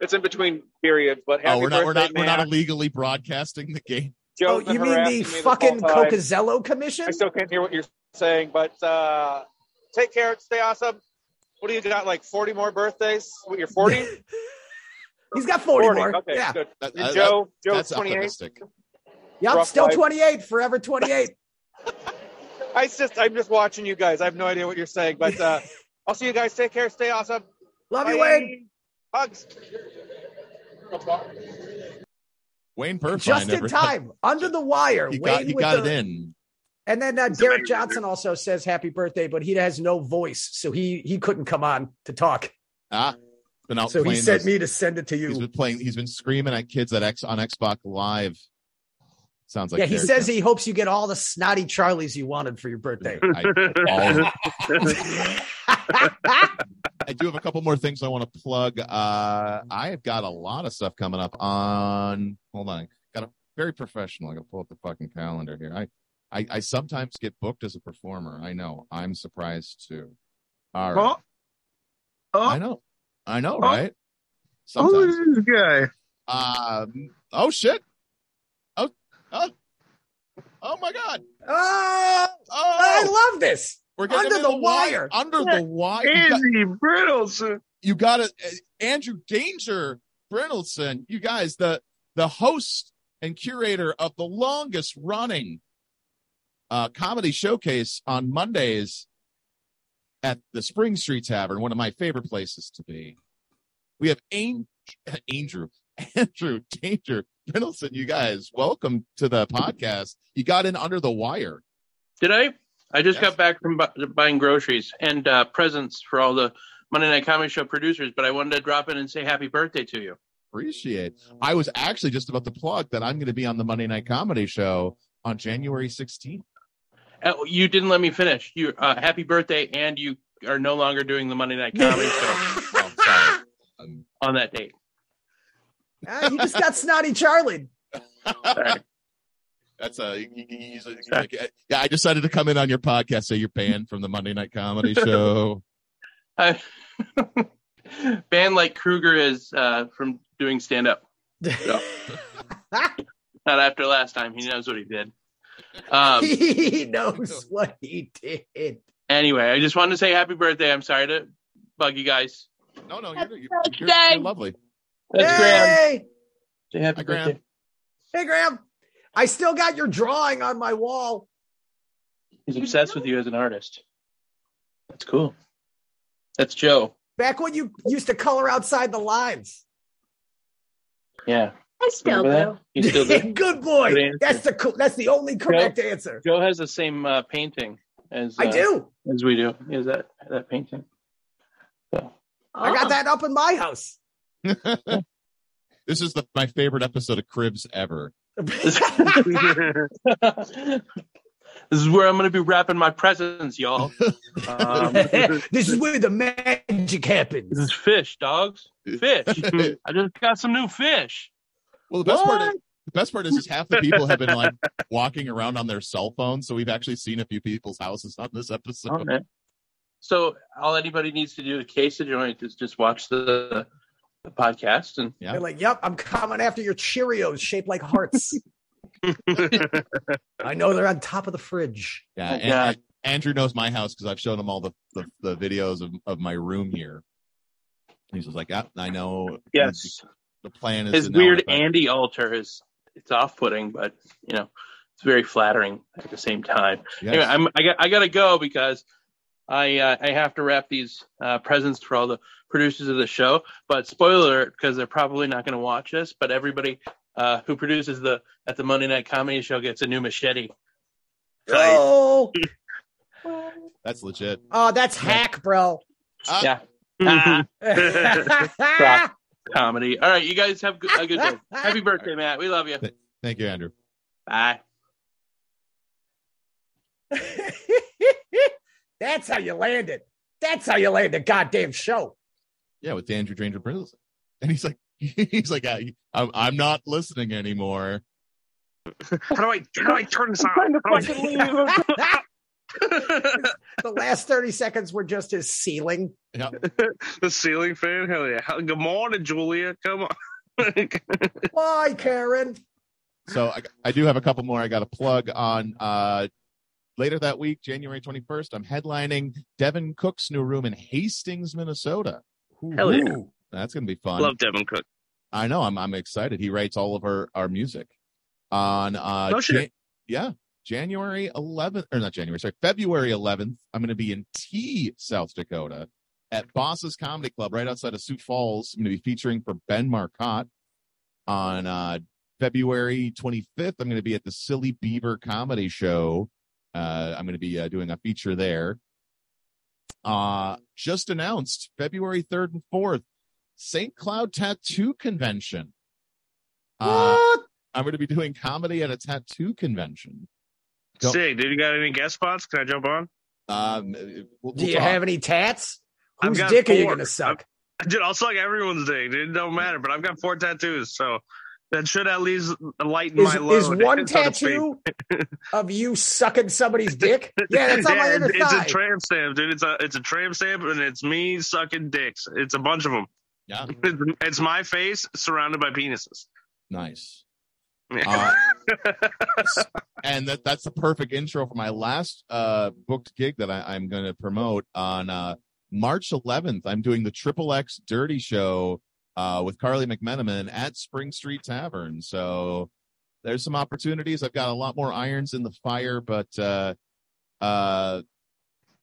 It's in between periods, but happy
Oh, we're not.
birthday,
We're not. We're
Matt.
not illegally broadcasting the game.
Oh,
Joe's been
you mean
harassing
the
me this
fucking
whole time.
Cocozello commission?
I still can't hear what you're saying, but uh, take care. Stay awesome. What do you got? Like 40 more birthdays? What, you're 40?
He's got 40, more.
Okay,
yeah.
good.
That-
You're
that-
Joe, Joe's
that's
28.
optimistic.
Yep,
Rough
still
life.
28, forever 28.
[laughs] I just, I'm just watching you guys. I have no idea what you're saying, but uh, I'll see you guys. Take care. Stay awesome.
Love you,
Bye.
Wayne.
Hugs.
Wayne Perfine. [laughs]
Just in
everybody.
time, under the wire.
He got,
Wayne
he
with
got
the,
it in.
And then uh, Derek Johnson also says happy birthday, but he has no voice, so he he couldn't come on to talk.
Ah, been out
so he
playing
sent
those-
me to send it to you.
He's been playing. He's been screaming at kids at X on Xbox Live. Sounds like
yeah, he
Derek
says he hopes you get all the snotty Charlies you wanted for your birthday.
[laughs] I, all- [laughs] I do have a couple more things I want to plug. Uh, I have got a lot of stuff coming up on. Hold on, got a very professional. I got to pull up the fucking calendar here. I, I, I sometimes get booked as a performer. I know. I'm surprised too. All right. I know. I know, right? Sometimes.
Who is Oh, this guy?
Um, oh shit. Oh, oh, [laughs] oh my god.
Oh, I love this.
We're getting
Under
him in
the wire.
Under
Yeah.
the wire.
Andy Brittles.
Uh, You got to Andrew Danger Brindleson. You guys, the the host and curator of the longest running uh, comedy showcase on Mondays at the Spring Street Tavern, one of my favorite places to be. We have Ang- [laughs] Andrew, [laughs] Andrew Danger Brindleson. You guys, welcome to the podcast. You got in under the wire.
Did I? I just got back from bu- buying groceries and uh, presents for all the Monday Night Comedy Show producers, but I wanted to drop in and say happy birthday to you.
Appreciate. I was actually just about to plug that I'm going to be on the Monday Night Comedy Show on January 16th.
Uh, you didn't let me finish. You uh, happy birthday, and you are no longer doing the Monday Night Comedy Show on that date.
[laughs] Ah, you just got
[laughs]
snotty Charlie.
That's a, you can- you can use it- you can- uh, yeah. I decided to come in on your podcast, say you're banned from the Monday
[laughs]
Night Comedy Show.
I banned like Kruger is uh, from doing stand up. Not after last time. He knows what he did. Um,
he knows what he did.
anyway, I just wanted to say happy birthday. I'm sorry to bug you guys.
No, no,
you're,
you're, you're, you're lovely.
That's
Hey,
Say happy birthday.
hey, Graham. I still got your drawing on my wall.
He's obsessed with you as an artist. That's cool. That's Joe.
Back when you used to color outside the lines.
Yeah.
I
still Remember that? do. You still do?
[laughs] Good boy.
Good answer.
that's the co- that's the only correct
Joe-
answer.
Joe has the same uh, painting as
I
uh,
do.
as we do. Is that that painting?
I got that up in my house.
This is the, my favorite episode of Cribs
[laughs]
ever.
This is where I'm going to be wrapping my presents, y'all. Um,
[laughs] this is where the magic happens.
This is fish, dogs.
[laughs]
Fish. I just got some new fish.
Well, the best part is the best part is, is half the people have been like walking around on their cell phones, so we've actually seen a few people's houses on this episode.
Okay. [laughs] So all anybody needs to do is case it, you know, just just watch the, the podcast and
They're like, yep, I'm coming after your Cheerios shaped like
[laughs]
hearts. I know they're on top of the fridge.
Yeah,
Oh,
and, and Andrew knows my house because I've shown him all the, the, the videos of, of my room here. He's just like, "Ah, I know.
Yes.
The plan is
his
to know
weird
if I-
Andy alter is it's off putting, but you know, it's very flattering at the same time.
Yes.
Anyway, I'm I got I gotta go because I uh, I have to wrap these uh, presents for all the producers of the show. But spoiler because they're probably not gonna watch this, but everybody uh, who produces the at the Monday Night Comedy Show gets a new machete.
Oh,
That's legit.
oh, that's hack, bro.
yeah. [laughs] Ah. Comedy. All right, you guys have good, a good day. Happy birthday, Matt. We love you.
Thank you, Andrew.
Bye.
That's how you land it. That's how you land a goddamn show.
Yeah, with Andrew Granger Brindleson. And he's like, [laughs] he's like, I, I'm, I'm not listening anymore.
How do I how do I turn this on? How do I-
[laughs]
[laughs]
The last 30 seconds were just his ceiling.
[laughs] the ceiling fan? Hell yeah. How- Good morning, Julia. Come on. [laughs]
Why, Karen?
So I, I do have a couple more I got to plug on. Uh, later that week, January 21st, I'm headlining Devin Cook's new room in Hastings, Minnesota.
Hell yeah.
Ooh, That's going to be fun.
Love Devin Cook.
I know. I'm I'm excited. He writes all of our our music on uh
No shit.
yeah January 11th or not January sorry February 11th. I'm going to be in T South Dakota at Boss's Comedy Club right outside of Sioux Falls. I'm going to be featuring for Ben Marcotte on uh February 25th. I'm going to be at the Silly Beaver Comedy Show. Uh, I'm going to be uh, doing a feature there uh just announced february 3rd and 4th st cloud tattoo convention uh i'm going to be doing comedy at a tattoo convention
Sig, did you got any guest spots? Can I jump on?
um we'll
Do you
talk.
have any tats?
I've
Whose
got
dick are you
four.
going to suck?
[laughs] Dude, I'll suck everyone's day, dude. It don't matter, but I've got four tattoos, so that should at least lighten
Is,
my load.
is one
so to speak.
tattoo
[laughs]
of you sucking somebody's dick?
[laughs]
Yeah, that's on my
Yeah,
inner
it's,
thigh.
it's a tramp stamp, dude. It's a it's a tramp stamp, and it's me sucking dicks. It's a bunch of them.
[laughs]
Yeah,
it's, it's my face surrounded by penises.
nice Uh, and that that's the perfect intro for my last uh booked gig that I, i'm going to promote on uh march 11th i'm doing the triple x dirty show uh, with Carly McMenamin at Spring Street Tavern. So there's some opportunities. I've got a lot more irons in the fire, but uh, uh,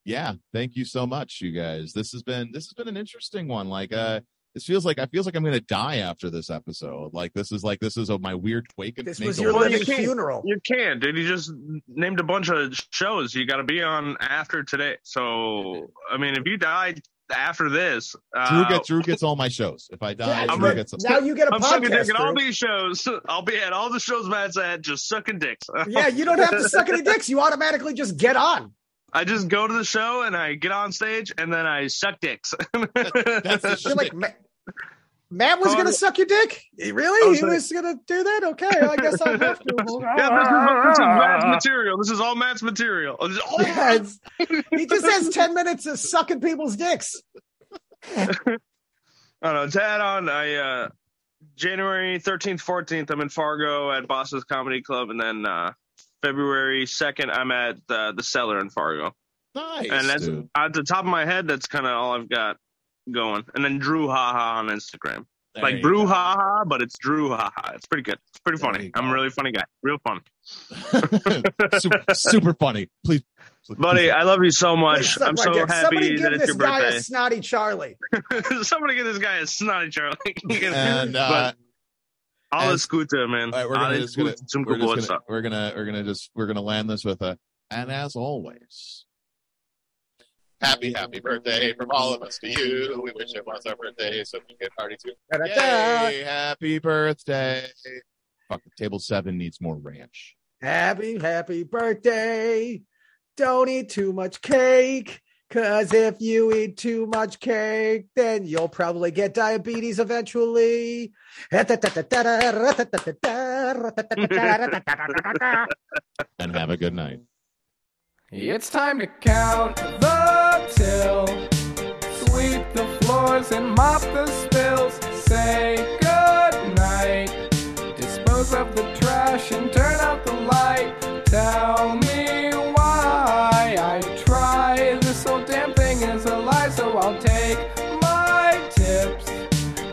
yeah, thank you so much, you guys. This has been this has been an interesting one. Like, uh, this feels like I feels like I'm gonna die after this episode. Like, this is like this is a, my weird wake.
This
make
was
a
your
wish.
living funeral.
You can, dude. You just named a bunch of shows you got to be on after today. So, I mean, if you died after this,
Drew
uh,
gets Drew gets all my shows. If I die,
I'm
Drew
a-
gets
I'm sucking dick at all these shows. [laughs] I'll be at all the shows Matt's at, just sucking dicks.
yeah, you don't have to suck any dicks. You automatically just get on.
I just go to the show and I get on stage and then I suck dicks. [laughs]
You're like, "Ma- Matt was going to suck your dick?
Oh,
Really? He
sorry.
was going to do that? Okay, I guess I'll have to.
[laughs]
yeah, this is, this is Matt's material. This is all Matt's material. This is all-
Yes. He just has 10 minutes of sucking people's dicks.
I don't know. To add on, I uh, January thirteenth, fourteenth, I'm in Fargo at Boston's Comedy Club, and then uh, February second, I'm at uh, the Cellar in Fargo.
Nice,
and that's
dude.
at the top of my head. That's kind of all I've got going. And then Drew Haha on Instagram,
There
like
you
Brew Haha, but it's Drew Haha. It's pretty good. It's pretty funny. I'm a really funny guy. Real fun, [laughs]
[laughs] super, super funny. Please,
buddy. I love you so much.
Suck
I'm
my
so
dick. Somebody
happy
give
that it's
this
your
guy
birthday.
a snotty Charlie.
[laughs] Somebody get this guy a snotty Charlie. [laughs]
and uh,
But I'll
as-
escuta, man.
All right, we're
I'll
gonna just gonna,
escuta some
we're,
good
just
stuff.
gonna, we're gonna we're gonna just we're gonna land this with a and as always. Happy happy birthday from all of us to you. We wish it was our birthday so we could party too.
Da-da-da.
Yay, happy birthday. Fuck, table seven needs more ranch.
Happy, happy birthday. Don't eat too much cake. Cause if you eat too much cake, then you'll probably get diabetes
[laughs]
eventually. [laughs]
And have a good night.
It's time to count the till. Sweep the floors and mop the spills. Say goodnight. Dispose of the trash and turn out the light. Tell me why I try. This whole damn thing is a lie, so I'll take my tips.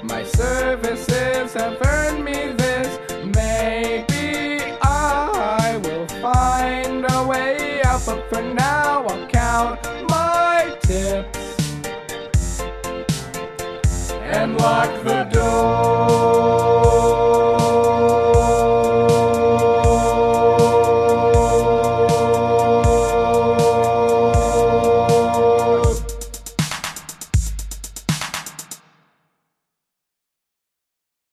My services have earned me this. Maybe I will find a way out, but for now I'll count my tips and lock the door.